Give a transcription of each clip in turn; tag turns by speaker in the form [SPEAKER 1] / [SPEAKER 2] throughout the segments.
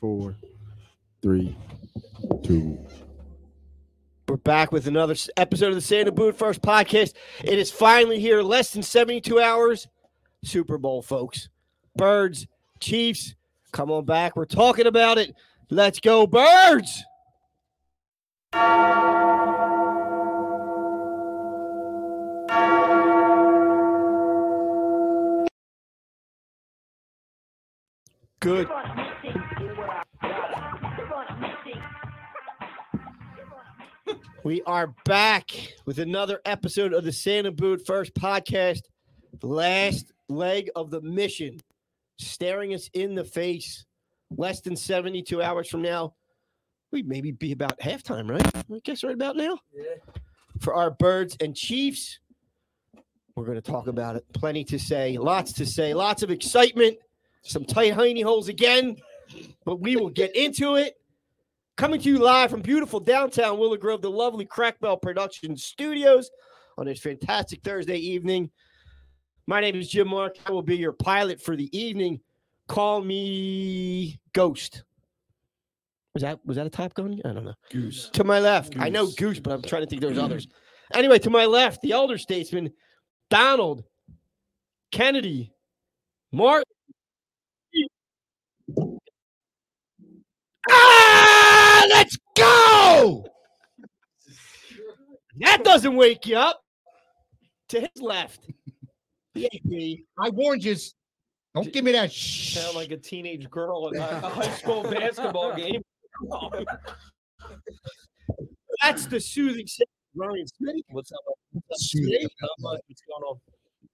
[SPEAKER 1] four, three, two.
[SPEAKER 2] We're back with another s- episode of the Santa Boot First podcast. It is finally here, less than 72 hours. Super Bowl, folks. Birds, Chiefs, come on back. We're talking about it. Let's go, Birds. Good. We are back with another episode of the Santa Boot First podcast. Last leg of the mission, staring us in the face. Less than 72 hours from now, we maybe be about halftime, right? I guess right about now. For our birds and Chiefs, we're going to talk about it. Plenty to say, lots to say, lots of excitement, some tight hiney holes again, but we will get into it. Coming to you live from beautiful downtown Willow Grove, the lovely Crackbell Production Studios on this fantastic Thursday evening. My name is Jim Mark. I will be your pilot for the evening. Call me Ghost. Was that was that a Top Gun? I don't know.
[SPEAKER 3] Goose.
[SPEAKER 2] To my left, I know
[SPEAKER 3] Goose.
[SPEAKER 2] Goose, but I'm trying to think there's others. Anyway, to my left, the elder statesman, Donald Kennedy, Martin. Ah, let's go! That doesn't wake you up. To his left, the AP,
[SPEAKER 4] I warned you. Don't give me that shh.
[SPEAKER 5] sound like a teenage girl at a a high school basketball game.
[SPEAKER 2] That's the soothing sound. Ryan Smitty.
[SPEAKER 5] What's up?
[SPEAKER 4] Smitty.
[SPEAKER 2] Smitty?
[SPEAKER 5] Not much. What's going on?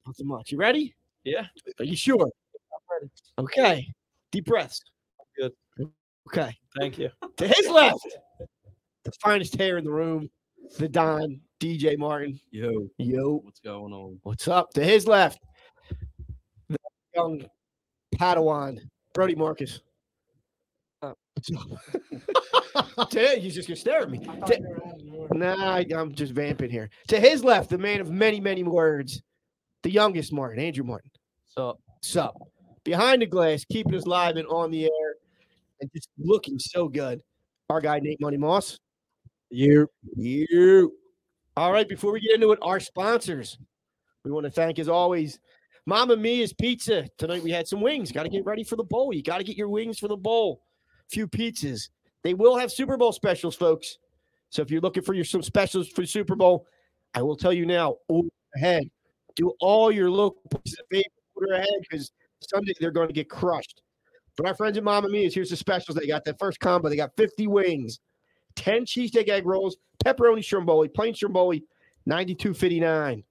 [SPEAKER 2] Not so much. You ready?
[SPEAKER 5] Yeah.
[SPEAKER 2] Are you sure?
[SPEAKER 5] ready.
[SPEAKER 2] Okay. Deep breaths.
[SPEAKER 5] Good.
[SPEAKER 2] Okay.
[SPEAKER 5] Thank you.
[SPEAKER 2] To his left, the finest hair in the room, the Don DJ Martin.
[SPEAKER 3] Yo,
[SPEAKER 2] Yo,
[SPEAKER 3] what's going on?
[SPEAKER 2] what's up? To his left, the young Padawan Brody Marcus. to, he's just gonna stare at me. To- nah, I- I'm just vamping here. To his left, the man of many, many words, the youngest Martin, Andrew Martin.
[SPEAKER 5] So
[SPEAKER 2] So behind the glass, keeping us live and on the air, and just looking so good. Our guy Nate Money Moss.
[SPEAKER 1] You, you.
[SPEAKER 2] All right, before we get into it, our sponsors. We want to thank, as always, Mama Mia's Pizza. Tonight we had some wings. Got to get ready for the bowl. You got to get your wings for the bowl. Few pizzas. They will have Super Bowl specials, folks. So if you're looking for your some specials for Super Bowl, I will tell you now. Order ahead. Do all your local places a favor. Order ahead because Sunday they're going to get crushed. But our friends at Mama Mia's, here's the specials they got. That first combo, they got 50 wings, 10 cheesesteak egg rolls, pepperoni stromboli, plain stromboli, ninety-two fifty-nine.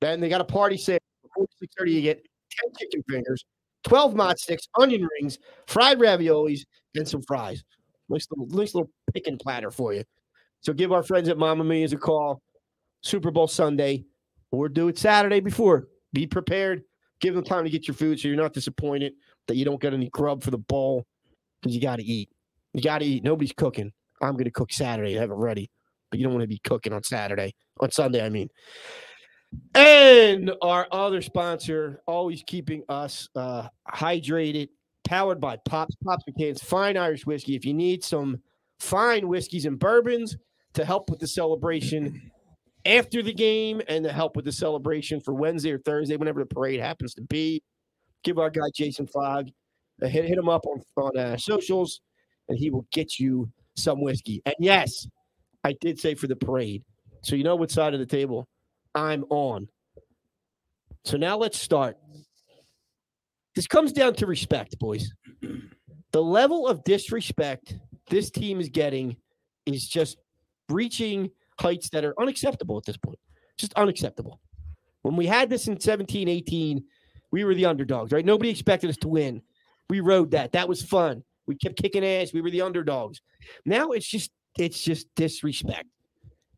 [SPEAKER 2] Then they got a party sale. Forty-six thirty, you get ten chicken fingers, twelve mott sticks, onion rings, fried raviolis, and some fries. Nice little, nice little picking platter for you. So give our friends at Mama Mia's a call. Super Bowl Sunday, or do it Saturday before. Be prepared. Give them time to get your food, so you're not disappointed that you don't get any grub for the bowl, because you got to eat. You got to eat. Nobody's cooking. I'm going to cook Saturday. and Have it ready but you don't want to be cooking on Saturday, on Sunday, I mean. And our other sponsor, always keeping us uh, hydrated, powered by Pops, Pops McCann's Fine Irish Whiskey. If you need some fine whiskeys and bourbons to help with the celebration after the game and to help with the celebration for Wednesday or Thursday, whenever the parade happens to be, give our guy Jason Fogg, a hit, hit him up on, on uh, socials, and he will get you some whiskey. And yes, I did say for the parade. So you know what side of the table I'm on. So now let's start. This comes down to respect, boys. The level of disrespect this team is getting is just reaching heights that are unacceptable at this point. Just unacceptable. When we had this in 17, 18, we were the underdogs, right? Nobody expected us to win. We rode that. That was fun. We kept kicking ass. We were the underdogs. Now it's just it's just disrespect.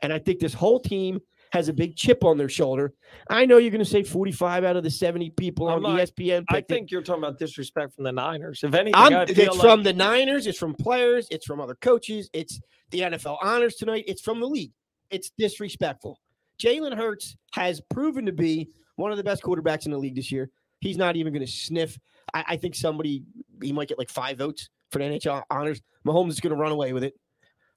[SPEAKER 2] And I think this whole team has a big chip on their shoulder. I know you're going to say 45 out of the 70 people
[SPEAKER 5] I'm
[SPEAKER 2] on E
[SPEAKER 5] not-
[SPEAKER 2] ESPN.
[SPEAKER 5] I
[SPEAKER 2] picked it.
[SPEAKER 5] think you're talking about disrespect from the Niners. If anything,
[SPEAKER 2] I'm,
[SPEAKER 5] I
[SPEAKER 2] it's
[SPEAKER 5] feel like-
[SPEAKER 2] from the Niners. It's from players. It's from other coaches. It's the NFL honors tonight. It's from the league. It's disrespectful. Jalen Hurts has proven to be one of the best quarterbacks in the league this year. He's not even going to sniff. I, I think somebody he might get like five votes for the NHL honors. Mahomes is going to run away with it.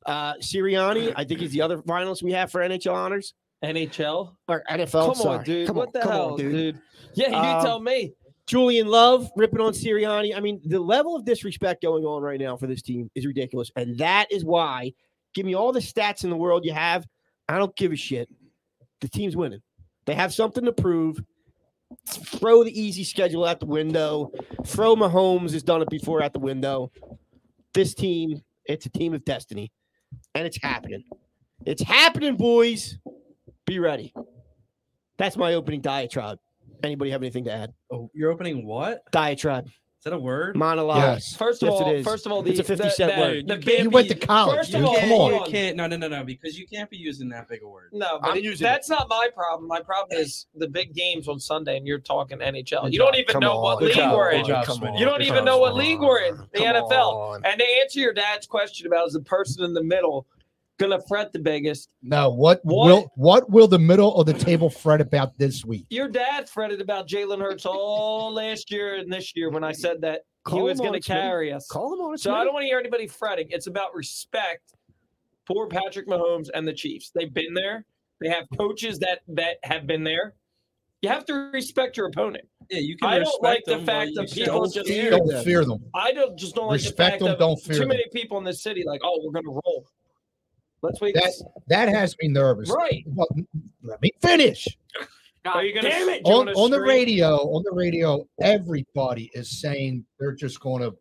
[SPEAKER 2] Uh, Sirianni, I think, is the other finalist we have for NHL honors
[SPEAKER 5] NHL.
[SPEAKER 2] or NFL.
[SPEAKER 5] Come
[SPEAKER 2] sorry.
[SPEAKER 5] on, dude.
[SPEAKER 2] Come
[SPEAKER 5] what
[SPEAKER 2] on,
[SPEAKER 5] the
[SPEAKER 2] come on,
[SPEAKER 5] hell, dude. Yeah, you
[SPEAKER 2] Um,
[SPEAKER 5] tell me.
[SPEAKER 2] Julian Love ripping on Sirianni. I mean, the level of disrespect going on right now for this team is ridiculous. And that is why, give me all the stats in the world you have. I don't give a shit. The team's winning. They have something to prove. Throw the easy schedule out the window. Throw Mahomes has done it before out the window. This team, it's a team of destiny. And it's happening. It's happening, boys. Be ready. That's my opening diatribe. Anybody have anything to add?
[SPEAKER 3] Oh, you're opening what?
[SPEAKER 2] diatribe,
[SPEAKER 3] Is that a word?
[SPEAKER 2] monologue.
[SPEAKER 4] Yes.
[SPEAKER 5] First of
[SPEAKER 2] Yes, it
[SPEAKER 5] all,
[SPEAKER 2] is.
[SPEAKER 5] first of all, the,
[SPEAKER 2] It's a 50
[SPEAKER 5] the,
[SPEAKER 2] cent
[SPEAKER 5] the-
[SPEAKER 2] word.
[SPEAKER 5] the
[SPEAKER 3] You
[SPEAKER 5] Bambi-
[SPEAKER 3] can't-
[SPEAKER 4] You went to college.
[SPEAKER 5] First
[SPEAKER 4] dude.
[SPEAKER 5] of all,
[SPEAKER 4] Come
[SPEAKER 5] you
[SPEAKER 4] on.
[SPEAKER 3] you
[SPEAKER 5] on.
[SPEAKER 3] can't. No, no, no, no. Because you can't be using that big a word.
[SPEAKER 5] No, but
[SPEAKER 2] I'm
[SPEAKER 5] it-
[SPEAKER 2] using it.
[SPEAKER 5] that's not my problem. My problem is the big games on Sunday, and you're talking NHL.
[SPEAKER 2] Good
[SPEAKER 5] you don't
[SPEAKER 2] job.
[SPEAKER 5] even
[SPEAKER 2] Come
[SPEAKER 5] know
[SPEAKER 2] on.
[SPEAKER 5] what
[SPEAKER 2] Good
[SPEAKER 5] league
[SPEAKER 2] job.
[SPEAKER 5] we're
[SPEAKER 2] Good
[SPEAKER 5] in.
[SPEAKER 2] job,
[SPEAKER 3] Come
[SPEAKER 2] Smitty.
[SPEAKER 3] on.
[SPEAKER 5] You don't
[SPEAKER 2] Good
[SPEAKER 5] even
[SPEAKER 2] job,
[SPEAKER 5] know what
[SPEAKER 2] Smitty.
[SPEAKER 5] league we're in. The
[SPEAKER 2] Come
[SPEAKER 5] NFL.
[SPEAKER 2] on.
[SPEAKER 5] And to answer your dad's question about is the person in the middle gonna fret the biggest?
[SPEAKER 4] No, what,
[SPEAKER 5] What?
[SPEAKER 4] will what will the middle of the table fret about this week?
[SPEAKER 5] Your dad fretted about Jalen Hurts all last year and this year when I said that he
[SPEAKER 2] Call
[SPEAKER 5] was
[SPEAKER 2] him
[SPEAKER 5] gonna
[SPEAKER 2] on, Smitty.
[SPEAKER 5] carry us.
[SPEAKER 2] Call him on it.
[SPEAKER 5] So I don't want to hear anybody fretting. It's about respect for Patrick Mahomes and the Chiefs. They've been there. They have coaches that that have been there. You have to respect your opponent.
[SPEAKER 3] Yeah, you can.
[SPEAKER 5] I don't
[SPEAKER 3] respect
[SPEAKER 5] like the
[SPEAKER 3] them while
[SPEAKER 5] fact
[SPEAKER 3] you
[SPEAKER 5] that
[SPEAKER 3] still-
[SPEAKER 5] people
[SPEAKER 4] Don't
[SPEAKER 5] just
[SPEAKER 4] fear,
[SPEAKER 5] hear
[SPEAKER 4] don't
[SPEAKER 5] that.
[SPEAKER 4] fear them.
[SPEAKER 5] I don't just don't like the
[SPEAKER 4] Respect
[SPEAKER 5] fact
[SPEAKER 4] them,
[SPEAKER 5] that
[SPEAKER 4] don't
[SPEAKER 5] too
[SPEAKER 4] fear them.
[SPEAKER 5] many people in this city like, oh, we're gonna roll. Let's wait.
[SPEAKER 4] That- That has me nervous.
[SPEAKER 5] right.
[SPEAKER 4] Well, let me finish.
[SPEAKER 5] Are you gonna damn it?
[SPEAKER 4] on, on the radio, on the radio, everybody is saying they're just going to.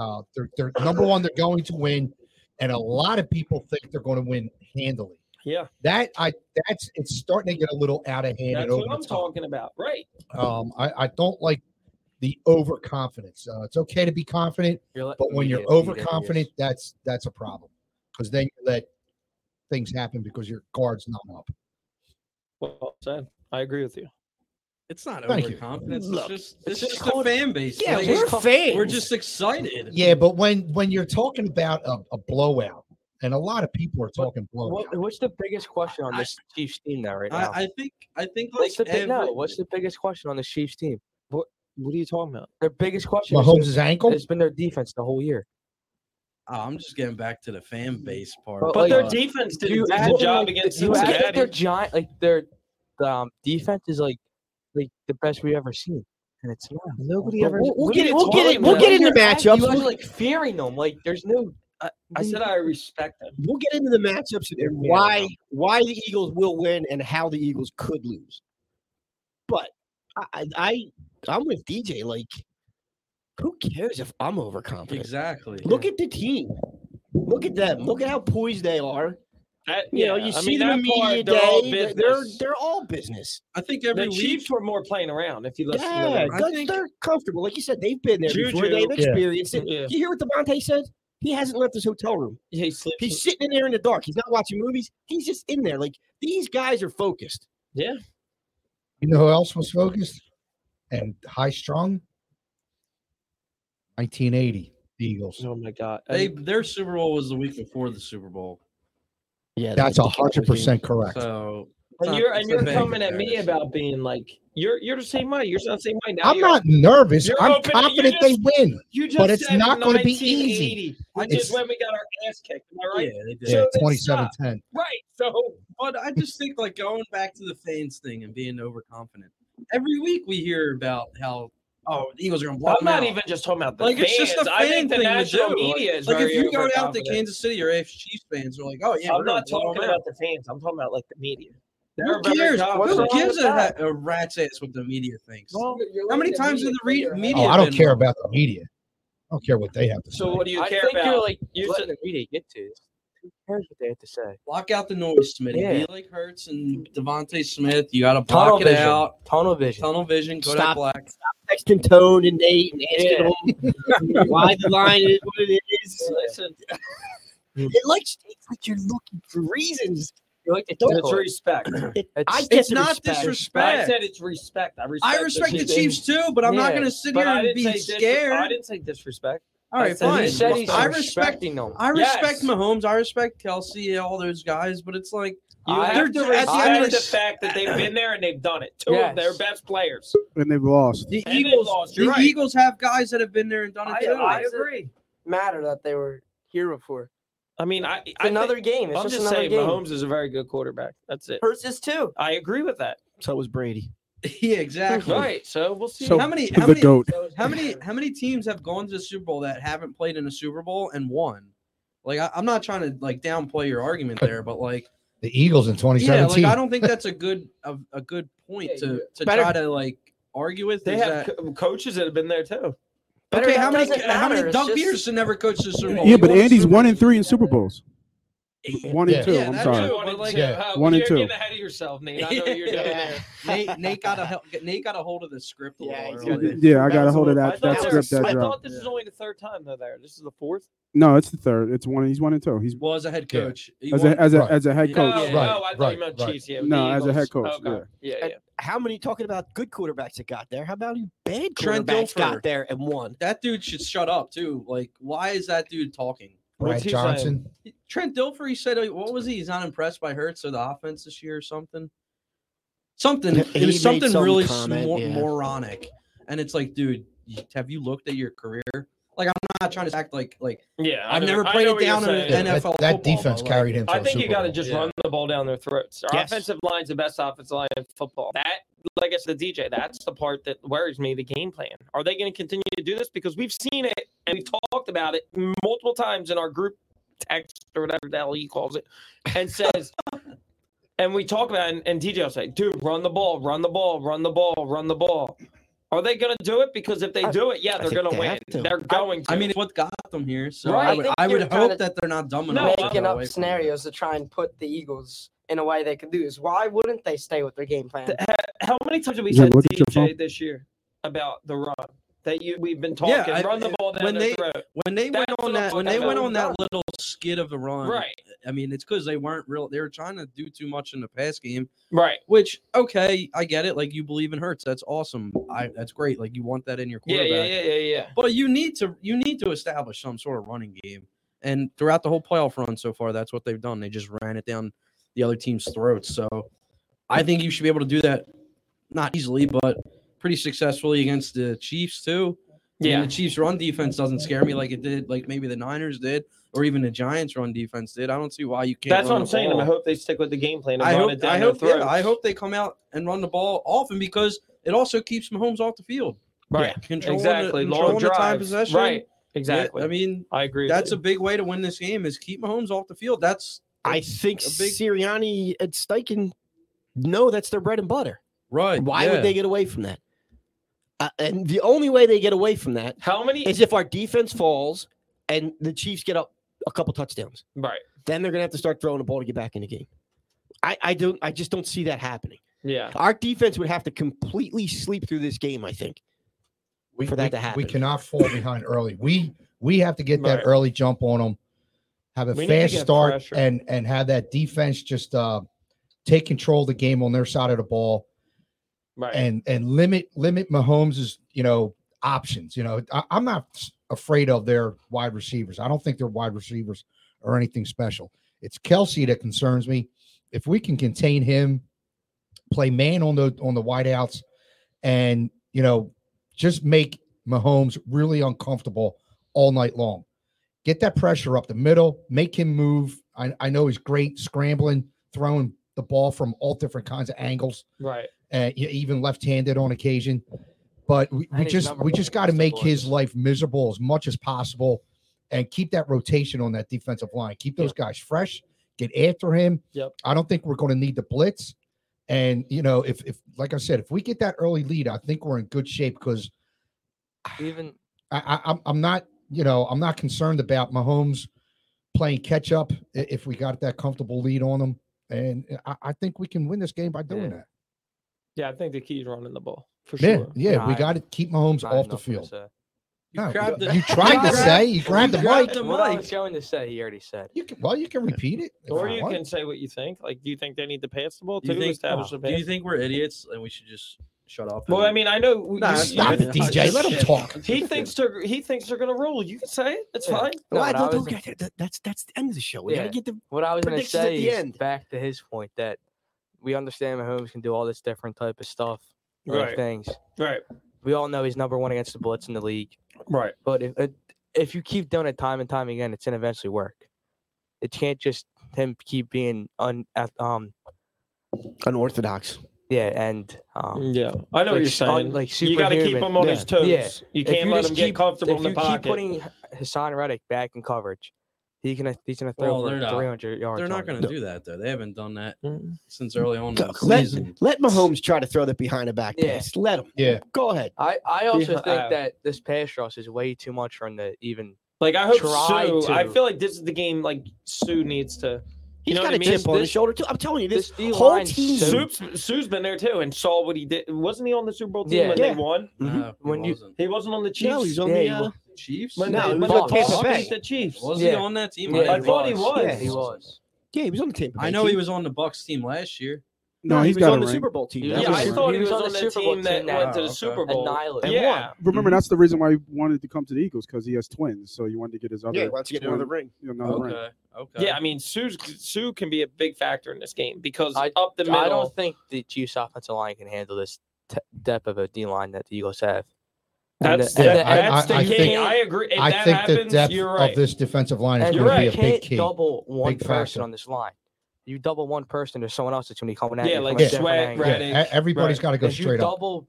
[SPEAKER 4] Uh, they're, they're number one. They're going to win, and a lot of people think they're going to win handily.
[SPEAKER 5] Yeah.
[SPEAKER 4] That I that's it's starting to get a little out of hand.
[SPEAKER 5] That's
[SPEAKER 4] and over
[SPEAKER 5] what I'm
[SPEAKER 4] the top.
[SPEAKER 5] talking about. Right.
[SPEAKER 4] Um, I, I don't like the overconfidence. Uh, it's okay to be confident, but when you're overconfident, that's that's a problem because then you let things happen because your guard's not up.
[SPEAKER 5] Well said. I agree with you.
[SPEAKER 3] it's not
[SPEAKER 4] Thank you.
[SPEAKER 3] overconfidence. It's
[SPEAKER 2] Look,
[SPEAKER 3] just it's
[SPEAKER 5] just
[SPEAKER 3] just
[SPEAKER 5] called-
[SPEAKER 3] a fan base.
[SPEAKER 2] Yeah,
[SPEAKER 3] Like,
[SPEAKER 2] we're
[SPEAKER 3] it's-
[SPEAKER 2] fans.
[SPEAKER 3] we're just excited.
[SPEAKER 4] Yeah, but when when you're talking about a, a blowout, and a lot of people are talking blowout.
[SPEAKER 6] What, what's the biggest question on
[SPEAKER 3] I-
[SPEAKER 6] this Chiefs team now, right now?
[SPEAKER 3] I, I think I think
[SPEAKER 6] what's
[SPEAKER 3] like
[SPEAKER 6] the big, no,
[SPEAKER 3] every-
[SPEAKER 6] What's the biggest question on the Chiefs team?
[SPEAKER 2] What are you talking about?
[SPEAKER 6] Their biggest question has been-
[SPEAKER 4] Mahomes' ankle.
[SPEAKER 6] has been their defense the whole year.
[SPEAKER 3] Oh, I'm just getting back to the fan base part.
[SPEAKER 6] But,
[SPEAKER 5] But their
[SPEAKER 6] like,
[SPEAKER 5] defense did
[SPEAKER 6] Do
[SPEAKER 5] a
[SPEAKER 6] you act
[SPEAKER 5] good job
[SPEAKER 6] like,
[SPEAKER 5] against
[SPEAKER 6] do you act like
[SPEAKER 5] Cincinnati.
[SPEAKER 6] their giant, like their um, defense is like like the best we've ever seen, and it's not.
[SPEAKER 2] Nobody
[SPEAKER 6] But
[SPEAKER 2] ever.
[SPEAKER 6] we'll-
[SPEAKER 2] We'll
[SPEAKER 5] get
[SPEAKER 2] get it.
[SPEAKER 5] into
[SPEAKER 2] We'll get
[SPEAKER 5] all
[SPEAKER 2] it.
[SPEAKER 5] that
[SPEAKER 2] We'll
[SPEAKER 5] now.
[SPEAKER 2] get into
[SPEAKER 6] You're
[SPEAKER 2] the
[SPEAKER 6] act-
[SPEAKER 2] matchups.
[SPEAKER 6] You guys are
[SPEAKER 2] We'll-
[SPEAKER 6] like fearing them. Like there's no.
[SPEAKER 5] I said I respect them.
[SPEAKER 2] We'll get into the matchups and
[SPEAKER 6] Yeah.
[SPEAKER 2] why why the Eagles will win and how the Eagles could lose. But I I I- I'm with DJ. Like, who cares if I'm overconfident?
[SPEAKER 3] exactly.
[SPEAKER 2] Look at the team. Look at them. Look at how poised they are.
[SPEAKER 5] That-
[SPEAKER 2] You know,
[SPEAKER 5] yeah,
[SPEAKER 2] you
[SPEAKER 5] I
[SPEAKER 2] see
[SPEAKER 5] mean,
[SPEAKER 2] them in
[SPEAKER 5] that part,
[SPEAKER 2] media
[SPEAKER 5] they're all
[SPEAKER 2] day. They're, they're
[SPEAKER 5] business.
[SPEAKER 2] they're all business.
[SPEAKER 3] I think every
[SPEAKER 5] the
[SPEAKER 3] week
[SPEAKER 5] Chiefs were more playing around. If you listen,
[SPEAKER 2] Yeah,
[SPEAKER 5] to
[SPEAKER 3] I
[SPEAKER 2] they're,
[SPEAKER 3] think-
[SPEAKER 2] they're comfortable. Like you said, they've been there before.
[SPEAKER 5] Juju.
[SPEAKER 2] They've
[SPEAKER 4] Yeah.
[SPEAKER 2] experienced it.
[SPEAKER 5] Yeah.
[SPEAKER 2] You hear what Devontae said? He hasn't left his hotel room.
[SPEAKER 5] them, he sleeps.
[SPEAKER 2] He's sitting in there in the dark. He's not watching movies. He's just in there. Like these guys are focused.
[SPEAKER 4] You know who else was focused and high strung? 1980 Eagles.
[SPEAKER 5] oh my god,
[SPEAKER 3] they their Super Bowl was the week before the Super Bowl.
[SPEAKER 2] Yeah,
[SPEAKER 4] That's a hundred percent correct.
[SPEAKER 3] So
[SPEAKER 5] and
[SPEAKER 3] It's
[SPEAKER 5] you're
[SPEAKER 3] not-
[SPEAKER 5] and
[SPEAKER 3] it's
[SPEAKER 5] you're
[SPEAKER 3] not big
[SPEAKER 5] coming at me
[SPEAKER 3] comparison.
[SPEAKER 5] about being like you're you're the same way. You're the same way now.
[SPEAKER 4] I'm
[SPEAKER 5] you're-
[SPEAKER 4] not nervous.
[SPEAKER 5] you're
[SPEAKER 4] I'm
[SPEAKER 5] opening- you
[SPEAKER 4] confident they win.
[SPEAKER 5] You just
[SPEAKER 4] but it's
[SPEAKER 5] said
[SPEAKER 4] not gonna be easy.
[SPEAKER 5] 1980, Which
[SPEAKER 4] It's-
[SPEAKER 5] is when we got our ass kicked. Am I right?
[SPEAKER 3] yeah, they did.
[SPEAKER 5] So
[SPEAKER 4] Yeah,
[SPEAKER 5] then
[SPEAKER 4] 27 10.
[SPEAKER 5] Right. So
[SPEAKER 3] But I just think like going back to the fans thing and being overconfident. Every week we hear about how oh the Eagles are gonna blow
[SPEAKER 5] I'm
[SPEAKER 3] them
[SPEAKER 5] not
[SPEAKER 3] out.
[SPEAKER 5] even just talking about the
[SPEAKER 3] like
[SPEAKER 5] fans.
[SPEAKER 3] it's just a fan
[SPEAKER 5] I think the
[SPEAKER 3] thing
[SPEAKER 5] national
[SPEAKER 3] to do. Like-
[SPEAKER 5] media is
[SPEAKER 3] like
[SPEAKER 5] very
[SPEAKER 3] if you go out to
[SPEAKER 5] overconfident.
[SPEAKER 3] Kansas City or AFC Chiefs fans are like, oh yeah,
[SPEAKER 5] I'm
[SPEAKER 3] we're gonna
[SPEAKER 5] not
[SPEAKER 3] blow
[SPEAKER 5] talking
[SPEAKER 3] them out.
[SPEAKER 5] about the fans. I'm talking about like the media.
[SPEAKER 3] Who
[SPEAKER 5] very
[SPEAKER 3] cares?
[SPEAKER 5] confident.
[SPEAKER 3] Who
[SPEAKER 5] What's wrong
[SPEAKER 3] gives
[SPEAKER 5] with
[SPEAKER 3] a,
[SPEAKER 5] that?
[SPEAKER 3] ra- a rat's ass what the media thinks?
[SPEAKER 6] How
[SPEAKER 3] How many times in the re- media?
[SPEAKER 4] Oh, I don't
[SPEAKER 3] been
[SPEAKER 4] care
[SPEAKER 3] wrong?
[SPEAKER 4] about the media. I don't care what they have to say.
[SPEAKER 5] So what do you
[SPEAKER 6] I
[SPEAKER 5] care
[SPEAKER 6] think
[SPEAKER 5] about?
[SPEAKER 6] you're like
[SPEAKER 5] You
[SPEAKER 6] you
[SPEAKER 5] said-
[SPEAKER 6] letting the media get to. it. Who cares what they have to say?
[SPEAKER 3] Block out the noise, Smitty.
[SPEAKER 6] Yeah.
[SPEAKER 3] Be like Hurts and Devontae Smith. You got to block
[SPEAKER 6] Tunnel
[SPEAKER 3] it
[SPEAKER 6] vision.
[SPEAKER 3] out.
[SPEAKER 6] Tunnel vision.
[SPEAKER 3] Tunnel vision. Go to
[SPEAKER 2] Stop.
[SPEAKER 3] black.
[SPEAKER 2] Texting Tone and Nate and asking them why the line is what it is.
[SPEAKER 5] Listen,
[SPEAKER 6] Hmm.
[SPEAKER 2] It like states that you're looking for reasons.
[SPEAKER 6] You like to
[SPEAKER 2] Don't-
[SPEAKER 6] tickle
[SPEAKER 5] it's
[SPEAKER 6] it.
[SPEAKER 5] respect.
[SPEAKER 6] It's-
[SPEAKER 2] I get
[SPEAKER 3] It's
[SPEAKER 2] the
[SPEAKER 3] not
[SPEAKER 2] respect.
[SPEAKER 5] I
[SPEAKER 3] disrespect.
[SPEAKER 5] said it's respect. I respect.
[SPEAKER 3] I respect the
[SPEAKER 6] Chiefs.
[SPEAKER 3] Chiefs too, but I'm not
[SPEAKER 6] Yeah,
[SPEAKER 3] going to sit
[SPEAKER 5] But
[SPEAKER 3] here
[SPEAKER 5] I
[SPEAKER 3] and
[SPEAKER 5] didn't
[SPEAKER 3] be
[SPEAKER 5] say dis- I
[SPEAKER 3] scared.
[SPEAKER 5] didn't say disrespect.
[SPEAKER 3] All right,
[SPEAKER 5] I
[SPEAKER 3] fine.
[SPEAKER 6] He said he's
[SPEAKER 3] I respect.
[SPEAKER 6] respecting them.
[SPEAKER 3] I
[SPEAKER 5] Yes.
[SPEAKER 3] respect Mahomes. I respect Kelsey. All those guys, but it's like
[SPEAKER 5] You
[SPEAKER 6] I-
[SPEAKER 5] have to
[SPEAKER 3] They're- at
[SPEAKER 5] respect
[SPEAKER 3] the end of
[SPEAKER 5] the
[SPEAKER 3] the-
[SPEAKER 5] fact that they've been there and they've done it. Two of
[SPEAKER 6] Yes.
[SPEAKER 5] their best players.
[SPEAKER 1] And they've lost.
[SPEAKER 3] the
[SPEAKER 5] And they
[SPEAKER 3] Eagles.
[SPEAKER 5] lost,
[SPEAKER 3] The
[SPEAKER 5] you're right.
[SPEAKER 3] Eagles have guys that have been there and done
[SPEAKER 5] I,
[SPEAKER 3] it too.
[SPEAKER 5] I agree.
[SPEAKER 7] matter that they were here before.
[SPEAKER 5] I mean, I,
[SPEAKER 7] It's another game. It's
[SPEAKER 5] I'm
[SPEAKER 7] just,
[SPEAKER 5] just
[SPEAKER 7] another
[SPEAKER 5] saying,
[SPEAKER 7] game.
[SPEAKER 5] Mahomes is a very good quarterback. That's it.
[SPEAKER 7] Hurts is too.
[SPEAKER 5] I agree with that.
[SPEAKER 2] So was Brady.
[SPEAKER 3] yeah, exactly.
[SPEAKER 5] Right. So we'll see.
[SPEAKER 1] So-
[SPEAKER 3] how many?
[SPEAKER 1] The
[SPEAKER 3] How many?
[SPEAKER 1] goat.
[SPEAKER 3] How many? How many teams have gone to the Super Bowl that haven't played in a Super Bowl and won? Like, I, I'm not trying to like downplay your argument there, but like,
[SPEAKER 4] The Eagles in
[SPEAKER 3] yeah,
[SPEAKER 4] 2017.
[SPEAKER 3] like I don't think that's a good a, a good point to to
[SPEAKER 2] Better-
[SPEAKER 3] try to like argue with.
[SPEAKER 5] they
[SPEAKER 3] is
[SPEAKER 5] have
[SPEAKER 3] that-
[SPEAKER 5] co- coaches that have been there too.
[SPEAKER 7] Better
[SPEAKER 3] okay,
[SPEAKER 7] that
[SPEAKER 3] how many?
[SPEAKER 7] doesn't
[SPEAKER 3] How many?
[SPEAKER 7] matter, it's
[SPEAKER 3] Doug
[SPEAKER 7] just-
[SPEAKER 3] Peterson never coached the Super Bowl.
[SPEAKER 1] Yeah,
[SPEAKER 3] He
[SPEAKER 1] but
[SPEAKER 3] won the
[SPEAKER 1] Andy's
[SPEAKER 3] Super
[SPEAKER 1] one
[SPEAKER 3] Bowl.
[SPEAKER 1] and three in Super Bowls. One
[SPEAKER 4] Yeah.
[SPEAKER 1] and two.
[SPEAKER 3] Yeah,
[SPEAKER 1] I'm
[SPEAKER 3] that
[SPEAKER 1] sorry.
[SPEAKER 3] too.
[SPEAKER 5] One and
[SPEAKER 3] Like,
[SPEAKER 5] two.
[SPEAKER 4] yeah.
[SPEAKER 5] How-
[SPEAKER 1] One and
[SPEAKER 5] you're
[SPEAKER 1] two.
[SPEAKER 5] getting ahead of yourself, Nate. I know what you're doing there.
[SPEAKER 3] Nate, Nate got a help. Nate got a hold of the script a
[SPEAKER 7] Yeah,
[SPEAKER 3] little
[SPEAKER 7] he's
[SPEAKER 3] early.
[SPEAKER 7] got the-
[SPEAKER 1] Yeah, I
[SPEAKER 2] That
[SPEAKER 1] got a
[SPEAKER 2] was a
[SPEAKER 1] hold of
[SPEAKER 2] little- I
[SPEAKER 1] that.
[SPEAKER 2] thought
[SPEAKER 1] That
[SPEAKER 2] there
[SPEAKER 1] script
[SPEAKER 2] was-
[SPEAKER 1] that
[SPEAKER 5] I
[SPEAKER 1] dropped.
[SPEAKER 5] thought this is only the third time though. There, this is the fourth.
[SPEAKER 1] No, it's the third. It's one. He's one and two. He's
[SPEAKER 3] Well, as a head
[SPEAKER 4] Yeah.
[SPEAKER 3] coach, he
[SPEAKER 1] as
[SPEAKER 3] won-
[SPEAKER 1] a as a
[SPEAKER 4] Right.
[SPEAKER 1] as a head
[SPEAKER 3] Yeah.
[SPEAKER 1] coach.
[SPEAKER 5] Oh,
[SPEAKER 4] Right,
[SPEAKER 5] oh, I thought you
[SPEAKER 4] right,
[SPEAKER 5] meant
[SPEAKER 4] right.
[SPEAKER 5] Chiefs. Yeah,
[SPEAKER 1] No,
[SPEAKER 5] the
[SPEAKER 1] as a head
[SPEAKER 5] Eagles.
[SPEAKER 1] coach,
[SPEAKER 5] Okay. Yeah, yeah.
[SPEAKER 2] How many talking about good quarterbacks that got there? How about you bad
[SPEAKER 3] Trent
[SPEAKER 2] quarterbacks
[SPEAKER 3] Dilfer.
[SPEAKER 2] got there and won?
[SPEAKER 3] that dude should shut up too. Like, why is that dude talking?
[SPEAKER 4] Brad
[SPEAKER 5] What's he saying?
[SPEAKER 4] Johnson.
[SPEAKER 3] Trent Dilfer, he said, uh, what was he? He's not impressed by Hurts or the offense this year or something. Something.
[SPEAKER 2] He
[SPEAKER 3] It was
[SPEAKER 2] made
[SPEAKER 3] something
[SPEAKER 2] some
[SPEAKER 3] really
[SPEAKER 2] comment,
[SPEAKER 3] smor-
[SPEAKER 2] yeah.
[SPEAKER 3] moronic, and it's like, dude, y- have you looked at your career? Like, I'm not trying to act like like
[SPEAKER 5] Yeah, I
[SPEAKER 3] I've
[SPEAKER 5] know-
[SPEAKER 3] never
[SPEAKER 5] I
[SPEAKER 3] played
[SPEAKER 5] know
[SPEAKER 3] it
[SPEAKER 5] what you're
[SPEAKER 3] down in
[SPEAKER 5] saying.
[SPEAKER 3] an
[SPEAKER 4] Yeah,
[SPEAKER 3] NFL
[SPEAKER 4] that, that
[SPEAKER 3] football,
[SPEAKER 4] defense
[SPEAKER 3] but, like,
[SPEAKER 4] carried him to
[SPEAKER 5] I
[SPEAKER 4] a
[SPEAKER 5] think
[SPEAKER 4] Super
[SPEAKER 5] you got to
[SPEAKER 4] Bowl.
[SPEAKER 5] just
[SPEAKER 3] Yeah.
[SPEAKER 5] run the ball down their throats. Our
[SPEAKER 2] Yes.
[SPEAKER 5] offensive line's the best offensive line in football. That, like I said, DJ, that's the part that worries me. The game plan. Are they going to continue to do this? Because we've seen it and we've talked about it multiple times in our group text or whatever the hell he calls it, and says. And we talk about it, and, and DJ will say, dude, run the ball, run the ball, run the ball, run the ball. Are they going to do it? Because if they
[SPEAKER 2] I-
[SPEAKER 5] do it, yeah,
[SPEAKER 2] I
[SPEAKER 5] they're
[SPEAKER 2] think
[SPEAKER 5] going
[SPEAKER 2] they
[SPEAKER 5] to win.
[SPEAKER 2] have to.
[SPEAKER 5] They're going to.
[SPEAKER 3] I mean, it's what got them here. So
[SPEAKER 5] Right,
[SPEAKER 3] I
[SPEAKER 5] I
[SPEAKER 3] would,
[SPEAKER 7] think
[SPEAKER 3] I would
[SPEAKER 7] you're trying
[SPEAKER 3] hope
[SPEAKER 7] to
[SPEAKER 3] that they're not dumb enough.
[SPEAKER 5] No,
[SPEAKER 3] to
[SPEAKER 7] making
[SPEAKER 3] go
[SPEAKER 7] up
[SPEAKER 3] away from
[SPEAKER 7] scenarios to try and put the Eagles in a way they could lose. Why wouldn't they stay with their game plan?
[SPEAKER 5] The- how many times have we
[SPEAKER 1] Yeah,
[SPEAKER 5] said
[SPEAKER 1] look at your phone.
[SPEAKER 5] DJ this year about the run that you we've been talking?
[SPEAKER 3] Yeah, I-
[SPEAKER 5] run the ball down
[SPEAKER 3] when
[SPEAKER 5] their
[SPEAKER 3] they-
[SPEAKER 5] throat.
[SPEAKER 3] that. When they
[SPEAKER 5] That's
[SPEAKER 3] went on
[SPEAKER 5] what I'm
[SPEAKER 3] that, when they
[SPEAKER 5] talking
[SPEAKER 3] went
[SPEAKER 5] about.
[SPEAKER 3] on that little skid of the run,
[SPEAKER 5] Right,
[SPEAKER 3] I mean, it's because they weren't real. They were trying to do too much in the pass game.
[SPEAKER 5] right.
[SPEAKER 3] Which okay, I get it. Like you believe in Hurts, that's awesome. I that's great. Like you want that in your
[SPEAKER 5] Yeah,
[SPEAKER 3] quarterback.
[SPEAKER 5] yeah, yeah, yeah, yeah.
[SPEAKER 3] But you need to you need to establish some sort of running game. And throughout the whole playoff run so far, that's what they've done. They just ran it down the other team's throats. So I think you should be able to do that not easily, but pretty successfully against the Chiefs too. I mean,
[SPEAKER 5] Yeah.
[SPEAKER 3] the Chiefs run defense doesn't scare me like it did, like maybe the Niners did, or even the Giants run defense did. I don't see why you can't.
[SPEAKER 5] That's
[SPEAKER 3] run
[SPEAKER 5] what I'm
[SPEAKER 3] the
[SPEAKER 5] saying.
[SPEAKER 3] ball.
[SPEAKER 5] I hope they stick with the game plan. And
[SPEAKER 3] I
[SPEAKER 5] run
[SPEAKER 3] hope
[SPEAKER 5] It down
[SPEAKER 3] I
[SPEAKER 5] their
[SPEAKER 3] hope yeah,
[SPEAKER 5] throats.
[SPEAKER 3] I hope they come out and run the ball often because it also keeps Mahomes off the field.
[SPEAKER 5] Right.
[SPEAKER 3] Controlling the-
[SPEAKER 5] Exactly.
[SPEAKER 3] controlling
[SPEAKER 5] Long
[SPEAKER 3] the time
[SPEAKER 5] drive.
[SPEAKER 3] possession.
[SPEAKER 5] Right.
[SPEAKER 3] Yeah,
[SPEAKER 5] Exactly.
[SPEAKER 3] I mean,
[SPEAKER 5] I agree.
[SPEAKER 3] that's a
[SPEAKER 5] with
[SPEAKER 3] big way to win this game is keep Mahomes off the field. That's
[SPEAKER 2] I think
[SPEAKER 3] a big-
[SPEAKER 2] Sirianni and Steichen know that's their bread and butter.
[SPEAKER 3] right.
[SPEAKER 2] Why would they get away from that? Uh, and the only way they get away from that
[SPEAKER 5] you. how many?
[SPEAKER 2] is if our defense falls and the Chiefs get up a couple touchdowns.
[SPEAKER 5] Right.
[SPEAKER 2] Then they're gonna have to start throwing the ball to get back in the game. I, I don't I just don't see that happening.
[SPEAKER 5] Yeah.
[SPEAKER 2] Our defense would have to completely sleep through this game, I think.
[SPEAKER 4] we,
[SPEAKER 2] for that
[SPEAKER 4] we-
[SPEAKER 2] to happen.
[SPEAKER 4] We cannot fall behind early. We we have to get that
[SPEAKER 5] Right.
[SPEAKER 4] early jump on them, have a
[SPEAKER 5] We need to
[SPEAKER 4] fast
[SPEAKER 5] get
[SPEAKER 4] start,
[SPEAKER 5] pressure.
[SPEAKER 4] and and have that defense just uh, take control of the game on their side of the ball,
[SPEAKER 5] Right.
[SPEAKER 4] and and limit limit Mahomes's you know options. You know, I, I'm not s- afraid of their wide receivers. I don't think their wide receivers are anything special. It's Kelsey that concerns me. If we can contain him, play man on the on the wideouts, and you know just make Mahomes really uncomfortable all night long. Get that pressure up the middle, make him move. I, I know he's great scrambling, throwing the ball from all different kinds of angles
[SPEAKER 5] right.
[SPEAKER 4] uh, e- even left-handed on occasion. But we,
[SPEAKER 7] And
[SPEAKER 4] we
[SPEAKER 7] he's
[SPEAKER 4] just
[SPEAKER 7] number
[SPEAKER 4] we
[SPEAKER 7] one
[SPEAKER 4] just got to
[SPEAKER 7] across the
[SPEAKER 4] make
[SPEAKER 7] board.
[SPEAKER 4] his life miserable as much as possible, and keep that rotation on that defensive line. Keep those guys fresh. Get after him.
[SPEAKER 5] Yep.
[SPEAKER 4] I don't think we're going to need the blitz. And you know, if if like I said, if we get that early lead, I think we're in good shape because
[SPEAKER 7] Even
[SPEAKER 4] I, I I'm I'm not you know I'm not concerned about Mahomes playing catch up i- if we got that comfortable lead on him. And I, I think we can win this game by doing
[SPEAKER 6] Yeah.
[SPEAKER 4] that.
[SPEAKER 5] Yeah. I think the key is running the ball for
[SPEAKER 4] Yeah,
[SPEAKER 5] sure.
[SPEAKER 4] yeah, we
[SPEAKER 6] Nah,
[SPEAKER 4] got to keep Mahomes
[SPEAKER 6] Not
[SPEAKER 4] off the
[SPEAKER 6] enough for
[SPEAKER 4] field.
[SPEAKER 6] us, uh,
[SPEAKER 3] You
[SPEAKER 4] No,
[SPEAKER 3] grabbed the-
[SPEAKER 4] you tried
[SPEAKER 3] you
[SPEAKER 4] to
[SPEAKER 3] grabbed-
[SPEAKER 4] say you grabbed the
[SPEAKER 3] you grabbed
[SPEAKER 4] mic.
[SPEAKER 3] the
[SPEAKER 6] What I was
[SPEAKER 3] mic.
[SPEAKER 6] going to say, he already said.
[SPEAKER 4] You can, well, you can repeat it. if
[SPEAKER 5] Or you
[SPEAKER 4] want.
[SPEAKER 5] can say what you think. Like, do you think they need to pass the ball
[SPEAKER 3] Do
[SPEAKER 5] to
[SPEAKER 3] you think, oh,
[SPEAKER 5] establish the
[SPEAKER 3] do
[SPEAKER 5] pass?
[SPEAKER 3] you think we're idiots and we should just shut up?
[SPEAKER 5] Well,
[SPEAKER 3] and-
[SPEAKER 5] I mean, I know.
[SPEAKER 3] Nah,
[SPEAKER 5] you-
[SPEAKER 4] Stop
[SPEAKER 5] you-
[SPEAKER 4] it, DJ. Let him
[SPEAKER 3] Shit.
[SPEAKER 4] talk.
[SPEAKER 5] He thinks they're he thinks they're gonna rule. You can say it. It's
[SPEAKER 6] Yeah.
[SPEAKER 5] fine.
[SPEAKER 2] No,
[SPEAKER 6] No,
[SPEAKER 2] I
[SPEAKER 6] but I
[SPEAKER 2] don't,
[SPEAKER 6] was
[SPEAKER 2] don't get that. That's that's the end of the show. We
[SPEAKER 6] Yeah.
[SPEAKER 2] gotta get the
[SPEAKER 6] What I was going to
[SPEAKER 2] Predictions at
[SPEAKER 6] say
[SPEAKER 2] the
[SPEAKER 6] is
[SPEAKER 2] end.
[SPEAKER 6] back to his point that we understand Mahomes can do all this different type of stuff, or
[SPEAKER 5] Right.
[SPEAKER 6] things.
[SPEAKER 5] Right.
[SPEAKER 6] We all know he's number one against the blitz in the league.
[SPEAKER 5] Right.
[SPEAKER 6] But if, if- if you keep doing it time and time again, it's gonna eventually work. It can't just him keep being un ath- um
[SPEAKER 2] Unorthodox.
[SPEAKER 6] yeah and um
[SPEAKER 5] Mm, Yeah, I know what
[SPEAKER 6] like
[SPEAKER 5] you're
[SPEAKER 6] s- un-
[SPEAKER 5] saying.
[SPEAKER 6] like
[SPEAKER 5] you got to keep
[SPEAKER 6] superhuman.
[SPEAKER 5] him on
[SPEAKER 2] Yeah.
[SPEAKER 5] his toes.
[SPEAKER 6] Yeah.
[SPEAKER 5] You
[SPEAKER 6] If
[SPEAKER 5] can't
[SPEAKER 6] you
[SPEAKER 5] let
[SPEAKER 6] just
[SPEAKER 5] him
[SPEAKER 6] keep-
[SPEAKER 5] get comfortable
[SPEAKER 6] if
[SPEAKER 5] in the
[SPEAKER 6] you
[SPEAKER 5] pocket.
[SPEAKER 6] keep putting H- Hassan Reddick back in coverage, he can he's gonna
[SPEAKER 3] Well,
[SPEAKER 6] throw
[SPEAKER 3] they're
[SPEAKER 6] for
[SPEAKER 3] not.
[SPEAKER 6] three hundred yards.
[SPEAKER 3] They're
[SPEAKER 6] on
[SPEAKER 3] not
[SPEAKER 6] you.
[SPEAKER 3] going to do that though. They haven't done that
[SPEAKER 5] Mm.
[SPEAKER 3] since early on in the
[SPEAKER 2] Look, let-
[SPEAKER 3] season.
[SPEAKER 2] Let Mahomes try to throw that behind a back
[SPEAKER 6] Yeah.
[SPEAKER 2] pass. Let him.
[SPEAKER 4] Yeah.
[SPEAKER 2] Go ahead.
[SPEAKER 6] I, I also
[SPEAKER 5] Yeah,
[SPEAKER 6] think
[SPEAKER 5] uh,
[SPEAKER 6] that this pass rush is way too much on the even.
[SPEAKER 5] Like I hope
[SPEAKER 6] Try
[SPEAKER 5] Sue. I
[SPEAKER 6] to.
[SPEAKER 5] feel like this is the game. Like Sue needs to.
[SPEAKER 2] He's
[SPEAKER 5] You know
[SPEAKER 2] got
[SPEAKER 5] what
[SPEAKER 2] a
[SPEAKER 5] I mean?
[SPEAKER 2] chip on his
[SPEAKER 6] This-
[SPEAKER 2] shoulder too. I'm telling you, this,
[SPEAKER 6] This D
[SPEAKER 2] whole
[SPEAKER 6] line
[SPEAKER 2] team-
[SPEAKER 6] so-
[SPEAKER 5] Sue's, Sue's been there too and saw what he did. Wasn't he on the Super Bowl team
[SPEAKER 6] Yeah.
[SPEAKER 5] when
[SPEAKER 2] Yeah.
[SPEAKER 5] they won?
[SPEAKER 2] Mhm.
[SPEAKER 3] No, he
[SPEAKER 6] When you-
[SPEAKER 3] wasn't.
[SPEAKER 5] He wasn't on the Chiefs.
[SPEAKER 2] no, he's on
[SPEAKER 6] Yeah,
[SPEAKER 2] the
[SPEAKER 6] he
[SPEAKER 2] uh,
[SPEAKER 6] was.
[SPEAKER 3] Chiefs.
[SPEAKER 5] when
[SPEAKER 2] No,
[SPEAKER 5] they,
[SPEAKER 2] he
[SPEAKER 5] when
[SPEAKER 6] was on
[SPEAKER 5] the Colts
[SPEAKER 6] Tampa
[SPEAKER 2] Bay.
[SPEAKER 5] beat the Chiefs.
[SPEAKER 3] Was he
[SPEAKER 6] Yeah.
[SPEAKER 3] on that team?
[SPEAKER 6] Yeah,
[SPEAKER 5] I thought he was.
[SPEAKER 2] Yeah, he
[SPEAKER 6] was.
[SPEAKER 2] yeah, he was on the Tampa.
[SPEAKER 3] I
[SPEAKER 2] Bay
[SPEAKER 3] know
[SPEAKER 2] team.
[SPEAKER 3] he was on the Bucks team last year.
[SPEAKER 1] No,
[SPEAKER 2] he
[SPEAKER 1] he's
[SPEAKER 2] was
[SPEAKER 1] got
[SPEAKER 2] on
[SPEAKER 1] a
[SPEAKER 2] the
[SPEAKER 1] ring.
[SPEAKER 2] Super Bowl team.
[SPEAKER 5] Yeah,
[SPEAKER 2] That
[SPEAKER 6] was
[SPEAKER 5] I
[SPEAKER 6] him.
[SPEAKER 5] thought
[SPEAKER 6] He
[SPEAKER 5] he
[SPEAKER 6] was
[SPEAKER 5] was
[SPEAKER 6] on
[SPEAKER 5] on
[SPEAKER 6] the
[SPEAKER 5] the
[SPEAKER 6] Super Bowl
[SPEAKER 5] team that
[SPEAKER 6] team that-
[SPEAKER 5] went to the
[SPEAKER 3] Oh,
[SPEAKER 5] Super
[SPEAKER 3] okay.
[SPEAKER 5] Bowl.
[SPEAKER 6] Annihilated.
[SPEAKER 2] And
[SPEAKER 5] Yeah,
[SPEAKER 6] Mm-hmm.
[SPEAKER 1] Remember, that's the reason why he wanted to come to the Eagles because he has twins. So he wanted to get his other
[SPEAKER 2] yeah, wants to get another ring.
[SPEAKER 1] you know, another ring.
[SPEAKER 3] Okay. Okay.
[SPEAKER 5] yeah. I mean, Sue Sue can be a big factor in this game because
[SPEAKER 6] I-
[SPEAKER 5] up the
[SPEAKER 6] I
[SPEAKER 5] middle.
[SPEAKER 6] don't think the Chiefs offensive line can handle this t- depth of a D line that the Eagles have. And
[SPEAKER 5] That's
[SPEAKER 6] the- and
[SPEAKER 5] that-
[SPEAKER 6] the- and-
[SPEAKER 5] that's the
[SPEAKER 4] I- I
[SPEAKER 5] game.
[SPEAKER 4] think-
[SPEAKER 5] I agree. If
[SPEAKER 4] I
[SPEAKER 5] that
[SPEAKER 4] think
[SPEAKER 5] happens,
[SPEAKER 4] the depth
[SPEAKER 5] you're right.
[SPEAKER 4] of this defensive line is
[SPEAKER 6] and
[SPEAKER 5] you're
[SPEAKER 4] going
[SPEAKER 5] gonna
[SPEAKER 4] to be
[SPEAKER 6] you
[SPEAKER 4] a big
[SPEAKER 6] can't
[SPEAKER 4] key.
[SPEAKER 6] double one
[SPEAKER 4] Big
[SPEAKER 6] person
[SPEAKER 4] factor.
[SPEAKER 6] on this line. You double one person, there's someone else that's gonna be coming at
[SPEAKER 5] Yeah,
[SPEAKER 6] you.
[SPEAKER 5] like
[SPEAKER 6] from a
[SPEAKER 5] Sweat,
[SPEAKER 6] different angle.
[SPEAKER 5] Reddick,
[SPEAKER 4] Yeah, e- everybody's
[SPEAKER 5] Right.
[SPEAKER 4] got to go
[SPEAKER 6] if you
[SPEAKER 4] straight up.
[SPEAKER 6] double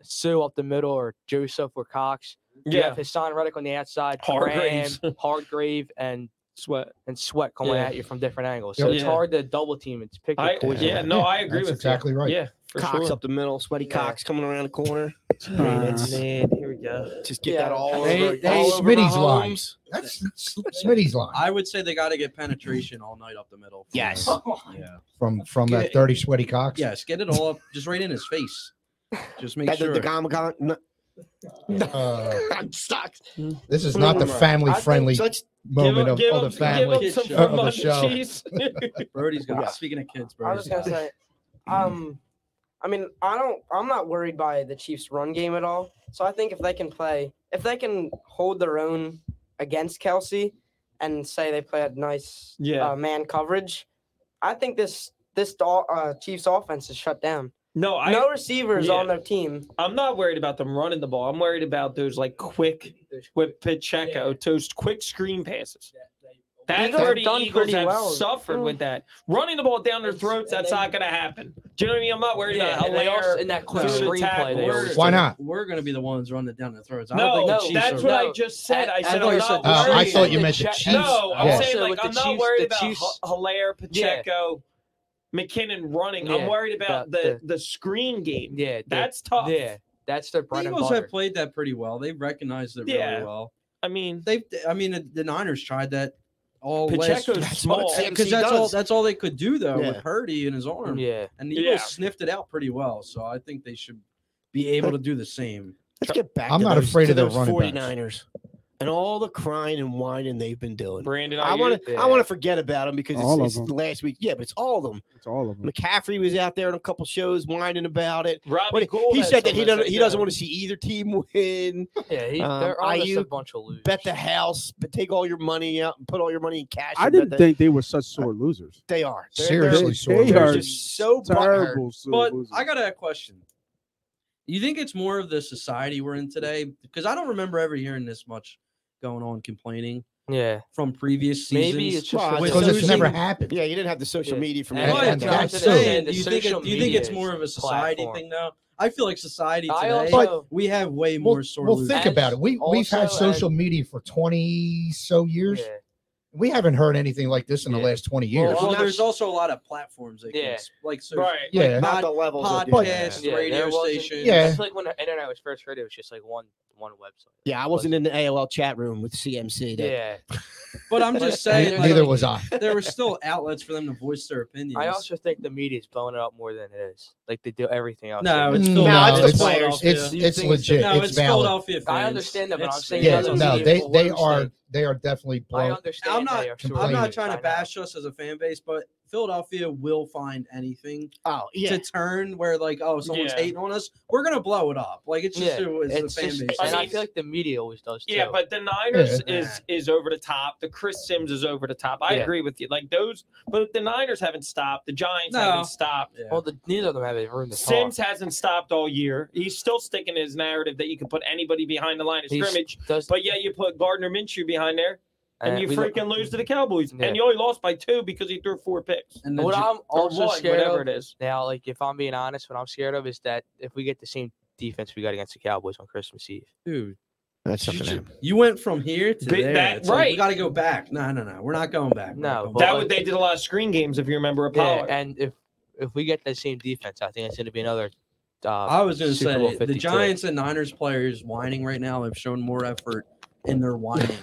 [SPEAKER 6] Sue up the middle or Joseph or Cox, you
[SPEAKER 5] Yeah,
[SPEAKER 6] have Hassan Reddick on the outside, Graham,
[SPEAKER 5] Hargraves.
[SPEAKER 6] Hardgrave, and
[SPEAKER 5] sweat.
[SPEAKER 6] and Sweat coming
[SPEAKER 5] Yeah.
[SPEAKER 6] at you from different angles.
[SPEAKER 4] Yep.
[SPEAKER 6] So it's
[SPEAKER 5] Yeah.
[SPEAKER 6] hard to double team. It's pick your
[SPEAKER 5] I
[SPEAKER 6] poison.
[SPEAKER 5] yeah. No, I agree
[SPEAKER 4] That's
[SPEAKER 5] with
[SPEAKER 4] exactly
[SPEAKER 5] you.
[SPEAKER 4] right.
[SPEAKER 5] Yeah, for
[SPEAKER 2] Cox
[SPEAKER 5] sure.
[SPEAKER 2] up the middle, sweaty
[SPEAKER 6] Yeah.
[SPEAKER 2] Cox coming around the corner.
[SPEAKER 1] Uh,
[SPEAKER 5] Man, here we go.
[SPEAKER 2] Just get
[SPEAKER 6] Yeah.
[SPEAKER 2] that all
[SPEAKER 4] They-
[SPEAKER 2] over.
[SPEAKER 4] they-
[SPEAKER 2] all over
[SPEAKER 4] Smitty's line.
[SPEAKER 2] Mahomes.
[SPEAKER 4] That's Smitty's line
[SPEAKER 3] I would say they got to get penetration all night up the middle. for
[SPEAKER 2] Yes.
[SPEAKER 3] that. Yeah.
[SPEAKER 4] from from
[SPEAKER 3] Okay.
[SPEAKER 4] that dirty sweaty Cox.
[SPEAKER 3] Yes. Get it all up, just right in his face. Just make
[SPEAKER 2] That- the-
[SPEAKER 3] sure.
[SPEAKER 2] the gama- gama- no,
[SPEAKER 4] Uh,
[SPEAKER 2] I'm stuck.
[SPEAKER 4] this is not the family friendly
[SPEAKER 2] So let's-
[SPEAKER 4] moment of,
[SPEAKER 5] give
[SPEAKER 4] of
[SPEAKER 5] him,
[SPEAKER 4] the family.
[SPEAKER 5] Give him some
[SPEAKER 3] of the
[SPEAKER 5] Vermont
[SPEAKER 4] show.
[SPEAKER 5] cheese.
[SPEAKER 3] Brody's got.
[SPEAKER 2] Yeah.
[SPEAKER 3] Speaking of kids,
[SPEAKER 7] I
[SPEAKER 3] Brody's
[SPEAKER 7] was gonna
[SPEAKER 3] got.
[SPEAKER 7] say,
[SPEAKER 5] Mm-hmm.
[SPEAKER 7] um, I mean, I don't, I'm not worried by the Chiefs' run game at all. So I think if they can play, if they can hold their own against Kelsey, and say they play a nice
[SPEAKER 5] Yeah.
[SPEAKER 7] uh, man coverage, I think this this do- uh, Chiefs offense is shut down.
[SPEAKER 5] no, I,
[SPEAKER 7] no receivers
[SPEAKER 5] yeah.
[SPEAKER 7] on their team.
[SPEAKER 5] I'm not worried about them running the ball. I'm worried about those like quick with Pacheco, those quick screen passes. That's
[SPEAKER 7] Eagles
[SPEAKER 5] where
[SPEAKER 7] have
[SPEAKER 5] the
[SPEAKER 7] done
[SPEAKER 5] Eagles
[SPEAKER 7] pretty
[SPEAKER 5] have
[SPEAKER 7] well.
[SPEAKER 5] suffered
[SPEAKER 7] Mm.
[SPEAKER 5] with that. Running the ball down their
[SPEAKER 7] It's-
[SPEAKER 5] throats,
[SPEAKER 7] and
[SPEAKER 5] that's
[SPEAKER 7] they-
[SPEAKER 5] not going to happen. Do you know what I mean? I'm not worried
[SPEAKER 6] Yeah,
[SPEAKER 5] about
[SPEAKER 6] and they also,
[SPEAKER 5] Hilaire.
[SPEAKER 6] in that quick
[SPEAKER 5] through the
[SPEAKER 6] screenplay, they
[SPEAKER 5] tackle.
[SPEAKER 6] always
[SPEAKER 4] Why
[SPEAKER 6] do.
[SPEAKER 4] not?
[SPEAKER 3] We're gonna be the ones running down their throats. I don't
[SPEAKER 5] No,
[SPEAKER 3] think the
[SPEAKER 6] No,
[SPEAKER 3] Chiefs
[SPEAKER 5] that's
[SPEAKER 3] are-
[SPEAKER 5] what I
[SPEAKER 6] No,
[SPEAKER 5] just said. I
[SPEAKER 6] I- I
[SPEAKER 5] said
[SPEAKER 6] thought
[SPEAKER 5] I'm
[SPEAKER 6] you
[SPEAKER 5] not
[SPEAKER 6] said-
[SPEAKER 2] Uh,
[SPEAKER 4] Oh, I
[SPEAKER 5] worried.
[SPEAKER 4] thought you meant the
[SPEAKER 6] Check-
[SPEAKER 4] Chiefs.
[SPEAKER 5] No, I'm
[SPEAKER 4] Yeah.
[SPEAKER 5] saying
[SPEAKER 6] Also,
[SPEAKER 5] like
[SPEAKER 6] with
[SPEAKER 5] I'm
[SPEAKER 6] the
[SPEAKER 5] not
[SPEAKER 6] Chiefs-
[SPEAKER 5] worried
[SPEAKER 6] the
[SPEAKER 5] about
[SPEAKER 6] Chiefs-
[SPEAKER 5] H- Hilaire, Pacheco, McKinnon running. I'm
[SPEAKER 6] Yeah,
[SPEAKER 5] worried about
[SPEAKER 6] but
[SPEAKER 5] the, the screen game.
[SPEAKER 6] Yeah, the-
[SPEAKER 5] That's tough.
[SPEAKER 6] Yeah, that's their
[SPEAKER 3] The
[SPEAKER 6] bread and
[SPEAKER 3] Eagles have
[SPEAKER 6] butter.
[SPEAKER 3] played that pretty well. They recognized it really
[SPEAKER 5] Yeah.
[SPEAKER 3] well.
[SPEAKER 5] I mean,
[SPEAKER 3] They, I mean, the, the Niners tried that all last
[SPEAKER 5] Pacheco's
[SPEAKER 2] That's what
[SPEAKER 5] small.
[SPEAKER 2] I'm saying.
[SPEAKER 3] because
[SPEAKER 2] CMC
[SPEAKER 3] that's all
[SPEAKER 2] does.
[SPEAKER 3] that's all they could do though
[SPEAKER 2] Yeah.
[SPEAKER 3] with Purdy in his arm.
[SPEAKER 6] Yeah,
[SPEAKER 3] And the
[SPEAKER 5] Yeah.
[SPEAKER 3] Eagles sniffed it out pretty well, so I think they should be able to do the same.
[SPEAKER 2] Let's get back.
[SPEAKER 4] I'm
[SPEAKER 2] to
[SPEAKER 4] not
[SPEAKER 2] those,
[SPEAKER 4] afraid
[SPEAKER 2] to
[SPEAKER 4] of their
[SPEAKER 2] those
[SPEAKER 4] running backs.
[SPEAKER 2] 49ers and all the crying and whining they've been doing.
[SPEAKER 5] Brandon,
[SPEAKER 2] I want to. I
[SPEAKER 6] yeah.
[SPEAKER 2] want to forget about them because
[SPEAKER 1] All of
[SPEAKER 2] it's, it's
[SPEAKER 1] them.
[SPEAKER 2] last week. Yeah, but it's all of them.
[SPEAKER 1] it's all of them.
[SPEAKER 2] McCaffrey was out there on a couple shows whining about it.
[SPEAKER 5] Robbie
[SPEAKER 2] What he-
[SPEAKER 5] Gould
[SPEAKER 2] he
[SPEAKER 5] had
[SPEAKER 2] said that he
[SPEAKER 5] something
[SPEAKER 2] doesn't.
[SPEAKER 5] say
[SPEAKER 2] He
[SPEAKER 5] too.
[SPEAKER 2] doesn't want to see either team win.
[SPEAKER 6] yeah. He,
[SPEAKER 2] Um,
[SPEAKER 6] they're all just a
[SPEAKER 2] Ayuk,
[SPEAKER 6] bunch of losers.
[SPEAKER 2] Bet the house. But take all your money out and put all your money in cash.
[SPEAKER 1] I
[SPEAKER 2] and bet
[SPEAKER 1] didn't
[SPEAKER 2] the-
[SPEAKER 1] think they were such sore losers.
[SPEAKER 2] they are They're- they're-
[SPEAKER 4] Seriously,
[SPEAKER 1] They- they
[SPEAKER 2] They're,
[SPEAKER 1] are
[SPEAKER 4] sorry.
[SPEAKER 2] just so butthurt.
[SPEAKER 1] Terrible sore
[SPEAKER 3] But
[SPEAKER 1] losers.
[SPEAKER 3] I got a question. You think it's more of the society we're in today? Because I don't remember ever hearing this much going on complaining
[SPEAKER 6] yeah,
[SPEAKER 3] from previous seasons.
[SPEAKER 6] maybe it's
[SPEAKER 2] Well,
[SPEAKER 6] just
[SPEAKER 2] with
[SPEAKER 4] because it's
[SPEAKER 2] losing-
[SPEAKER 4] never happened.
[SPEAKER 2] Yeah, you didn't have the social
[SPEAKER 6] Yeah.
[SPEAKER 2] media from
[SPEAKER 6] And-
[SPEAKER 2] that.
[SPEAKER 3] But
[SPEAKER 4] and
[SPEAKER 3] I'm
[SPEAKER 4] that's so-
[SPEAKER 3] saying,
[SPEAKER 6] the
[SPEAKER 3] do you think it,
[SPEAKER 6] social
[SPEAKER 3] do you think
[SPEAKER 6] media
[SPEAKER 3] it's more of a
[SPEAKER 6] is
[SPEAKER 3] society
[SPEAKER 6] platform.
[SPEAKER 3] thing now? I feel like society today
[SPEAKER 6] I also
[SPEAKER 3] we have way
[SPEAKER 4] Well,
[SPEAKER 3] more sore
[SPEAKER 4] well,
[SPEAKER 3] losers.
[SPEAKER 4] think about it. We we've had
[SPEAKER 6] also as-
[SPEAKER 4] social media for twenty so years.
[SPEAKER 6] yeah,
[SPEAKER 4] We haven't heard anything like this in the
[SPEAKER 6] Yeah.
[SPEAKER 4] last twenty
[SPEAKER 3] Well,
[SPEAKER 4] years.
[SPEAKER 6] Well,
[SPEAKER 3] there's also a lot of platforms that
[SPEAKER 6] Yeah.
[SPEAKER 3] can, s- like so
[SPEAKER 5] Right.
[SPEAKER 4] yeah,
[SPEAKER 2] Not the levels. of- yeah.
[SPEAKER 3] podcasts,
[SPEAKER 6] yeah, there
[SPEAKER 3] radio
[SPEAKER 6] wasn't-
[SPEAKER 3] stations.
[SPEAKER 4] Yeah.
[SPEAKER 6] It's like when the internet was first created, it was just like one one website.
[SPEAKER 2] Yeah, I wasn't in the AOL chat room with CMC. That,
[SPEAKER 6] Yeah,
[SPEAKER 3] But I'm just
[SPEAKER 6] But-
[SPEAKER 3] saying,
[SPEAKER 4] Ne-
[SPEAKER 6] like-
[SPEAKER 4] neither was I.
[SPEAKER 3] there were still outlets for them to voice their opinions.
[SPEAKER 6] I also think the media's blowing it up more than it is. Like they do everything else.
[SPEAKER 3] no, it's
[SPEAKER 4] No,
[SPEAKER 3] still
[SPEAKER 2] it's the
[SPEAKER 3] Philadelphia.
[SPEAKER 2] players.
[SPEAKER 4] It's
[SPEAKER 6] You
[SPEAKER 4] it's
[SPEAKER 6] think it's
[SPEAKER 4] legit.
[SPEAKER 3] no,
[SPEAKER 4] It's valid.
[SPEAKER 3] Philadelphia. Fans.
[SPEAKER 6] I understand that, but I'm
[SPEAKER 3] It's
[SPEAKER 6] saying
[SPEAKER 4] Yeah,
[SPEAKER 6] it's
[SPEAKER 3] fans.
[SPEAKER 6] not
[SPEAKER 4] no, they
[SPEAKER 6] a meaningful
[SPEAKER 4] they
[SPEAKER 6] website.
[SPEAKER 4] are they are definitely
[SPEAKER 6] I
[SPEAKER 4] blown.
[SPEAKER 6] understand.
[SPEAKER 3] I'm not-
[SPEAKER 6] they are
[SPEAKER 4] I'm
[SPEAKER 6] sure
[SPEAKER 3] I'm
[SPEAKER 6] they
[SPEAKER 4] complaining.
[SPEAKER 3] not
[SPEAKER 6] are
[SPEAKER 3] trying to
[SPEAKER 6] by now.
[SPEAKER 3] bash us as a fan base, but Philadelphia will find anything
[SPEAKER 2] Oh yeah,
[SPEAKER 3] to turn where like, oh, someone's
[SPEAKER 5] Yeah.
[SPEAKER 3] hating on us. We're gonna blow it up. Like it's just
[SPEAKER 6] Yeah,
[SPEAKER 3] who is
[SPEAKER 6] It's
[SPEAKER 3] the fan
[SPEAKER 6] just,
[SPEAKER 3] base.
[SPEAKER 6] and I
[SPEAKER 5] is.
[SPEAKER 6] feel like the media always does too.
[SPEAKER 5] Yeah, but the Niners is is over the top. The Chris Sims is over the top. I
[SPEAKER 6] Yeah.
[SPEAKER 5] agree with you. Like those, but the Niners haven't stopped. The Giants
[SPEAKER 3] No.
[SPEAKER 5] haven't stopped.
[SPEAKER 3] Yeah.
[SPEAKER 6] well, the, neither of them have any room to
[SPEAKER 5] Sims
[SPEAKER 6] talk.
[SPEAKER 5] hasn't stopped all year. He's still sticking his narrative that you can put anybody behind the line of
[SPEAKER 6] He's-
[SPEAKER 5] scrimmage.
[SPEAKER 6] Does,
[SPEAKER 5] But yeah, you put Gardner Minshew behind there, and, you
[SPEAKER 6] we don't-
[SPEAKER 5] freaking lose to the Cowboys.
[SPEAKER 6] Yeah.
[SPEAKER 5] And you only lost by two because he threw four picks.
[SPEAKER 3] and the
[SPEAKER 6] What
[SPEAKER 3] Gi-
[SPEAKER 6] I'm
[SPEAKER 5] Or
[SPEAKER 6] also
[SPEAKER 5] one,
[SPEAKER 6] scared
[SPEAKER 5] whatever
[SPEAKER 6] of
[SPEAKER 5] it is.
[SPEAKER 6] now, like if I'm being honest, what I'm scared of is that if we get the same defense we got against the Cowboys on Christmas Eve,
[SPEAKER 3] dude,
[SPEAKER 2] that's
[SPEAKER 3] you,
[SPEAKER 2] something.
[SPEAKER 3] ju-
[SPEAKER 2] that-
[SPEAKER 3] you went from here to
[SPEAKER 5] Big-
[SPEAKER 3] there.
[SPEAKER 5] that-
[SPEAKER 3] It's like,
[SPEAKER 5] right.
[SPEAKER 3] we got to go back. No, no, no. We're not going back. We're not
[SPEAKER 6] No,
[SPEAKER 3] going
[SPEAKER 6] but
[SPEAKER 5] that
[SPEAKER 3] back.
[SPEAKER 5] would they did a lot of screen games if you remember
[SPEAKER 6] yeah,
[SPEAKER 5] Apollo.
[SPEAKER 6] and if if we get that same defense, I think it's going to be another. Uh,
[SPEAKER 3] I was going to
[SPEAKER 6] Super
[SPEAKER 3] say
[SPEAKER 6] Bowl
[SPEAKER 3] the
[SPEAKER 6] 52.
[SPEAKER 3] Giants and Niners players whining right now have shown more effort in their whining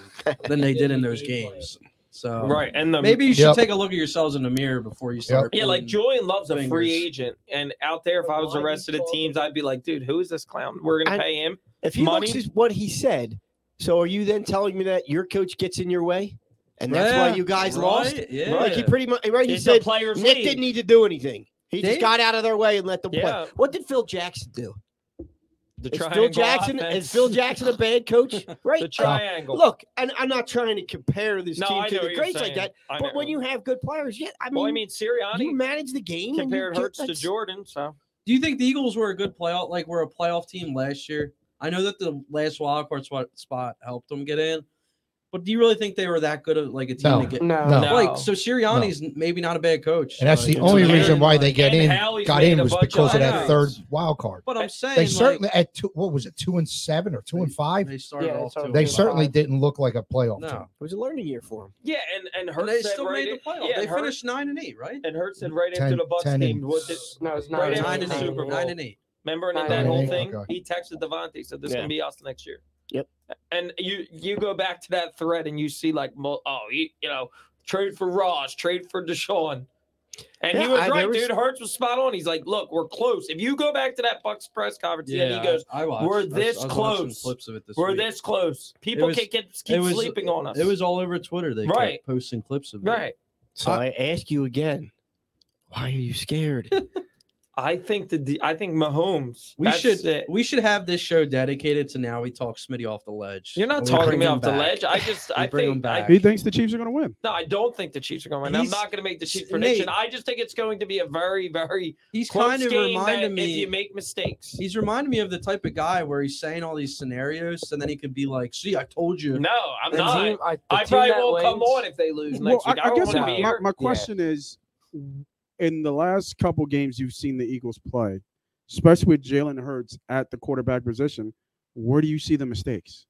[SPEAKER 3] than they did in those games. So
[SPEAKER 5] right, and the
[SPEAKER 3] maybe you should
[SPEAKER 4] Yep.
[SPEAKER 3] take a look at yourselves in the mirror before you start.
[SPEAKER 5] Yeah, like
[SPEAKER 3] pulling-
[SPEAKER 5] Julian Love's a free
[SPEAKER 3] mm, fingers.
[SPEAKER 5] agent, and out there, if I was the rest of the teams, I'd be like, dude, who is this clown? We're gonna
[SPEAKER 2] And-
[SPEAKER 5] pay him.
[SPEAKER 2] If he
[SPEAKER 5] Money?
[SPEAKER 2] looks at what he said, so are you then telling me that your coach gets in your way, and that's why
[SPEAKER 3] Yeah,
[SPEAKER 2] you guys
[SPEAKER 3] right,
[SPEAKER 2] lost?
[SPEAKER 3] Yeah.
[SPEAKER 2] Like he pretty much right. He
[SPEAKER 5] It's a
[SPEAKER 2] said
[SPEAKER 5] players
[SPEAKER 2] Nick
[SPEAKER 5] league.
[SPEAKER 2] didn't need to do anything. He
[SPEAKER 3] Dave-
[SPEAKER 2] just got out of their way and let them
[SPEAKER 5] Yeah.
[SPEAKER 2] play. What did Phil Jackson do?
[SPEAKER 5] the
[SPEAKER 2] Is Phil
[SPEAKER 5] triangle
[SPEAKER 2] Jackson
[SPEAKER 5] offense.
[SPEAKER 2] is Phil Jackson a bad coach? Right? uh,
[SPEAKER 5] the triangle.
[SPEAKER 2] Look, and I'm not trying to compare this
[SPEAKER 5] no, I
[SPEAKER 2] team
[SPEAKER 5] know
[SPEAKER 2] to
[SPEAKER 5] what
[SPEAKER 2] the
[SPEAKER 5] you're
[SPEAKER 2] greats like
[SPEAKER 5] saying.
[SPEAKER 2] that.
[SPEAKER 5] I
[SPEAKER 2] But
[SPEAKER 5] know.
[SPEAKER 2] when you have good players, yeah, I mean,
[SPEAKER 5] well, I mean,
[SPEAKER 2] you
[SPEAKER 5] Sirianni
[SPEAKER 2] manage the game. and you
[SPEAKER 5] compared
[SPEAKER 2] get-
[SPEAKER 5] Hurts to
[SPEAKER 2] that's-
[SPEAKER 5] Jordan, so
[SPEAKER 3] Do you think the Eagles were a good playoff? Like were a playoff team last year? I know that the last wild card spot, spot helped them get in, but do you really think they were that good of like a team
[SPEAKER 4] No.
[SPEAKER 3] to get?
[SPEAKER 7] No.
[SPEAKER 4] No.
[SPEAKER 3] Like so, Sirianni's maybe not a bad coach,
[SPEAKER 4] And that's
[SPEAKER 3] like,
[SPEAKER 4] the
[SPEAKER 3] it's
[SPEAKER 4] only
[SPEAKER 3] okay.
[SPEAKER 4] reason why they get
[SPEAKER 5] and
[SPEAKER 4] in,
[SPEAKER 5] how he's
[SPEAKER 4] got
[SPEAKER 5] made
[SPEAKER 4] in
[SPEAKER 5] a
[SPEAKER 4] was
[SPEAKER 5] bunch of
[SPEAKER 4] because of that third
[SPEAKER 5] hires.
[SPEAKER 4] wild card.
[SPEAKER 3] But I'm saying
[SPEAKER 4] They
[SPEAKER 3] like,
[SPEAKER 4] certainly at two, what was it, two and seven or two and five?
[SPEAKER 3] they started
[SPEAKER 7] Yeah,
[SPEAKER 3] off.
[SPEAKER 7] so
[SPEAKER 3] to a
[SPEAKER 4] They
[SPEAKER 3] good-
[SPEAKER 4] certainly
[SPEAKER 7] five.
[SPEAKER 4] didn't look like a playoff
[SPEAKER 3] No.
[SPEAKER 4] team.
[SPEAKER 2] It was a learning year for him.
[SPEAKER 5] yeah, and and
[SPEAKER 3] And
[SPEAKER 5] Hurts
[SPEAKER 3] they
[SPEAKER 5] said
[SPEAKER 3] still
[SPEAKER 5] right
[SPEAKER 3] made
[SPEAKER 5] in-
[SPEAKER 3] the playoff.
[SPEAKER 5] Yeah,
[SPEAKER 3] they
[SPEAKER 5] Hurts-
[SPEAKER 3] finished nine and eight, right?
[SPEAKER 5] And Hurts said right
[SPEAKER 4] Ten-
[SPEAKER 5] after the Bucks
[SPEAKER 4] ten
[SPEAKER 5] game,
[SPEAKER 4] and-
[SPEAKER 5] what did,
[SPEAKER 7] No, it's not.
[SPEAKER 5] Right
[SPEAKER 7] it's
[SPEAKER 5] after
[SPEAKER 3] nine
[SPEAKER 5] the
[SPEAKER 3] and
[SPEAKER 7] not.
[SPEAKER 5] Super
[SPEAKER 3] eight.
[SPEAKER 5] Bowl.
[SPEAKER 3] Nine and eight.
[SPEAKER 5] remember and
[SPEAKER 7] I
[SPEAKER 5] did that
[SPEAKER 7] know.
[SPEAKER 5] whole
[SPEAKER 7] Okay.
[SPEAKER 5] thing?
[SPEAKER 4] Okay.
[SPEAKER 5] He texted Devontae, said this
[SPEAKER 2] Yeah.
[SPEAKER 5] can be us next year.
[SPEAKER 2] Yep.
[SPEAKER 5] And you you go back to that thread and you see like, mul- oh, he, you know, trade for Ross, trade for Deshaun. And he
[SPEAKER 2] Yeah,
[SPEAKER 5] was
[SPEAKER 2] I-
[SPEAKER 5] right,
[SPEAKER 2] there was-
[SPEAKER 5] dude. Hertz was spot on. He's like, look, we're close. If you go back to that Bucks press conference, yeah, he goes,
[SPEAKER 3] I, I watched.
[SPEAKER 5] "We're
[SPEAKER 3] I was-
[SPEAKER 5] this
[SPEAKER 3] I was watching
[SPEAKER 5] close.
[SPEAKER 3] Clips of it this
[SPEAKER 5] we're
[SPEAKER 3] week.
[SPEAKER 5] this close. People
[SPEAKER 3] was-
[SPEAKER 5] can't get, keep
[SPEAKER 3] was-
[SPEAKER 5] sleeping on us.
[SPEAKER 3] It was all over Twitter. They
[SPEAKER 5] Right.
[SPEAKER 3] kept posting clips of it.
[SPEAKER 5] right.
[SPEAKER 2] So I ask you again, why are you scared?
[SPEAKER 5] I think the D- I think Mahomes.
[SPEAKER 3] We
[SPEAKER 5] that's
[SPEAKER 3] should uh,
[SPEAKER 5] it.
[SPEAKER 3] we should have this show dedicated to now we talk Smitty off the ledge.
[SPEAKER 5] You're not
[SPEAKER 3] And we
[SPEAKER 5] talking
[SPEAKER 3] bring
[SPEAKER 5] me
[SPEAKER 3] him
[SPEAKER 5] off the
[SPEAKER 3] back.
[SPEAKER 5] ledge. I just
[SPEAKER 3] We
[SPEAKER 5] I
[SPEAKER 3] bring him
[SPEAKER 5] think I
[SPEAKER 3] back.
[SPEAKER 1] He thinks the Chiefs are going to win.
[SPEAKER 5] No, I don't think the Chiefs are going to win. I'm
[SPEAKER 3] He's-
[SPEAKER 5] not going to make the Chiefs
[SPEAKER 3] Nate-
[SPEAKER 5] prediction. I just think it's going to be a very, very
[SPEAKER 3] He's
[SPEAKER 5] close
[SPEAKER 3] kind of
[SPEAKER 5] game that
[SPEAKER 3] reminded
[SPEAKER 5] if you
[SPEAKER 3] me.
[SPEAKER 5] make mistakes.
[SPEAKER 3] He's reminded me of the type of guy where he's saying all these scenarios, and then he could be like, "See, I told you."
[SPEAKER 5] No, I'm
[SPEAKER 7] The
[SPEAKER 5] not.
[SPEAKER 7] team- I, the
[SPEAKER 5] I
[SPEAKER 7] team
[SPEAKER 5] probably
[SPEAKER 7] that
[SPEAKER 5] won't come
[SPEAKER 7] wins-
[SPEAKER 5] on if they lose
[SPEAKER 1] Well,
[SPEAKER 5] next
[SPEAKER 1] I,
[SPEAKER 5] week.
[SPEAKER 1] I
[SPEAKER 5] I,
[SPEAKER 1] guess
[SPEAKER 5] won't
[SPEAKER 1] my,
[SPEAKER 5] be
[SPEAKER 1] my,
[SPEAKER 5] here.
[SPEAKER 1] my question is, in the last couple games you've seen the Eagles play, especially with Jalen Hurts at the quarterback position, where do you see the mistakes?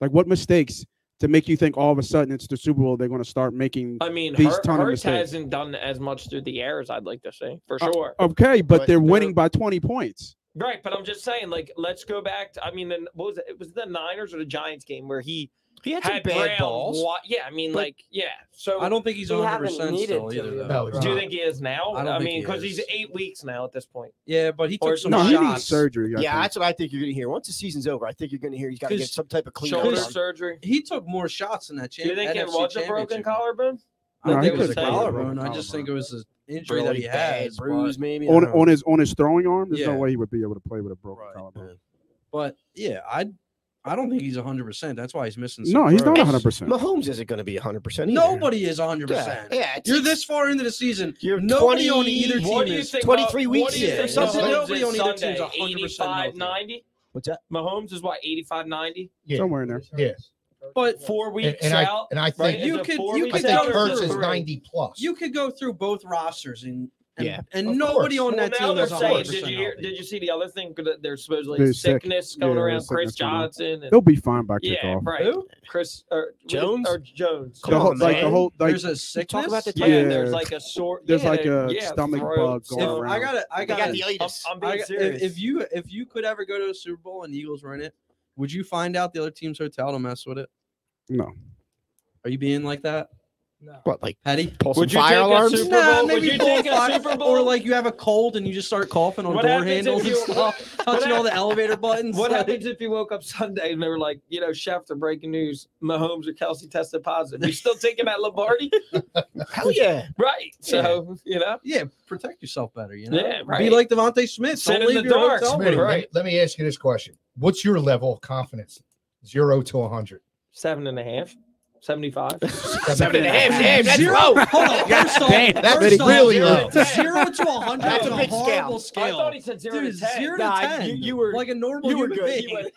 [SPEAKER 1] Like what mistakes to make you think all of a sudden it's the Super Bowl they're going to start making?
[SPEAKER 5] I mean,
[SPEAKER 1] These
[SPEAKER 5] Hur-
[SPEAKER 1] ton of
[SPEAKER 5] Hurts
[SPEAKER 1] mistakes. Uh,
[SPEAKER 5] hasn't done as much through the air as I'd like to say, for
[SPEAKER 3] Uh,
[SPEAKER 5] sure.
[SPEAKER 1] Okay, but,
[SPEAKER 4] But
[SPEAKER 1] they're
[SPEAKER 4] they're-
[SPEAKER 1] winning by 20 points.
[SPEAKER 5] right, but I'm just saying, like, let's go back. To, I mean, then what was it? it? Was the Niners or the Giants game where he
[SPEAKER 2] He had some
[SPEAKER 5] had
[SPEAKER 2] bad
[SPEAKER 5] Brown?
[SPEAKER 2] balls.
[SPEAKER 5] wa- yeah, I mean,
[SPEAKER 2] But-
[SPEAKER 5] like, yeah. So
[SPEAKER 3] I don't think he's
[SPEAKER 7] We
[SPEAKER 3] 100
[SPEAKER 7] haven't
[SPEAKER 3] percent
[SPEAKER 7] needed
[SPEAKER 3] still
[SPEAKER 7] to,
[SPEAKER 3] either.
[SPEAKER 7] though.
[SPEAKER 3] Though.
[SPEAKER 4] No, he's
[SPEAKER 5] do you
[SPEAKER 4] not.
[SPEAKER 5] think he is now?
[SPEAKER 3] I
[SPEAKER 5] I,
[SPEAKER 3] don't think
[SPEAKER 5] mean,
[SPEAKER 3] he
[SPEAKER 5] because he's
[SPEAKER 3] is.
[SPEAKER 5] eight weeks now at this point.
[SPEAKER 3] Yeah, but he
[SPEAKER 5] Or-
[SPEAKER 3] took some
[SPEAKER 1] no, he needs
[SPEAKER 3] shots.
[SPEAKER 1] surgery. I
[SPEAKER 2] Yeah,
[SPEAKER 1] think.
[SPEAKER 2] that's what I think you're going to hear. Once the season's over, I think you're going to hear he's got to get
[SPEAKER 3] 'Cause-
[SPEAKER 2] some type of clean
[SPEAKER 5] Shoulder
[SPEAKER 3] Because-
[SPEAKER 5] surgery.
[SPEAKER 3] He took more shots in that
[SPEAKER 5] Do you
[SPEAKER 3] championship.
[SPEAKER 5] think it was a broken collarbone?
[SPEAKER 3] I don't
[SPEAKER 1] No,
[SPEAKER 3] think
[SPEAKER 1] he
[SPEAKER 3] it was a
[SPEAKER 1] could've taken a
[SPEAKER 3] collarbone.
[SPEAKER 1] broken
[SPEAKER 3] I just think it
[SPEAKER 1] collarbone.
[SPEAKER 3] was an injury that he
[SPEAKER 2] bad
[SPEAKER 3] has.
[SPEAKER 2] bruise, maybe. I
[SPEAKER 1] on
[SPEAKER 2] don't know.
[SPEAKER 1] on his on his throwing arm, there's
[SPEAKER 3] Yeah.
[SPEAKER 1] no way he would be able to play with a broken
[SPEAKER 3] Right,
[SPEAKER 1] collarbone.
[SPEAKER 3] But yeah, I I don't think he's 100. percent That's why he's missing. Some
[SPEAKER 1] No, he's not
[SPEAKER 3] throws.
[SPEAKER 1] 100. percent
[SPEAKER 2] Mahomes isn't going to be 100. percent
[SPEAKER 3] Nobody is 100.
[SPEAKER 2] Yeah,
[SPEAKER 3] percent
[SPEAKER 2] yeah it's-
[SPEAKER 3] You're this far into the season.
[SPEAKER 2] You're
[SPEAKER 3] Nobody on either
[SPEAKER 2] 20
[SPEAKER 3] team
[SPEAKER 5] What do you
[SPEAKER 3] is-
[SPEAKER 5] think?
[SPEAKER 2] 23
[SPEAKER 5] uh,
[SPEAKER 2] weeks
[SPEAKER 5] what do you
[SPEAKER 3] yeah,
[SPEAKER 5] think
[SPEAKER 3] so
[SPEAKER 5] Mahomes
[SPEAKER 3] nobody
[SPEAKER 5] is
[SPEAKER 3] on either team's
[SPEAKER 5] Sunday?
[SPEAKER 3] 100%
[SPEAKER 5] 85,
[SPEAKER 3] healthy.
[SPEAKER 5] 90?
[SPEAKER 2] What's that?
[SPEAKER 5] Mahomes is what 85, 90.
[SPEAKER 4] Yeah.
[SPEAKER 1] Somewhere in there.
[SPEAKER 4] Yeah.
[SPEAKER 3] But
[SPEAKER 5] Four weeks
[SPEAKER 4] And, and I
[SPEAKER 5] out.
[SPEAKER 4] and I
[SPEAKER 5] right?
[SPEAKER 4] think
[SPEAKER 5] Is
[SPEAKER 3] You
[SPEAKER 5] it
[SPEAKER 3] could-
[SPEAKER 5] four
[SPEAKER 4] I
[SPEAKER 3] you
[SPEAKER 5] weeks
[SPEAKER 3] could
[SPEAKER 4] think
[SPEAKER 5] out or
[SPEAKER 4] Hurts is
[SPEAKER 5] three?
[SPEAKER 4] ninety plus.
[SPEAKER 3] you could go through both rosters and and,
[SPEAKER 2] Yeah.
[SPEAKER 3] and
[SPEAKER 4] Of
[SPEAKER 3] nobody
[SPEAKER 4] course.
[SPEAKER 3] on
[SPEAKER 5] Well,
[SPEAKER 3] that
[SPEAKER 5] now
[SPEAKER 3] team
[SPEAKER 5] they're
[SPEAKER 3] is
[SPEAKER 5] saying,
[SPEAKER 3] 100
[SPEAKER 5] did you hear, did
[SPEAKER 3] percent.
[SPEAKER 5] you see the other thing? That There's supposedly
[SPEAKER 1] There's sick.
[SPEAKER 5] sickness going
[SPEAKER 1] Yeah,
[SPEAKER 5] around
[SPEAKER 1] there's
[SPEAKER 5] Chris
[SPEAKER 1] sickness going on.
[SPEAKER 5] Johnson. And,
[SPEAKER 1] They'll be fine by
[SPEAKER 5] yeah,
[SPEAKER 1] kickoff.
[SPEAKER 5] right. Chris or
[SPEAKER 2] Jones?
[SPEAKER 5] or Jones.
[SPEAKER 1] The
[SPEAKER 2] Come
[SPEAKER 1] whole,
[SPEAKER 2] on,
[SPEAKER 1] like the
[SPEAKER 2] man.
[SPEAKER 1] whole like
[SPEAKER 3] There's a sickness.
[SPEAKER 6] talk about the
[SPEAKER 5] Yeah,
[SPEAKER 1] Yeah.
[SPEAKER 5] there's like a sore.
[SPEAKER 1] There's
[SPEAKER 5] yeah,
[SPEAKER 1] like a
[SPEAKER 5] yeah,
[SPEAKER 1] stomach
[SPEAKER 5] throat,
[SPEAKER 1] bug going
[SPEAKER 5] stuff.
[SPEAKER 1] around.
[SPEAKER 3] if, I gotta, I
[SPEAKER 2] They got
[SPEAKER 3] gotta,
[SPEAKER 2] the
[SPEAKER 5] I'm,
[SPEAKER 2] itis.
[SPEAKER 5] I'm
[SPEAKER 3] I
[SPEAKER 5] being
[SPEAKER 3] got-
[SPEAKER 5] serious.
[SPEAKER 3] if, if you if you could ever go to a Super Bowl and the Eagles were in it, would you find out the other team's hotel to mess with it?
[SPEAKER 1] no,
[SPEAKER 3] Are you being like that?
[SPEAKER 2] What like
[SPEAKER 3] Petty?
[SPEAKER 2] pull some
[SPEAKER 5] Would you
[SPEAKER 2] fire
[SPEAKER 5] take a
[SPEAKER 2] alarms?
[SPEAKER 5] Super Bowl-
[SPEAKER 3] Nah,
[SPEAKER 5] would
[SPEAKER 3] maybe
[SPEAKER 5] you
[SPEAKER 3] pull
[SPEAKER 5] take a
[SPEAKER 3] fire-
[SPEAKER 5] Super Bowl?
[SPEAKER 3] Or like you have a cold and you just start coughing on
[SPEAKER 5] What
[SPEAKER 3] door
[SPEAKER 5] happens if
[SPEAKER 3] handles and
[SPEAKER 5] you-
[SPEAKER 3] stuff,
[SPEAKER 5] what
[SPEAKER 3] touching all the elevator buttons.
[SPEAKER 5] What
[SPEAKER 3] like-
[SPEAKER 5] happens if you woke up Sunday and they were like, you know, Schefter breaking news, Mahomes or Kelsey tested positive? You still taking that Lombardi?
[SPEAKER 8] Hell yeah.
[SPEAKER 5] right. So, you know,
[SPEAKER 3] Yeah, protect yourself better. You know,
[SPEAKER 5] Yeah,
[SPEAKER 3] Be
[SPEAKER 5] right.
[SPEAKER 3] like Devontae Smith.
[SPEAKER 5] Sit
[SPEAKER 3] Don't
[SPEAKER 5] in
[SPEAKER 3] leave
[SPEAKER 5] the
[SPEAKER 3] your
[SPEAKER 5] dark.
[SPEAKER 3] hotel
[SPEAKER 5] Smith,
[SPEAKER 3] room.
[SPEAKER 5] right.
[SPEAKER 4] Let, let me ask you this question: What's your level of confidence? Zero to hundred.
[SPEAKER 5] seven and a half, 75.
[SPEAKER 2] Seven and a half. Damn, that's
[SPEAKER 3] Zero.
[SPEAKER 2] low.
[SPEAKER 3] Hold on. First off,
[SPEAKER 2] Damn, that's
[SPEAKER 3] first off,
[SPEAKER 4] really
[SPEAKER 3] zero-
[SPEAKER 4] low.
[SPEAKER 3] Zero to a hundred.
[SPEAKER 2] That's
[SPEAKER 3] is
[SPEAKER 2] a big scale.
[SPEAKER 3] horrible
[SPEAKER 5] I
[SPEAKER 3] scale.
[SPEAKER 5] thought he said zero
[SPEAKER 3] Dude,
[SPEAKER 5] to 10.
[SPEAKER 3] zero
[SPEAKER 2] Nah,
[SPEAKER 3] to ten.
[SPEAKER 2] you-
[SPEAKER 5] you were-
[SPEAKER 3] like a normal
[SPEAKER 5] you were
[SPEAKER 3] human
[SPEAKER 5] good.
[SPEAKER 3] being.
[SPEAKER 5] You went-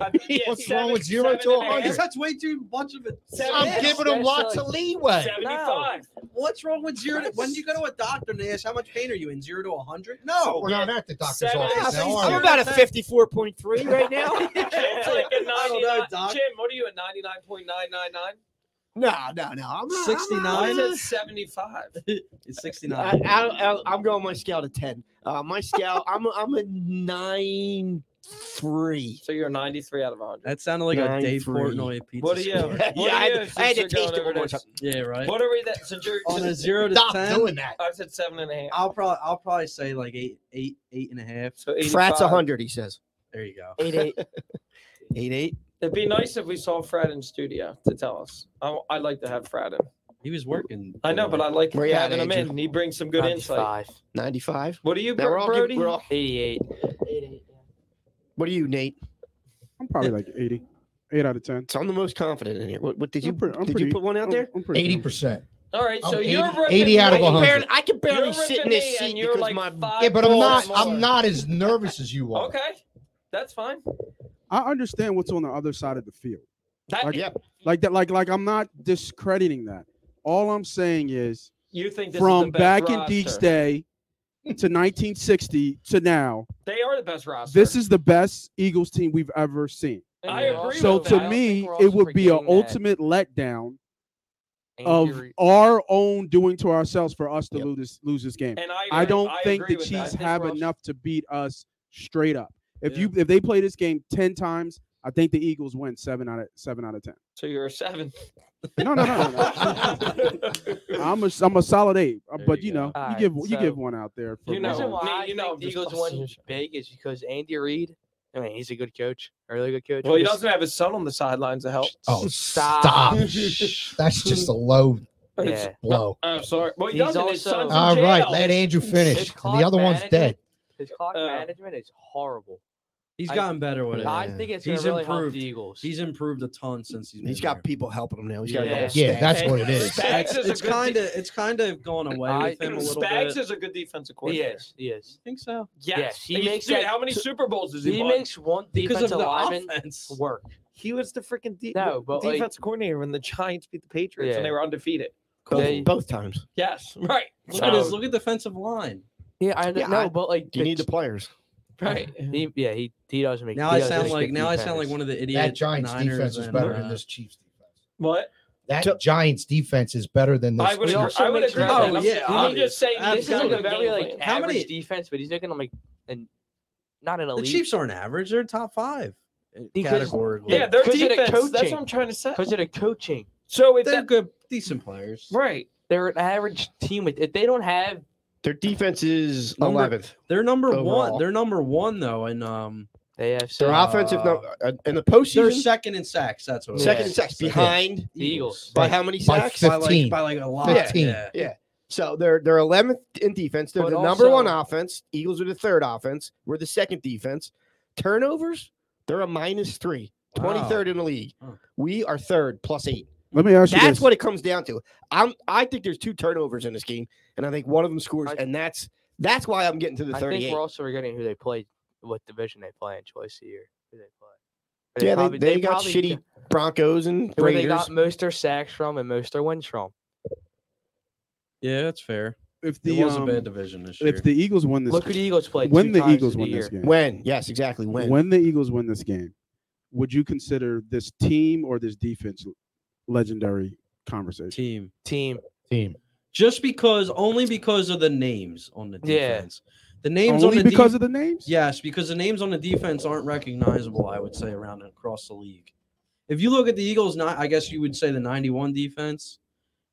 [SPEAKER 5] I think, yeah,
[SPEAKER 4] What's wrong with
[SPEAKER 5] seven-
[SPEAKER 4] zero to
[SPEAKER 5] seven and a
[SPEAKER 4] 100?
[SPEAKER 5] half,
[SPEAKER 3] That's way too much of a.
[SPEAKER 5] Seven.
[SPEAKER 4] I'm giving them lots of leeway.
[SPEAKER 5] 75.
[SPEAKER 3] What's wrong with zero? To, when you go to a doctor and they ask how much pain are you in, zero to a hundred? No.
[SPEAKER 4] We're not at the doctor's
[SPEAKER 5] Seven
[SPEAKER 4] office
[SPEAKER 5] and a
[SPEAKER 4] now,
[SPEAKER 3] half.
[SPEAKER 4] are
[SPEAKER 2] I'm
[SPEAKER 4] we?
[SPEAKER 2] about a fifty-four point three right now.
[SPEAKER 5] It's like a
[SPEAKER 3] I don't
[SPEAKER 5] 99.
[SPEAKER 3] know, Doc.
[SPEAKER 5] Jim, what are you at 99.999?
[SPEAKER 2] No, no, no. I'm not-
[SPEAKER 3] 69?
[SPEAKER 5] I
[SPEAKER 2] I'm, not-
[SPEAKER 5] said 75.
[SPEAKER 3] It's sixty nine.
[SPEAKER 2] I, I, I, am going my scale to ten. Uh, my scale, I'm I'm a nine three.
[SPEAKER 5] So you're 93 out of 100.
[SPEAKER 3] That sounded like a
[SPEAKER 2] Nine,
[SPEAKER 3] Dave
[SPEAKER 2] three.
[SPEAKER 3] Portnoy pizza.
[SPEAKER 5] What are you?
[SPEAKER 3] square.
[SPEAKER 5] What are you
[SPEAKER 2] Yeah, I had to-
[SPEAKER 5] since
[SPEAKER 2] I had to
[SPEAKER 5] you're
[SPEAKER 2] taste
[SPEAKER 5] going
[SPEAKER 2] it
[SPEAKER 5] over
[SPEAKER 2] one more
[SPEAKER 5] this?
[SPEAKER 3] Yeah, right.
[SPEAKER 5] What are we that since you're
[SPEAKER 3] On a zero to
[SPEAKER 4] Stop
[SPEAKER 3] ten,
[SPEAKER 4] doing that.
[SPEAKER 5] I said seven and a half.
[SPEAKER 3] I'll probably I'll probably say like eight, eight, eight and a half.
[SPEAKER 5] So 85.
[SPEAKER 2] Frat's a hundred. He says
[SPEAKER 3] There you go.
[SPEAKER 6] Eight eight.
[SPEAKER 2] eight eight.
[SPEAKER 5] It'd be nice if we saw Fred in studio to tell us. I, would like to have Fred in.
[SPEAKER 3] He was working.
[SPEAKER 5] I know, but I like
[SPEAKER 2] Where you at,
[SPEAKER 5] having him
[SPEAKER 2] Andrew?
[SPEAKER 5] in. He brings some good insight.
[SPEAKER 6] 95.
[SPEAKER 2] Ninety-five.
[SPEAKER 5] What do you,
[SPEAKER 2] Now we're all,
[SPEAKER 5] Brody?
[SPEAKER 2] we're all.
[SPEAKER 6] 88.
[SPEAKER 2] What are you, Nate?
[SPEAKER 1] I'm probably like 80, 8 out of 10.
[SPEAKER 2] So I'm the most confident in here. What, what did you
[SPEAKER 1] I'm pre- I'm
[SPEAKER 2] did you
[SPEAKER 1] pretty-
[SPEAKER 2] put one out
[SPEAKER 1] I'm-
[SPEAKER 2] there?
[SPEAKER 1] I'm pretty
[SPEAKER 4] Eighty
[SPEAKER 1] confident.
[SPEAKER 4] percent.
[SPEAKER 5] All right,
[SPEAKER 4] I'm
[SPEAKER 5] so
[SPEAKER 4] 80
[SPEAKER 5] you're ripping
[SPEAKER 4] 80 Oh, out of
[SPEAKER 2] I
[SPEAKER 5] me.
[SPEAKER 2] can
[SPEAKER 4] 100.
[SPEAKER 2] barely, I can
[SPEAKER 5] You're
[SPEAKER 2] barely sit in
[SPEAKER 5] ripping me
[SPEAKER 2] this
[SPEAKER 5] and
[SPEAKER 2] seat
[SPEAKER 5] you're
[SPEAKER 2] because
[SPEAKER 5] like
[SPEAKER 2] my
[SPEAKER 5] five
[SPEAKER 4] Yeah, but I'm
[SPEAKER 5] balls
[SPEAKER 4] not. I'm
[SPEAKER 5] more.
[SPEAKER 4] not as nervous as you are.
[SPEAKER 5] Okay, that's fine.
[SPEAKER 1] I understand what's on the other side of the field.
[SPEAKER 5] That,
[SPEAKER 1] Like-
[SPEAKER 2] Yep.
[SPEAKER 1] Like that, like like I'm not discrediting that. All I'm saying is
[SPEAKER 5] you think this is
[SPEAKER 1] from
[SPEAKER 5] the
[SPEAKER 1] back
[SPEAKER 5] best
[SPEAKER 1] in Deke's
[SPEAKER 5] roster.
[SPEAKER 1] day to 1960 to now,
[SPEAKER 5] They are the best roster.
[SPEAKER 1] this is the best Eagles team we've ever seen.
[SPEAKER 5] I
[SPEAKER 6] Yeah.
[SPEAKER 5] agree.
[SPEAKER 1] So
[SPEAKER 5] with
[SPEAKER 1] to
[SPEAKER 6] I don't think
[SPEAKER 5] that.
[SPEAKER 1] me,
[SPEAKER 6] we're all
[SPEAKER 1] it would be an
[SPEAKER 6] forgetting that.
[SPEAKER 1] ultimate letdown of our own doing to ourselves for us to lose this lose this game.
[SPEAKER 5] and I,
[SPEAKER 1] I
[SPEAKER 5] agree-
[SPEAKER 1] don't think
[SPEAKER 5] agree
[SPEAKER 1] the
[SPEAKER 5] with that. I
[SPEAKER 1] Chiefs
[SPEAKER 5] think
[SPEAKER 1] have
[SPEAKER 5] we're all-
[SPEAKER 1] enough to beat us straight up. If
[SPEAKER 3] Yeah.
[SPEAKER 1] you if they play this game ten times, I think the Eagles win seven out of seven out of ten.
[SPEAKER 5] So you're a seven.
[SPEAKER 1] No, no, no, no. no. I'm a I'm a solid eight, uh,
[SPEAKER 3] There
[SPEAKER 1] but
[SPEAKER 3] you
[SPEAKER 1] you know
[SPEAKER 6] go.
[SPEAKER 1] you
[SPEAKER 6] Alright,
[SPEAKER 1] give you
[SPEAKER 6] so-
[SPEAKER 1] give one out there. For
[SPEAKER 5] You know-
[SPEAKER 1] Mahomes.
[SPEAKER 6] reason why
[SPEAKER 5] Nate,
[SPEAKER 6] I
[SPEAKER 5] you
[SPEAKER 6] think
[SPEAKER 5] know I'm
[SPEAKER 6] the
[SPEAKER 5] just
[SPEAKER 6] Eagles
[SPEAKER 5] busting
[SPEAKER 6] won big is because Andy Reid. I mean, he's a good coach, a really good coach.
[SPEAKER 5] well, he
[SPEAKER 6] Just-
[SPEAKER 5] doesn't have his son on the sidelines to help.
[SPEAKER 4] Oh,
[SPEAKER 6] Stop.
[SPEAKER 4] stop. That's
[SPEAKER 5] Hmm.
[SPEAKER 4] just a low
[SPEAKER 6] Yeah.
[SPEAKER 4] blow.
[SPEAKER 5] I'm sorry. Well, he
[SPEAKER 6] He's
[SPEAKER 5] doesn't. His
[SPEAKER 6] also-
[SPEAKER 5] son's in
[SPEAKER 4] All right,
[SPEAKER 5] jail.
[SPEAKER 4] let Andrew finish.
[SPEAKER 6] His
[SPEAKER 4] And the other
[SPEAKER 6] clock
[SPEAKER 4] one's
[SPEAKER 6] management-
[SPEAKER 4] dead.
[SPEAKER 6] His clock
[SPEAKER 5] Uh,
[SPEAKER 6] management is horrible.
[SPEAKER 3] He's
[SPEAKER 6] I-
[SPEAKER 3] gotten better with it.
[SPEAKER 6] I think it's
[SPEAKER 3] He's
[SPEAKER 6] gonna really help
[SPEAKER 3] improved.
[SPEAKER 6] the Eagles.
[SPEAKER 3] He's improved a ton since he's.
[SPEAKER 2] He's
[SPEAKER 3] been
[SPEAKER 2] got
[SPEAKER 3] here.
[SPEAKER 2] people helping him now. He's got a
[SPEAKER 6] Yeah.
[SPEAKER 2] whole
[SPEAKER 4] Yeah,
[SPEAKER 2] staff.
[SPEAKER 4] that's what it is.
[SPEAKER 5] Spags
[SPEAKER 3] Spags,
[SPEAKER 5] is a
[SPEAKER 3] it's
[SPEAKER 5] good
[SPEAKER 3] kind of
[SPEAKER 5] de-
[SPEAKER 3] it's kind of gone away
[SPEAKER 6] I-
[SPEAKER 3] with him a little
[SPEAKER 5] Spags
[SPEAKER 3] bit.
[SPEAKER 5] is a good defensive
[SPEAKER 6] he
[SPEAKER 5] coordinator.
[SPEAKER 6] is. He is.
[SPEAKER 3] think so.
[SPEAKER 5] Yes.
[SPEAKER 6] Yes, he
[SPEAKER 5] He's-
[SPEAKER 6] makes
[SPEAKER 5] dude,
[SPEAKER 6] that-
[SPEAKER 5] how many Super Bowls does he,
[SPEAKER 6] He
[SPEAKER 5] won?
[SPEAKER 6] makes one
[SPEAKER 3] Because of
[SPEAKER 6] defensive
[SPEAKER 3] the
[SPEAKER 6] lineman
[SPEAKER 3] offense.
[SPEAKER 6] work.
[SPEAKER 5] He was the freaking de-
[SPEAKER 6] No, but, like-
[SPEAKER 5] defensive coordinator when the Giants beat the Patriots
[SPEAKER 6] Yeah.
[SPEAKER 5] and they were undefeated.
[SPEAKER 2] Both,
[SPEAKER 6] They-
[SPEAKER 2] both times.
[SPEAKER 5] Yes, right,
[SPEAKER 3] Look at his
[SPEAKER 6] So-
[SPEAKER 3] look at defensive line.
[SPEAKER 6] Yeah, I
[SPEAKER 2] Yeah,
[SPEAKER 6] know,
[SPEAKER 2] I-
[SPEAKER 6] but like
[SPEAKER 2] You need the
[SPEAKER 6] the-
[SPEAKER 2] players.
[SPEAKER 5] right.
[SPEAKER 6] he, yeah, he he does make.
[SPEAKER 3] Now
[SPEAKER 6] he
[SPEAKER 3] I
[SPEAKER 6] does
[SPEAKER 3] sound
[SPEAKER 6] make
[SPEAKER 3] like
[SPEAKER 6] good
[SPEAKER 3] now I
[SPEAKER 6] defense.
[SPEAKER 3] sound like one of the idiot.
[SPEAKER 4] That Giants
[SPEAKER 3] Niners
[SPEAKER 4] defense is
[SPEAKER 3] and,
[SPEAKER 4] better
[SPEAKER 3] uh,
[SPEAKER 4] than this Chiefs defense.
[SPEAKER 5] What?
[SPEAKER 4] That
[SPEAKER 2] Ju-
[SPEAKER 4] Giants defense is better than this.
[SPEAKER 5] I would.
[SPEAKER 6] We
[SPEAKER 5] agree-
[SPEAKER 6] also
[SPEAKER 5] I would
[SPEAKER 6] make
[SPEAKER 5] agree.
[SPEAKER 6] sure-
[SPEAKER 5] with
[SPEAKER 3] Oh,
[SPEAKER 5] that.
[SPEAKER 3] yeah,
[SPEAKER 5] I'm
[SPEAKER 3] obviously.
[SPEAKER 5] just saying.
[SPEAKER 6] This is like a
[SPEAKER 3] Absolutely.
[SPEAKER 6] very like
[SPEAKER 5] game plan.
[SPEAKER 3] How
[SPEAKER 6] average
[SPEAKER 3] many-
[SPEAKER 6] defense, but he's not gonna make an not an
[SPEAKER 3] The
[SPEAKER 6] elite.
[SPEAKER 3] Chiefs aren't average. They're top five in
[SPEAKER 6] Because-
[SPEAKER 3] categorically.
[SPEAKER 5] Yeah, their
[SPEAKER 6] Because of the
[SPEAKER 5] defense. That's
[SPEAKER 6] coaching.
[SPEAKER 5] what I'm trying to say.
[SPEAKER 6] because of the coaching.
[SPEAKER 5] So if
[SPEAKER 3] they're
[SPEAKER 5] that,
[SPEAKER 3] good, decent players.
[SPEAKER 5] right,
[SPEAKER 6] They're an average team. with- If they don't have
[SPEAKER 2] Their defense is
[SPEAKER 3] Number-
[SPEAKER 2] eleventh.
[SPEAKER 3] They're number one.
[SPEAKER 2] Overall.
[SPEAKER 3] They're number one though, and um,
[SPEAKER 6] they have
[SPEAKER 2] Their
[SPEAKER 3] Uh,
[SPEAKER 2] offensive number in
[SPEAKER 3] they're
[SPEAKER 2] the postseason,
[SPEAKER 3] second in sacks. That's what. it
[SPEAKER 2] second in
[SPEAKER 3] is.
[SPEAKER 2] sacks behind
[SPEAKER 6] the Eagles.
[SPEAKER 2] by
[SPEAKER 4] By-
[SPEAKER 2] how many
[SPEAKER 4] by
[SPEAKER 2] sacks?
[SPEAKER 4] fif-
[SPEAKER 3] by like
[SPEAKER 4] 15.
[SPEAKER 3] by like a lot.
[SPEAKER 2] 15.
[SPEAKER 3] Yeah.
[SPEAKER 2] So they're they're eleventh in defense. They're
[SPEAKER 6] But
[SPEAKER 2] the number one
[SPEAKER 6] also-
[SPEAKER 2] offense. Eagles are the third offense. We're the second defense. Turnovers, they're a minus three.
[SPEAKER 3] Wow.
[SPEAKER 2] 23rd in the league.
[SPEAKER 3] Huh.
[SPEAKER 2] We are third plus eight.
[SPEAKER 1] Let me ask you
[SPEAKER 2] That's
[SPEAKER 1] this.
[SPEAKER 2] what it comes down to. I'm I think there's two turnovers in this game, and I think one of them scores,
[SPEAKER 6] I-
[SPEAKER 2] and that's that's why I'm getting to the
[SPEAKER 6] I think
[SPEAKER 2] 38.
[SPEAKER 6] we're also forgetting who they played, what division they play in choice of year. Who they play?
[SPEAKER 2] yeah, they,
[SPEAKER 6] probably-
[SPEAKER 2] they, got
[SPEAKER 6] probably
[SPEAKER 2] shitty
[SPEAKER 6] g-
[SPEAKER 2] Broncos and
[SPEAKER 6] Where they
[SPEAKER 2] Raiders.
[SPEAKER 6] got most their sacks from and most their wins from.
[SPEAKER 3] yeah, that's fair.
[SPEAKER 1] If
[SPEAKER 3] It
[SPEAKER 1] the
[SPEAKER 3] was a bad
[SPEAKER 1] um,
[SPEAKER 3] division this year.
[SPEAKER 1] if the Eagles win this,
[SPEAKER 6] Look who the Eagles played.
[SPEAKER 1] when
[SPEAKER 6] two
[SPEAKER 1] the
[SPEAKER 6] times
[SPEAKER 1] Eagles
[SPEAKER 6] in
[SPEAKER 1] win this
[SPEAKER 6] year.
[SPEAKER 1] game,
[SPEAKER 2] When? Yes, exactly. When?
[SPEAKER 1] when the Eagles win this game, would you consider this team or this defense legendary conversation?
[SPEAKER 3] team.
[SPEAKER 6] team,
[SPEAKER 4] team.
[SPEAKER 3] Just because, only because of the names on the
[SPEAKER 6] Yeah.
[SPEAKER 3] defense. The names
[SPEAKER 1] Only
[SPEAKER 3] on the
[SPEAKER 1] because
[SPEAKER 3] defense.
[SPEAKER 1] of the names?
[SPEAKER 3] Yes, because the names on the defense aren't recognizable, I would say, around and across the league. If you look at the Eagles, not I guess you would say the 91 defense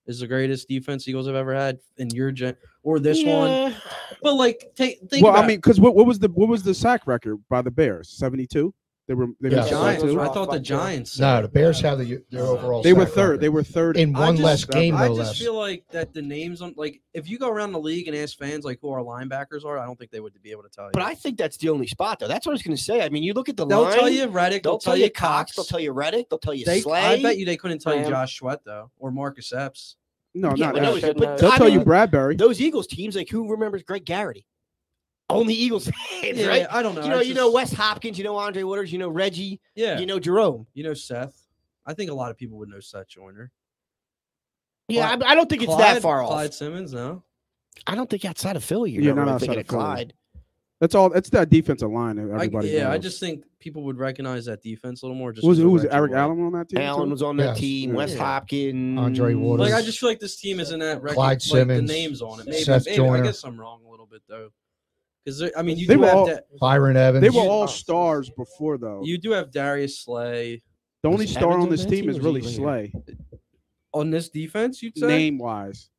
[SPEAKER 3] is the greatest defense Eagles have ever had in your gen or this one. But like, take think
[SPEAKER 1] well, I
[SPEAKER 3] about
[SPEAKER 1] mean, because what, what was the what was the sack record by the Bears? Seventy two. They were they,
[SPEAKER 4] Yeah.
[SPEAKER 1] were
[SPEAKER 3] the
[SPEAKER 1] seventy
[SPEAKER 3] Giants.
[SPEAKER 1] two.
[SPEAKER 3] I thought the Giants.
[SPEAKER 4] No, the Bears have the, their overall.
[SPEAKER 1] They were
[SPEAKER 4] sack
[SPEAKER 1] third.
[SPEAKER 4] record.
[SPEAKER 1] They were third.
[SPEAKER 4] in
[SPEAKER 3] I
[SPEAKER 4] one
[SPEAKER 3] just-
[SPEAKER 4] less game,
[SPEAKER 3] I
[SPEAKER 4] no
[SPEAKER 3] just
[SPEAKER 4] less.
[SPEAKER 3] feel like that the names on like if you go around the league and ask fans like who our linebackers are, I don't think they would be able to tell you.
[SPEAKER 2] But I think that's the only spot, though. That's what I was going to say. I mean, you look at the
[SPEAKER 3] they'll
[SPEAKER 2] line.
[SPEAKER 3] tell you Reddick.
[SPEAKER 2] they'll tell you Cox. They'll tell you Reddick. They'll tell you
[SPEAKER 3] They,
[SPEAKER 2] Slay.
[SPEAKER 3] I bet you they couldn't tell you
[SPEAKER 7] Lamb.
[SPEAKER 3] Josh Sweat though, or Marcus Epps.
[SPEAKER 1] no,
[SPEAKER 2] Yeah,
[SPEAKER 1] not
[SPEAKER 2] but
[SPEAKER 1] that.
[SPEAKER 2] no,
[SPEAKER 7] Ashton,
[SPEAKER 2] but
[SPEAKER 7] no.
[SPEAKER 1] They'll
[SPEAKER 2] I
[SPEAKER 1] tell
[SPEAKER 2] mean,
[SPEAKER 1] you Bradbury.
[SPEAKER 2] those Eagles teams. Like who remembers Greg Garrity? Only Eagles fans,
[SPEAKER 3] Yeah,
[SPEAKER 2] right?
[SPEAKER 3] I don't know.
[SPEAKER 2] You know,
[SPEAKER 3] it's
[SPEAKER 2] you know
[SPEAKER 3] just-
[SPEAKER 2] Wes Hopkins. You know Andre Waters. You know Reggie.
[SPEAKER 3] Yeah,
[SPEAKER 2] You know Jerome.
[SPEAKER 3] you know Seth. I think a lot of people would know Seth Joyner.
[SPEAKER 2] Yeah, I, I don't think it's that
[SPEAKER 3] Clyde-
[SPEAKER 2] far off.
[SPEAKER 3] Clyde Simmons, no.
[SPEAKER 2] I don't think outside of Philly, you're
[SPEAKER 1] Yeah,
[SPEAKER 2] not,
[SPEAKER 1] not
[SPEAKER 2] really
[SPEAKER 1] outside
[SPEAKER 2] thinking
[SPEAKER 1] of
[SPEAKER 2] of
[SPEAKER 1] Philly.
[SPEAKER 2] Clyde.
[SPEAKER 1] That's all. That's that defensive line. that
[SPEAKER 3] I,
[SPEAKER 1] Everybody.
[SPEAKER 3] yeah, I
[SPEAKER 1] knows.
[SPEAKER 3] just think people would recognize that defense a little more. Just
[SPEAKER 1] Who was
[SPEAKER 3] 'cause
[SPEAKER 1] who
[SPEAKER 3] of
[SPEAKER 1] was it,
[SPEAKER 3] Reggie
[SPEAKER 1] Eric
[SPEAKER 3] White.
[SPEAKER 1] Allen on that team?
[SPEAKER 2] Allen
[SPEAKER 1] too?
[SPEAKER 2] was on that
[SPEAKER 4] Yes.
[SPEAKER 2] team. Wes
[SPEAKER 3] Yeah.
[SPEAKER 2] Hopkins,
[SPEAKER 4] Andre Waters.
[SPEAKER 3] Like I just feel like this team isn't at record,
[SPEAKER 4] Clyde
[SPEAKER 3] like,
[SPEAKER 4] Simmons,
[SPEAKER 3] the names on it. Maybe,
[SPEAKER 4] Seth
[SPEAKER 3] maybe I
[SPEAKER 4] Joyner.
[SPEAKER 3] guess I'm wrong a little bit though, because I mean you
[SPEAKER 1] They
[SPEAKER 3] do
[SPEAKER 1] were
[SPEAKER 3] have
[SPEAKER 1] all-
[SPEAKER 3] Da-
[SPEAKER 4] Byron Evans.
[SPEAKER 1] They were all stars before though.
[SPEAKER 3] you do have Darius Slay
[SPEAKER 1] the only
[SPEAKER 2] Was
[SPEAKER 1] star
[SPEAKER 2] Evans
[SPEAKER 1] on
[SPEAKER 2] on
[SPEAKER 1] this
[SPEAKER 2] that
[SPEAKER 1] team
[SPEAKER 2] team
[SPEAKER 1] is
[SPEAKER 2] or was
[SPEAKER 1] really
[SPEAKER 2] he later?
[SPEAKER 1] Slay,
[SPEAKER 3] on this defense. You'd say.
[SPEAKER 1] name wise.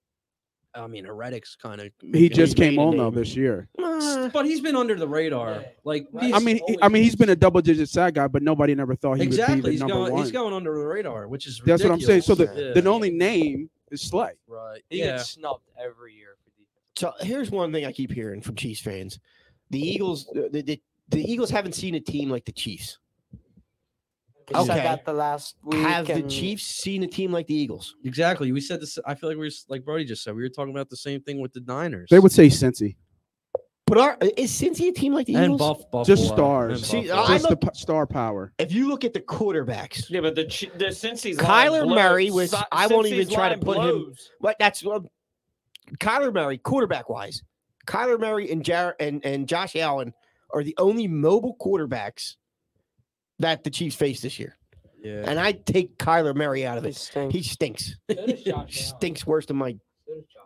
[SPEAKER 3] I mean, Heretics kind of.
[SPEAKER 1] He just
[SPEAKER 2] made
[SPEAKER 1] came
[SPEAKER 2] a
[SPEAKER 1] on though
[SPEAKER 2] name.
[SPEAKER 1] this year.
[SPEAKER 3] but he's been under the radar.
[SPEAKER 5] Yeah.
[SPEAKER 3] Like
[SPEAKER 5] I
[SPEAKER 1] I
[SPEAKER 3] he's-
[SPEAKER 1] mean, he, I mean, he's been a double digit sack guy, but nobody never thought he
[SPEAKER 3] exactly.
[SPEAKER 1] would be the
[SPEAKER 3] he's
[SPEAKER 1] number
[SPEAKER 3] going.
[SPEAKER 1] one.
[SPEAKER 3] He's going under the radar, which is
[SPEAKER 1] That's what I'm saying. So the
[SPEAKER 3] ridiculous.
[SPEAKER 1] the only name is Slay.
[SPEAKER 3] yeah. right.
[SPEAKER 5] He
[SPEAKER 3] Yeah.
[SPEAKER 5] gets snubbed every year for defense.
[SPEAKER 2] So here's one thing I keep hearing from Chiefs fans: the Eagles, the, the, the Eagles haven't seen a team like the Chiefs.
[SPEAKER 7] We said
[SPEAKER 2] Okay.
[SPEAKER 7] that the last week.
[SPEAKER 2] Have the
[SPEAKER 7] and-
[SPEAKER 2] Chiefs seen a team like the Eagles?
[SPEAKER 3] Exactly. We said this. I feel like we were s- like Brody just said. We were talking about the same thing with the Niners.
[SPEAKER 1] They would say Cincy.
[SPEAKER 2] But eh, are is Cincy a team like the
[SPEAKER 3] and
[SPEAKER 2] Eagles?
[SPEAKER 3] Buff, Buffalo uh,
[SPEAKER 1] Just stars.
[SPEAKER 3] and
[SPEAKER 2] See,
[SPEAKER 3] Buffalo.
[SPEAKER 2] I
[SPEAKER 1] Just
[SPEAKER 2] look-
[SPEAKER 1] the p- star power.
[SPEAKER 2] If you look at the quarterbacks,
[SPEAKER 5] Yeah, but the Ch- the Cincy's
[SPEAKER 2] Kyler
[SPEAKER 5] line blows.
[SPEAKER 2] Murray was-
[SPEAKER 5] Si-
[SPEAKER 2] I won't
[SPEAKER 5] Cincy's
[SPEAKER 2] even try to
[SPEAKER 5] line
[SPEAKER 2] put him-
[SPEAKER 5] blows.
[SPEAKER 2] but that's um, Kyler Murray, quarterback wise. Kyler Murray and Jar- and and Josh Allen are the only mobile quarterbacks that the Chiefs face this year.
[SPEAKER 3] yeah.
[SPEAKER 2] And I take Kyler Murray out of
[SPEAKER 7] He
[SPEAKER 2] it.
[SPEAKER 7] stinks.
[SPEAKER 2] He stinks.
[SPEAKER 5] So does Josh Allen.
[SPEAKER 2] Stinks worse than my
[SPEAKER 5] So does Josh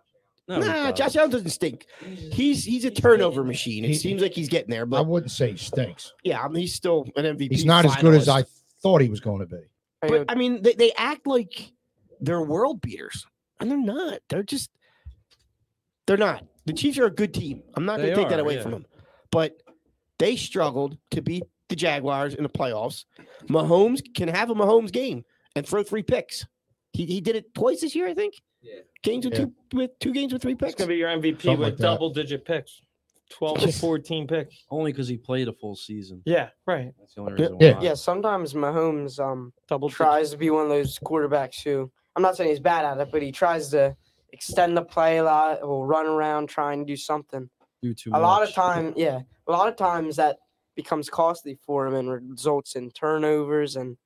[SPEAKER 3] No,
[SPEAKER 2] Nah,
[SPEAKER 3] he
[SPEAKER 2] Josh
[SPEAKER 3] doesn't.
[SPEAKER 2] Allen doesn't stink. He's he's a turnover machine. It seems like he's getting there,
[SPEAKER 4] I
[SPEAKER 2] but
[SPEAKER 4] wouldn't say he stinks.
[SPEAKER 2] yeah, I mean, he's still an MVP.
[SPEAKER 4] He's not as good as
[SPEAKER 2] finalist.
[SPEAKER 4] I thought he was going to be.
[SPEAKER 7] Hey,
[SPEAKER 2] But I mean, they, they act like they're world beaters, and they're not. They're just they're not. The Chiefs are a good team. I'm not going
[SPEAKER 3] They
[SPEAKER 2] to take that
[SPEAKER 3] are,
[SPEAKER 2] away
[SPEAKER 3] yeah.
[SPEAKER 2] from them, but they struggled to beat the Jaguars in the playoffs. Mahomes can have a Mahomes game and throw three picks. He, he did it twice this year, I think.
[SPEAKER 5] Yeah.
[SPEAKER 2] Games with
[SPEAKER 4] Yeah.
[SPEAKER 2] two with two games with three
[SPEAKER 5] That's
[SPEAKER 2] picks.
[SPEAKER 5] gonna be your MVP
[SPEAKER 4] Something
[SPEAKER 5] with
[SPEAKER 4] like that.
[SPEAKER 5] double digit picks, twelve to fourteen picks.
[SPEAKER 3] Only because he played a full season.
[SPEAKER 5] Yeah, right.
[SPEAKER 3] That's the only reason
[SPEAKER 4] Yeah.
[SPEAKER 3] why.
[SPEAKER 7] yeah, sometimes Mahomes um
[SPEAKER 5] Double
[SPEAKER 7] tries to be one of those quarterbacks who I'm not saying he's bad at it, but he tries to extend the play a lot or run around, try and do something.
[SPEAKER 3] Do too
[SPEAKER 7] A lot of
[SPEAKER 3] much.
[SPEAKER 7] time, yeah, a lot of times that becomes costly for him and results in turnovers. And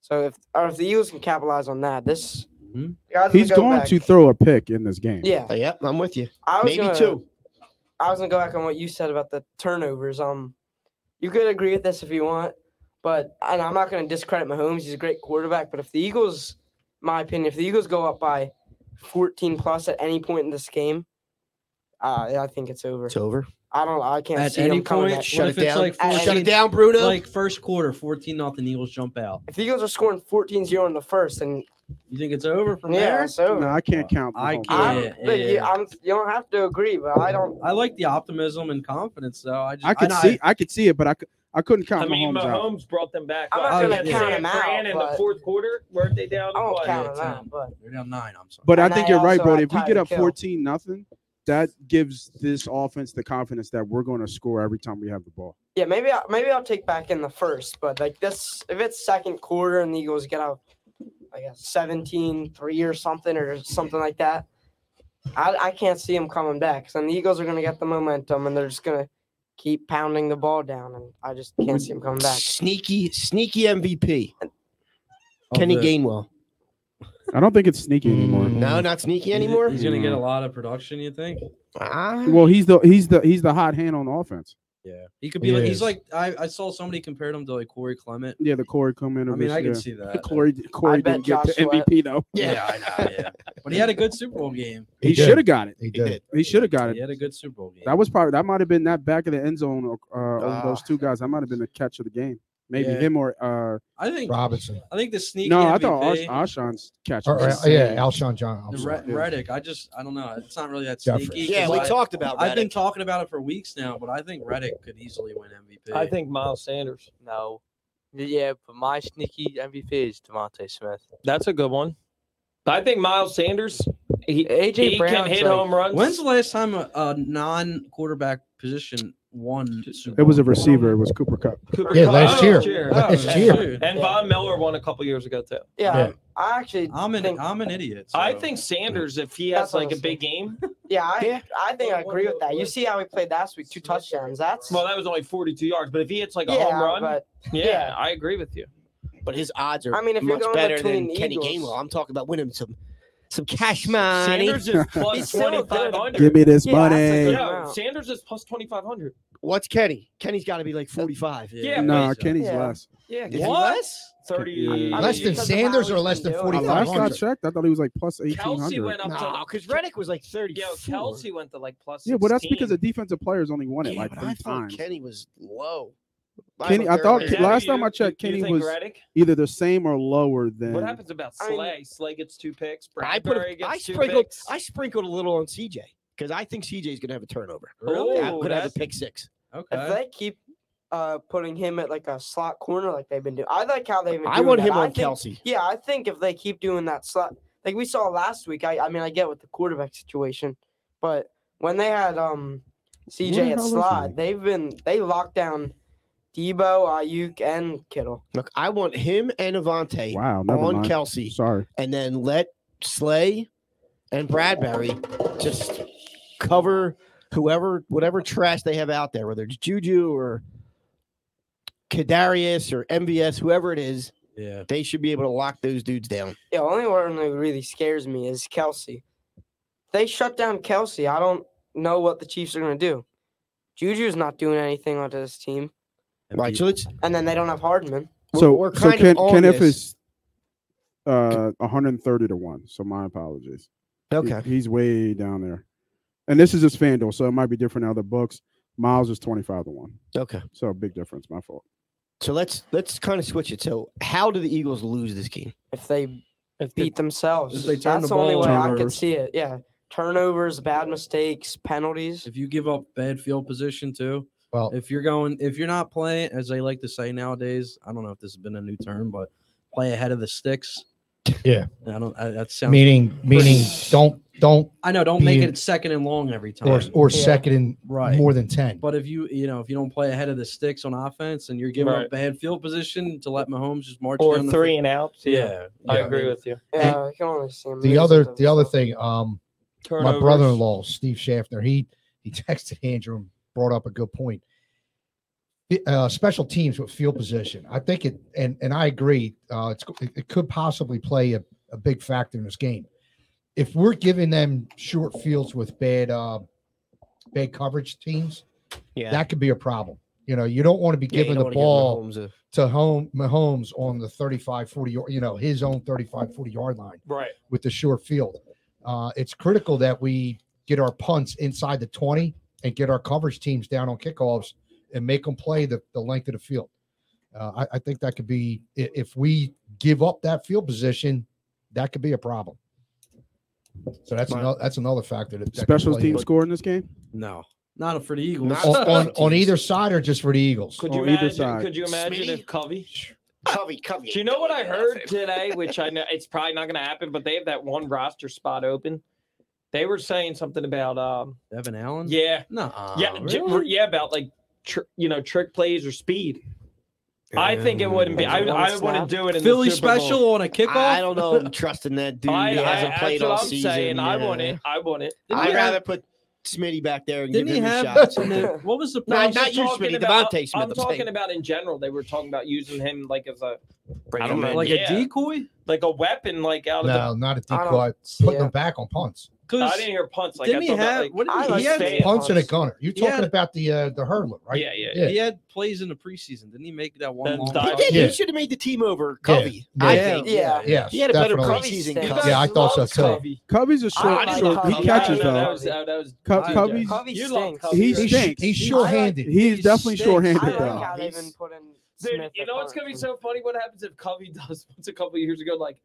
[SPEAKER 7] so if or if the Eagles can capitalize on that, this
[SPEAKER 3] Mhm.
[SPEAKER 7] the guys on the
[SPEAKER 1] He's
[SPEAKER 7] go
[SPEAKER 1] going
[SPEAKER 7] back-
[SPEAKER 1] to throw a pick in this game.
[SPEAKER 7] Yeah,
[SPEAKER 2] Oh, yeah, I'm with you.
[SPEAKER 7] I was
[SPEAKER 2] Maybe
[SPEAKER 7] gonna,
[SPEAKER 2] two.
[SPEAKER 7] I was gonna go back on what you said about the turnovers. Um, you could agree with this if you want, but and I'm not gonna discredit Mahomes. He's a great quarterback. But if the Eagles, my opinion, if the Eagles go up by 14 plus at any point in this game, uh, I think it's over.
[SPEAKER 2] It's over.
[SPEAKER 7] I don't. I can't
[SPEAKER 3] At
[SPEAKER 7] see
[SPEAKER 3] any
[SPEAKER 7] them coming.
[SPEAKER 3] point,
[SPEAKER 7] back.
[SPEAKER 3] shut
[SPEAKER 2] Shut
[SPEAKER 3] if
[SPEAKER 2] it
[SPEAKER 3] it's
[SPEAKER 2] down.
[SPEAKER 3] like
[SPEAKER 7] At-
[SPEAKER 3] 14,
[SPEAKER 2] Shut it down, Bruno.
[SPEAKER 3] Like first quarter, 14 nothing. Eagles jump out.
[SPEAKER 7] If the Eagles are scoring 14-0 in the first, and
[SPEAKER 3] You think it's over from
[SPEAKER 7] yeah,
[SPEAKER 3] there?
[SPEAKER 7] it's over.
[SPEAKER 1] No, I can't count.
[SPEAKER 3] I
[SPEAKER 1] Mahomes.
[SPEAKER 7] I'm,
[SPEAKER 3] can't.
[SPEAKER 7] but you,
[SPEAKER 3] yeah.
[SPEAKER 7] I'm, you don't have to agree, but I don't.
[SPEAKER 3] I like the optimism and confidence, though. I just
[SPEAKER 1] I could
[SPEAKER 3] and
[SPEAKER 1] see. I could see it, but I, cou- I couldn't count
[SPEAKER 5] I mean,
[SPEAKER 1] Mahomes, out.
[SPEAKER 5] Mahomes brought them back.
[SPEAKER 7] I'm
[SPEAKER 5] up.
[SPEAKER 3] not gonna
[SPEAKER 5] Against
[SPEAKER 3] count
[SPEAKER 5] San
[SPEAKER 7] him out,
[SPEAKER 5] Fran in the
[SPEAKER 7] but-
[SPEAKER 5] fourth quarter, weren't they down?
[SPEAKER 7] I don't
[SPEAKER 5] what?
[SPEAKER 7] count
[SPEAKER 3] yeah,
[SPEAKER 7] on that.
[SPEAKER 3] ten.
[SPEAKER 7] But
[SPEAKER 3] They're down nine. I'm sorry.
[SPEAKER 1] But I
[SPEAKER 7] And
[SPEAKER 1] think
[SPEAKER 7] I
[SPEAKER 1] you're right,
[SPEAKER 7] also
[SPEAKER 1] Brody.
[SPEAKER 7] had
[SPEAKER 1] If we
[SPEAKER 7] time
[SPEAKER 1] get
[SPEAKER 7] to
[SPEAKER 1] up
[SPEAKER 7] kill.
[SPEAKER 1] 14 nothing, that gives this offense the confidence that we're going to score every time we have the ball.
[SPEAKER 7] Yeah, maybe I, maybe I'll take back in the first, but like this, if it's second quarter and the Eagles get out, like a 17-3 or something or something like that, I, I can't see them coming back. 'cause Then the Eagles are gonna get the momentum and they're just gonna keep pounding the ball down, and I just can't see them coming back.
[SPEAKER 2] Sneaky, sneaky MVP.
[SPEAKER 3] Of
[SPEAKER 2] Kenny
[SPEAKER 3] the-
[SPEAKER 2] Gainwell.
[SPEAKER 1] I don't think it's sneaky
[SPEAKER 3] Mm.
[SPEAKER 1] anymore.
[SPEAKER 2] No, not sneaky
[SPEAKER 3] He's-
[SPEAKER 2] anymore.
[SPEAKER 3] He's gonna get a lot of production. You think?
[SPEAKER 2] Ah,
[SPEAKER 1] Well, he's the he's the he's the hot hand on offense.
[SPEAKER 3] Yeah. He could be.
[SPEAKER 4] He
[SPEAKER 3] like,
[SPEAKER 4] is.
[SPEAKER 3] he's like. I, I saw somebody compared him to like Corey Clement.
[SPEAKER 1] Yeah, the Corey Coleman.
[SPEAKER 3] I
[SPEAKER 1] of
[SPEAKER 3] mean,
[SPEAKER 1] this
[SPEAKER 3] I
[SPEAKER 1] year.
[SPEAKER 3] can see that.
[SPEAKER 1] Corey Corey
[SPEAKER 7] bet
[SPEAKER 1] didn't get
[SPEAKER 7] Josh
[SPEAKER 1] the MVP though.
[SPEAKER 2] yeah.
[SPEAKER 3] I know. Yeah. But he had a good Super Bowl game.
[SPEAKER 1] He,
[SPEAKER 4] He did.
[SPEAKER 1] should have got it.
[SPEAKER 4] He did.
[SPEAKER 1] He should have got
[SPEAKER 3] He
[SPEAKER 1] it.
[SPEAKER 3] had a good Super Bowl game.
[SPEAKER 1] That was probably that might have been that back of the end zone uh, over
[SPEAKER 2] Ah.
[SPEAKER 1] those two guys. That might have been the catch of the game. Maybe
[SPEAKER 3] Yeah.
[SPEAKER 1] him or uh
[SPEAKER 3] I think
[SPEAKER 4] Robinson.
[SPEAKER 3] I think the sneaky
[SPEAKER 1] no, I
[SPEAKER 3] MVP,
[SPEAKER 1] thought Alsh- Alshon's catch.
[SPEAKER 4] Or,
[SPEAKER 1] was
[SPEAKER 4] uh,
[SPEAKER 1] insane.
[SPEAKER 4] yeah, Alshon John. I'm
[SPEAKER 3] the
[SPEAKER 4] sorry.
[SPEAKER 3] Re- Reddick. I just I don't know. It's not really that
[SPEAKER 4] Jeffrey.
[SPEAKER 3] sneaky.
[SPEAKER 2] Yeah,
[SPEAKER 3] 'cause
[SPEAKER 2] we
[SPEAKER 3] I-
[SPEAKER 2] talked about
[SPEAKER 3] I've
[SPEAKER 2] that.
[SPEAKER 3] been talking about it for weeks now, but I think Reddick could easily win MVP.
[SPEAKER 5] I think Miles Sanders.
[SPEAKER 6] No. Yeah, but my sneaky MVP is Devontae Smith.
[SPEAKER 5] That's a good one. I think Miles Sanders. He,
[SPEAKER 6] AJ
[SPEAKER 5] he
[SPEAKER 6] Brown's
[SPEAKER 5] can hit
[SPEAKER 6] like-
[SPEAKER 5] home runs.
[SPEAKER 3] When's the last time a, a non-quarterback position won Super
[SPEAKER 1] It was a
[SPEAKER 3] Bowl?
[SPEAKER 1] receiver. It was Cooper Cup.
[SPEAKER 5] Cooper
[SPEAKER 4] Yeah,
[SPEAKER 5] Cup-
[SPEAKER 4] last
[SPEAKER 5] oh,
[SPEAKER 4] year.
[SPEAKER 5] Oh,
[SPEAKER 4] Last
[SPEAKER 5] and-
[SPEAKER 4] year.
[SPEAKER 3] Dude,
[SPEAKER 5] And Von Miller won a couple years ago too.
[SPEAKER 7] Yeah,
[SPEAKER 4] Yeah.
[SPEAKER 7] I actually
[SPEAKER 3] I'm an
[SPEAKER 7] think,
[SPEAKER 3] I'm an idiot.
[SPEAKER 5] I
[SPEAKER 3] so.
[SPEAKER 5] think Sanders, if he
[SPEAKER 7] That's
[SPEAKER 5] has
[SPEAKER 7] what
[SPEAKER 5] like
[SPEAKER 7] I
[SPEAKER 5] a
[SPEAKER 7] was
[SPEAKER 5] big game,
[SPEAKER 7] yeah, I,
[SPEAKER 2] Yeah.
[SPEAKER 7] I think I agree with that. You see how he played last week, two touchdowns. That's
[SPEAKER 5] well, that was only 42 yards, but if he hits like a
[SPEAKER 7] yeah,
[SPEAKER 5] home run,
[SPEAKER 7] but
[SPEAKER 5] yeah,
[SPEAKER 7] yeah.
[SPEAKER 5] I agree with you.
[SPEAKER 2] But his odds are
[SPEAKER 7] I mean, if you're
[SPEAKER 2] much
[SPEAKER 7] going
[SPEAKER 2] better
[SPEAKER 7] between
[SPEAKER 2] than Kenny
[SPEAKER 7] Eagles-
[SPEAKER 2] Gainwell. I'm talking about winning some some cash money.
[SPEAKER 5] Sanders is
[SPEAKER 7] He's
[SPEAKER 5] plus
[SPEAKER 7] still good.
[SPEAKER 5] 2,500.
[SPEAKER 1] Give me this
[SPEAKER 7] Yeah, that's a
[SPEAKER 1] money.
[SPEAKER 7] good-
[SPEAKER 5] No,
[SPEAKER 7] Wow.
[SPEAKER 5] Sanders is plus 2,500.
[SPEAKER 2] What's Kenny? Kenny's got to be like 45.
[SPEAKER 5] Yeah,
[SPEAKER 1] no,
[SPEAKER 3] but-
[SPEAKER 1] Kenny's
[SPEAKER 7] Yeah.
[SPEAKER 1] less.
[SPEAKER 5] Yeah,
[SPEAKER 2] Is he less?
[SPEAKER 5] 30.
[SPEAKER 1] Yeah.
[SPEAKER 4] Less than
[SPEAKER 7] Because of
[SPEAKER 4] Sanders
[SPEAKER 7] how
[SPEAKER 4] or
[SPEAKER 7] he's
[SPEAKER 4] less
[SPEAKER 7] been
[SPEAKER 4] than
[SPEAKER 7] doing.
[SPEAKER 1] I last I
[SPEAKER 4] 4,500?
[SPEAKER 1] checked, I thought he was like plus eighteen
[SPEAKER 5] Kelsey
[SPEAKER 1] hundred.
[SPEAKER 5] went up
[SPEAKER 2] No,
[SPEAKER 5] to.
[SPEAKER 2] because Reddick was like 30.
[SPEAKER 5] Yo, Kelsey went to like plus.
[SPEAKER 1] Yeah, but that's
[SPEAKER 5] 16.
[SPEAKER 1] because a defensive player's only won it
[SPEAKER 2] Yeah,
[SPEAKER 1] like
[SPEAKER 2] but
[SPEAKER 1] three
[SPEAKER 2] I thought
[SPEAKER 1] times.
[SPEAKER 2] Kenny was low.
[SPEAKER 1] Kenny- I
[SPEAKER 2] looked
[SPEAKER 1] thought-
[SPEAKER 2] earlier.
[SPEAKER 5] Devin,
[SPEAKER 1] last time
[SPEAKER 5] you-
[SPEAKER 1] I checked,
[SPEAKER 5] you
[SPEAKER 1] Kenny
[SPEAKER 5] think
[SPEAKER 1] was-
[SPEAKER 5] Reddick?
[SPEAKER 1] Either the same or lower than.
[SPEAKER 5] What happens about
[SPEAKER 7] I mean-
[SPEAKER 5] Slay? Slay gets two picks.
[SPEAKER 2] I put.
[SPEAKER 5] Bradbury
[SPEAKER 2] a- I
[SPEAKER 5] gets two
[SPEAKER 2] sprinkled.
[SPEAKER 5] picks.
[SPEAKER 2] I sprinkled a little on CJ because I think CJ's gonna have a turnover.
[SPEAKER 5] Really?
[SPEAKER 2] Yeah,
[SPEAKER 5] Ooh,
[SPEAKER 2] could have a
[SPEAKER 5] that's-
[SPEAKER 2] pick six.
[SPEAKER 7] if
[SPEAKER 3] Okay.
[SPEAKER 7] they keep uh, putting him at like a slot corner like they've been doing, I like how they've been.
[SPEAKER 2] I
[SPEAKER 7] doing
[SPEAKER 2] want
[SPEAKER 7] that.
[SPEAKER 2] him on
[SPEAKER 7] think-
[SPEAKER 2] Kelsey.
[SPEAKER 7] Yeah, I think if they keep doing that slot, like we saw last week. I, I mean, I get with the quarterback situation, but when they had um
[SPEAKER 1] Who the
[SPEAKER 7] CJ at
[SPEAKER 1] hell is he?
[SPEAKER 7] slot, they've been they locked down Debo, Ayuk, and Kittle.
[SPEAKER 2] Look, I want him and Avante
[SPEAKER 1] Wow, never
[SPEAKER 2] on
[SPEAKER 1] mind.
[SPEAKER 2] Kelsey,
[SPEAKER 1] Sorry.
[SPEAKER 2] and then let Slay and Bradbury just cover whoever, whatever trash they have out there, whether it's Juju or Kadarius or MVS, whoever it is.
[SPEAKER 3] Yeah.
[SPEAKER 2] They should be able to lock those dudes down.
[SPEAKER 7] Yeah, only one that really scares me is Kelsey. They shut down Kelsey. I don't know what the Chiefs are gonna do. Juju's not doing anything onto this team,
[SPEAKER 2] Right. So let's
[SPEAKER 7] and then they don't have Hardman.
[SPEAKER 2] We're-
[SPEAKER 1] so
[SPEAKER 2] we're
[SPEAKER 1] so
[SPEAKER 2] kind of
[SPEAKER 1] Ken,
[SPEAKER 2] on
[SPEAKER 1] Kenneth
[SPEAKER 2] this.
[SPEAKER 1] is uh 130 to one. So my apologies. He-
[SPEAKER 2] okay.
[SPEAKER 1] he's way down there, and this is just Fanduel, so it might be different in other books. Miles is 25 to one.
[SPEAKER 2] Okay.
[SPEAKER 1] So big difference. My fault.
[SPEAKER 2] So let's let's kind of switch it. So how do the Eagles lose this game?
[SPEAKER 7] If they
[SPEAKER 5] If the-
[SPEAKER 7] beat themselves,
[SPEAKER 3] they turn
[SPEAKER 7] that's
[SPEAKER 3] the
[SPEAKER 7] the, only
[SPEAKER 3] ball
[SPEAKER 7] way I could
[SPEAKER 3] turnovers.
[SPEAKER 7] see it. Yeah, turnovers, bad mistakes, penalties.
[SPEAKER 3] If you give up bad field position too,
[SPEAKER 4] Well,
[SPEAKER 3] if you're going, if you're not playing, as they like to say nowadays, I don't know if this has been a new term, but play ahead of the sticks.
[SPEAKER 4] Yeah.
[SPEAKER 3] I don't. I, that sounds.
[SPEAKER 4] meaning meaning don't don't
[SPEAKER 3] I know. Don't make
[SPEAKER 4] being-
[SPEAKER 3] it second and long every time.
[SPEAKER 4] or or
[SPEAKER 7] Yeah.
[SPEAKER 4] second and
[SPEAKER 3] Right.
[SPEAKER 4] more than ten.
[SPEAKER 3] But if you you know if you don't play ahead of the sticks on offense and you're giving up
[SPEAKER 5] Right.
[SPEAKER 3] bad field position to let Mahomes just march
[SPEAKER 5] or
[SPEAKER 3] down the
[SPEAKER 5] three
[SPEAKER 3] field.
[SPEAKER 5] and outs.
[SPEAKER 3] yeah,
[SPEAKER 5] I
[SPEAKER 3] yeah,
[SPEAKER 5] agree with you.
[SPEAKER 7] Yeah, I can only see 'em
[SPEAKER 4] The
[SPEAKER 7] losing
[SPEAKER 4] other
[SPEAKER 7] to
[SPEAKER 4] the other
[SPEAKER 7] themselves.
[SPEAKER 4] thing, um, my
[SPEAKER 5] Turnovers.
[SPEAKER 4] brother-in-law Steve Schaffner, he he texted Andrew and brought up a good point. Fi- Uh, special teams with field position, I think it, and and I agree. Uh, it's it, it could possibly play a, a big factor in this game. If we're giving them short fields with bad uh, bad coverage teams,
[SPEAKER 2] Yeah.
[SPEAKER 4] that could be a problem. You know, you don't want to be giving the ball to home Mahomes on the 35 40 yard- you know his own 35 40 yard line
[SPEAKER 5] Right.
[SPEAKER 4] with the short field. Uh, it's critical that we get our punts inside the 20 and get our coverage teams down on kickoffs and make them play the, the length of the field. Uh, I, I think that could be i- if we give up that field position, that could be a problem. So that's
[SPEAKER 2] Right.
[SPEAKER 4] another that's another factor. That, that could
[SPEAKER 1] Special
[SPEAKER 4] play
[SPEAKER 1] team
[SPEAKER 4] in.
[SPEAKER 1] score in this game.
[SPEAKER 3] No, not for the Eagles.
[SPEAKER 2] Not-
[SPEAKER 4] on, on, on either side or just for the Eagles.
[SPEAKER 5] Could you
[SPEAKER 1] On either
[SPEAKER 5] imagine?
[SPEAKER 1] side.
[SPEAKER 5] Could you imagine
[SPEAKER 2] Smitty?
[SPEAKER 5] if Covey?
[SPEAKER 2] Covey, Covey.
[SPEAKER 5] Do you know what I heard today? Which I know it's probably not going to happen, but they have that one roster spot open. They were saying something about um,
[SPEAKER 3] Evan Allen.
[SPEAKER 5] yeah,
[SPEAKER 3] No.
[SPEAKER 9] Ah,
[SPEAKER 5] yeah, j- yeah, about like tr- you know trick plays or speed. I think it wouldn't be. I,
[SPEAKER 7] One
[SPEAKER 5] I
[SPEAKER 7] snap.
[SPEAKER 5] wouldn't do it in
[SPEAKER 3] Philly
[SPEAKER 5] the Super Bowl.
[SPEAKER 3] special on a kickoff.
[SPEAKER 2] I, I don't know. I'm trusting that dude.
[SPEAKER 5] I,
[SPEAKER 2] he
[SPEAKER 5] I,
[SPEAKER 2] hasn't played
[SPEAKER 5] that's what
[SPEAKER 2] all
[SPEAKER 5] I'm
[SPEAKER 2] season.
[SPEAKER 5] saying. I want
[SPEAKER 2] yeah.
[SPEAKER 5] it. I want it.
[SPEAKER 2] I'd
[SPEAKER 3] Didn't he
[SPEAKER 2] rather
[SPEAKER 3] have-
[SPEAKER 2] put Smitty back there and
[SPEAKER 3] Didn't
[SPEAKER 2] give
[SPEAKER 3] he
[SPEAKER 2] him a
[SPEAKER 3] have?
[SPEAKER 2] shot.
[SPEAKER 3] and then- what was the?
[SPEAKER 2] No,
[SPEAKER 3] problem?
[SPEAKER 2] not you,
[SPEAKER 5] talking
[SPEAKER 2] Smitty,
[SPEAKER 5] about-
[SPEAKER 2] Devontae Smith,
[SPEAKER 5] I'm
[SPEAKER 2] I'm
[SPEAKER 5] talking
[SPEAKER 2] saying.
[SPEAKER 5] about in general. They were talking about using him like as a
[SPEAKER 3] I don't know, like
[SPEAKER 5] Yeah.
[SPEAKER 3] a decoy.
[SPEAKER 5] like a weapon, like out of
[SPEAKER 4] No, not a
[SPEAKER 7] I don't
[SPEAKER 4] decoy.
[SPEAKER 7] see
[SPEAKER 4] Putting
[SPEAKER 7] it.
[SPEAKER 4] them back on punts.
[SPEAKER 5] the.
[SPEAKER 3] Because
[SPEAKER 5] I didn't hear punts. Like
[SPEAKER 3] didn't
[SPEAKER 5] I
[SPEAKER 3] he
[SPEAKER 5] thought that,
[SPEAKER 3] have?
[SPEAKER 5] like,
[SPEAKER 3] what did
[SPEAKER 7] I
[SPEAKER 3] he,
[SPEAKER 7] like
[SPEAKER 3] he had?
[SPEAKER 7] Stan. Yeah,
[SPEAKER 4] Punts and a
[SPEAKER 7] punts.
[SPEAKER 4] gunner. You're
[SPEAKER 3] Yeah.
[SPEAKER 4] talking about the uh, the hurdler, right?
[SPEAKER 5] Yeah, yeah,
[SPEAKER 3] He had plays in the preseason. Didn't he make that one
[SPEAKER 5] Then
[SPEAKER 3] long?
[SPEAKER 5] the-
[SPEAKER 2] He
[SPEAKER 3] touchdown?
[SPEAKER 2] did.
[SPEAKER 4] Yeah.
[SPEAKER 2] He should have made the team over
[SPEAKER 4] Yeah.
[SPEAKER 2] Covey.
[SPEAKER 4] Yeah.
[SPEAKER 2] I
[SPEAKER 4] Yeah.
[SPEAKER 2] think.
[SPEAKER 7] Yeah.
[SPEAKER 4] Yes,
[SPEAKER 2] He had a better
[SPEAKER 4] definitely.
[SPEAKER 7] Covey
[SPEAKER 2] preseason.
[SPEAKER 7] stinks.
[SPEAKER 5] You
[SPEAKER 2] Covey.
[SPEAKER 5] guys
[SPEAKER 4] Yeah, I thought so
[SPEAKER 5] love
[SPEAKER 4] too.
[SPEAKER 5] Covey.
[SPEAKER 1] Covey's a
[SPEAKER 7] I
[SPEAKER 1] short
[SPEAKER 7] like
[SPEAKER 1] field. He
[SPEAKER 7] Covey.
[SPEAKER 1] catches
[SPEAKER 5] No, no, that
[SPEAKER 1] though.
[SPEAKER 5] was, that was,
[SPEAKER 1] Co-
[SPEAKER 5] I-
[SPEAKER 1] Covey-
[SPEAKER 7] Covey
[SPEAKER 5] You love
[SPEAKER 7] stinks.
[SPEAKER 5] Covey,
[SPEAKER 1] He
[SPEAKER 5] right?
[SPEAKER 4] He's,
[SPEAKER 1] stinks.
[SPEAKER 4] he's
[SPEAKER 7] I like-
[SPEAKER 4] short-handed.
[SPEAKER 1] He's
[SPEAKER 3] He
[SPEAKER 1] definitely
[SPEAKER 3] stinks.
[SPEAKER 7] I
[SPEAKER 1] short-handed
[SPEAKER 7] like
[SPEAKER 1] though.
[SPEAKER 7] how they've
[SPEAKER 3] He's-
[SPEAKER 7] been putting
[SPEAKER 5] Dude,
[SPEAKER 7] Smith
[SPEAKER 5] you
[SPEAKER 7] or
[SPEAKER 5] know what's gonna
[SPEAKER 7] Barnes.
[SPEAKER 5] be so funny? What happens if Covey does once a couple of years ago? Like,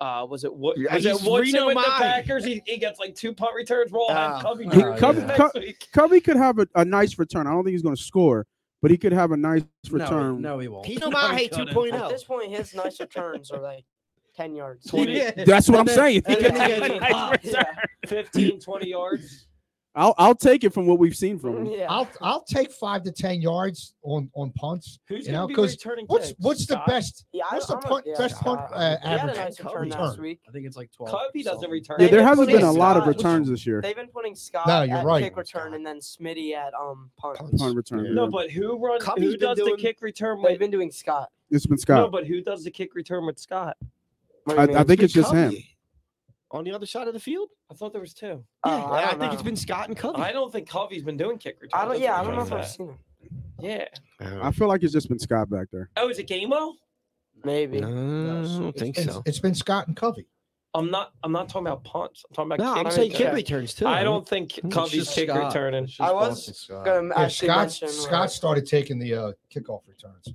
[SPEAKER 5] uh, was it what?
[SPEAKER 2] Yeah,
[SPEAKER 5] Was it
[SPEAKER 2] he's
[SPEAKER 5] Woodson
[SPEAKER 2] Reno
[SPEAKER 5] with the
[SPEAKER 2] Mai.
[SPEAKER 5] Packers? He, he gets like two punt returns. Roll
[SPEAKER 2] Ah.
[SPEAKER 5] on Covey.
[SPEAKER 1] He-
[SPEAKER 5] returns
[SPEAKER 1] Covey-
[SPEAKER 5] next
[SPEAKER 1] Co-
[SPEAKER 5] week.
[SPEAKER 1] Covey could have a, a nice return. I don't think he's going to score, but he could have a nice return.
[SPEAKER 3] No, no, he won't.
[SPEAKER 2] He's Mahe
[SPEAKER 5] couldn't.
[SPEAKER 2] 2.0.
[SPEAKER 7] At this point, his nice returns are like ten yards.
[SPEAKER 1] That's what I'm saying. He
[SPEAKER 5] and
[SPEAKER 1] could
[SPEAKER 5] then
[SPEAKER 1] have
[SPEAKER 5] he
[SPEAKER 1] a
[SPEAKER 5] gets
[SPEAKER 1] nice
[SPEAKER 5] popped.
[SPEAKER 1] return.
[SPEAKER 7] Yeah.
[SPEAKER 5] 15, 20 yards.
[SPEAKER 1] I'll I'll take it from what we've seen from him.
[SPEAKER 7] yeah.
[SPEAKER 4] I'll I'll take five to ten yards on on punts.
[SPEAKER 5] Who's
[SPEAKER 4] You
[SPEAKER 5] gonna
[SPEAKER 4] know,
[SPEAKER 5] be
[SPEAKER 4] 'cause
[SPEAKER 5] returning?
[SPEAKER 4] What's
[SPEAKER 5] kicks?
[SPEAKER 4] what's the
[SPEAKER 5] Scott?
[SPEAKER 4] best?
[SPEAKER 7] yeah, I-
[SPEAKER 4] What's the
[SPEAKER 7] I'm a-
[SPEAKER 4] punt?
[SPEAKER 7] yeah,
[SPEAKER 4] best punt
[SPEAKER 7] Scott.
[SPEAKER 4] uh,
[SPEAKER 7] He had a
[SPEAKER 4] average?
[SPEAKER 7] nice return
[SPEAKER 4] Return.
[SPEAKER 7] last week.
[SPEAKER 3] I think it's like 12.
[SPEAKER 5] Covey doesn't
[SPEAKER 3] something.
[SPEAKER 5] return.
[SPEAKER 1] Yeah,
[SPEAKER 7] They've
[SPEAKER 1] there
[SPEAKER 7] been
[SPEAKER 1] hasn't
[SPEAKER 7] putting
[SPEAKER 1] been a lot of
[SPEAKER 7] Scott-
[SPEAKER 1] returns this year.
[SPEAKER 7] They've been putting Scott
[SPEAKER 4] No, you're
[SPEAKER 7] at
[SPEAKER 4] right.
[SPEAKER 7] kick return and then Smitty at um punt.
[SPEAKER 1] Punt return.
[SPEAKER 4] Yeah.
[SPEAKER 5] No, but who runs?
[SPEAKER 2] Covey's
[SPEAKER 5] who
[SPEAKER 2] been
[SPEAKER 5] does
[SPEAKER 2] doing-
[SPEAKER 5] the kick return
[SPEAKER 7] They've
[SPEAKER 5] with?
[SPEAKER 7] been doing Scott.
[SPEAKER 1] It's been
[SPEAKER 5] No,
[SPEAKER 1] Scott.
[SPEAKER 5] but who does the kick return with Scott?
[SPEAKER 7] What do
[SPEAKER 1] I,
[SPEAKER 7] you mean?
[SPEAKER 1] I think it's just him.
[SPEAKER 2] On the other side of the field?
[SPEAKER 5] I thought there was two.
[SPEAKER 7] Oh,
[SPEAKER 2] yeah, I,
[SPEAKER 7] don't
[SPEAKER 2] think it's
[SPEAKER 7] know.
[SPEAKER 2] been Scott and Covey.
[SPEAKER 5] I don't think Covey's been doing kick return.
[SPEAKER 7] I don't. Yeah, I don't know
[SPEAKER 5] That's
[SPEAKER 7] if
[SPEAKER 5] what
[SPEAKER 7] I've
[SPEAKER 5] I'm
[SPEAKER 7] seen him.
[SPEAKER 5] saying. Yeah.
[SPEAKER 1] I feel like it's just been Scott back there.
[SPEAKER 5] Oh, is it Gameo?
[SPEAKER 7] Maybe.
[SPEAKER 2] no, I don't think
[SPEAKER 4] It's-
[SPEAKER 2] so.
[SPEAKER 4] it's been Scott and Covey.
[SPEAKER 5] I'm not. I'm not talking about punts. I'm talking about.
[SPEAKER 2] No, I'm
[SPEAKER 5] kick
[SPEAKER 2] saying kick
[SPEAKER 5] return.
[SPEAKER 2] returns too.
[SPEAKER 5] I don't think
[SPEAKER 2] It's
[SPEAKER 5] Covey's
[SPEAKER 3] just
[SPEAKER 5] kick
[SPEAKER 3] Scott.
[SPEAKER 5] returning.
[SPEAKER 3] It's just
[SPEAKER 7] I was
[SPEAKER 3] Boston Scott.
[SPEAKER 7] Gonna
[SPEAKER 4] Yeah,
[SPEAKER 7] actually
[SPEAKER 4] Scott
[SPEAKER 7] mention, uh,
[SPEAKER 4] Scott started taking the uh, kickoff returns.
[SPEAKER 2] So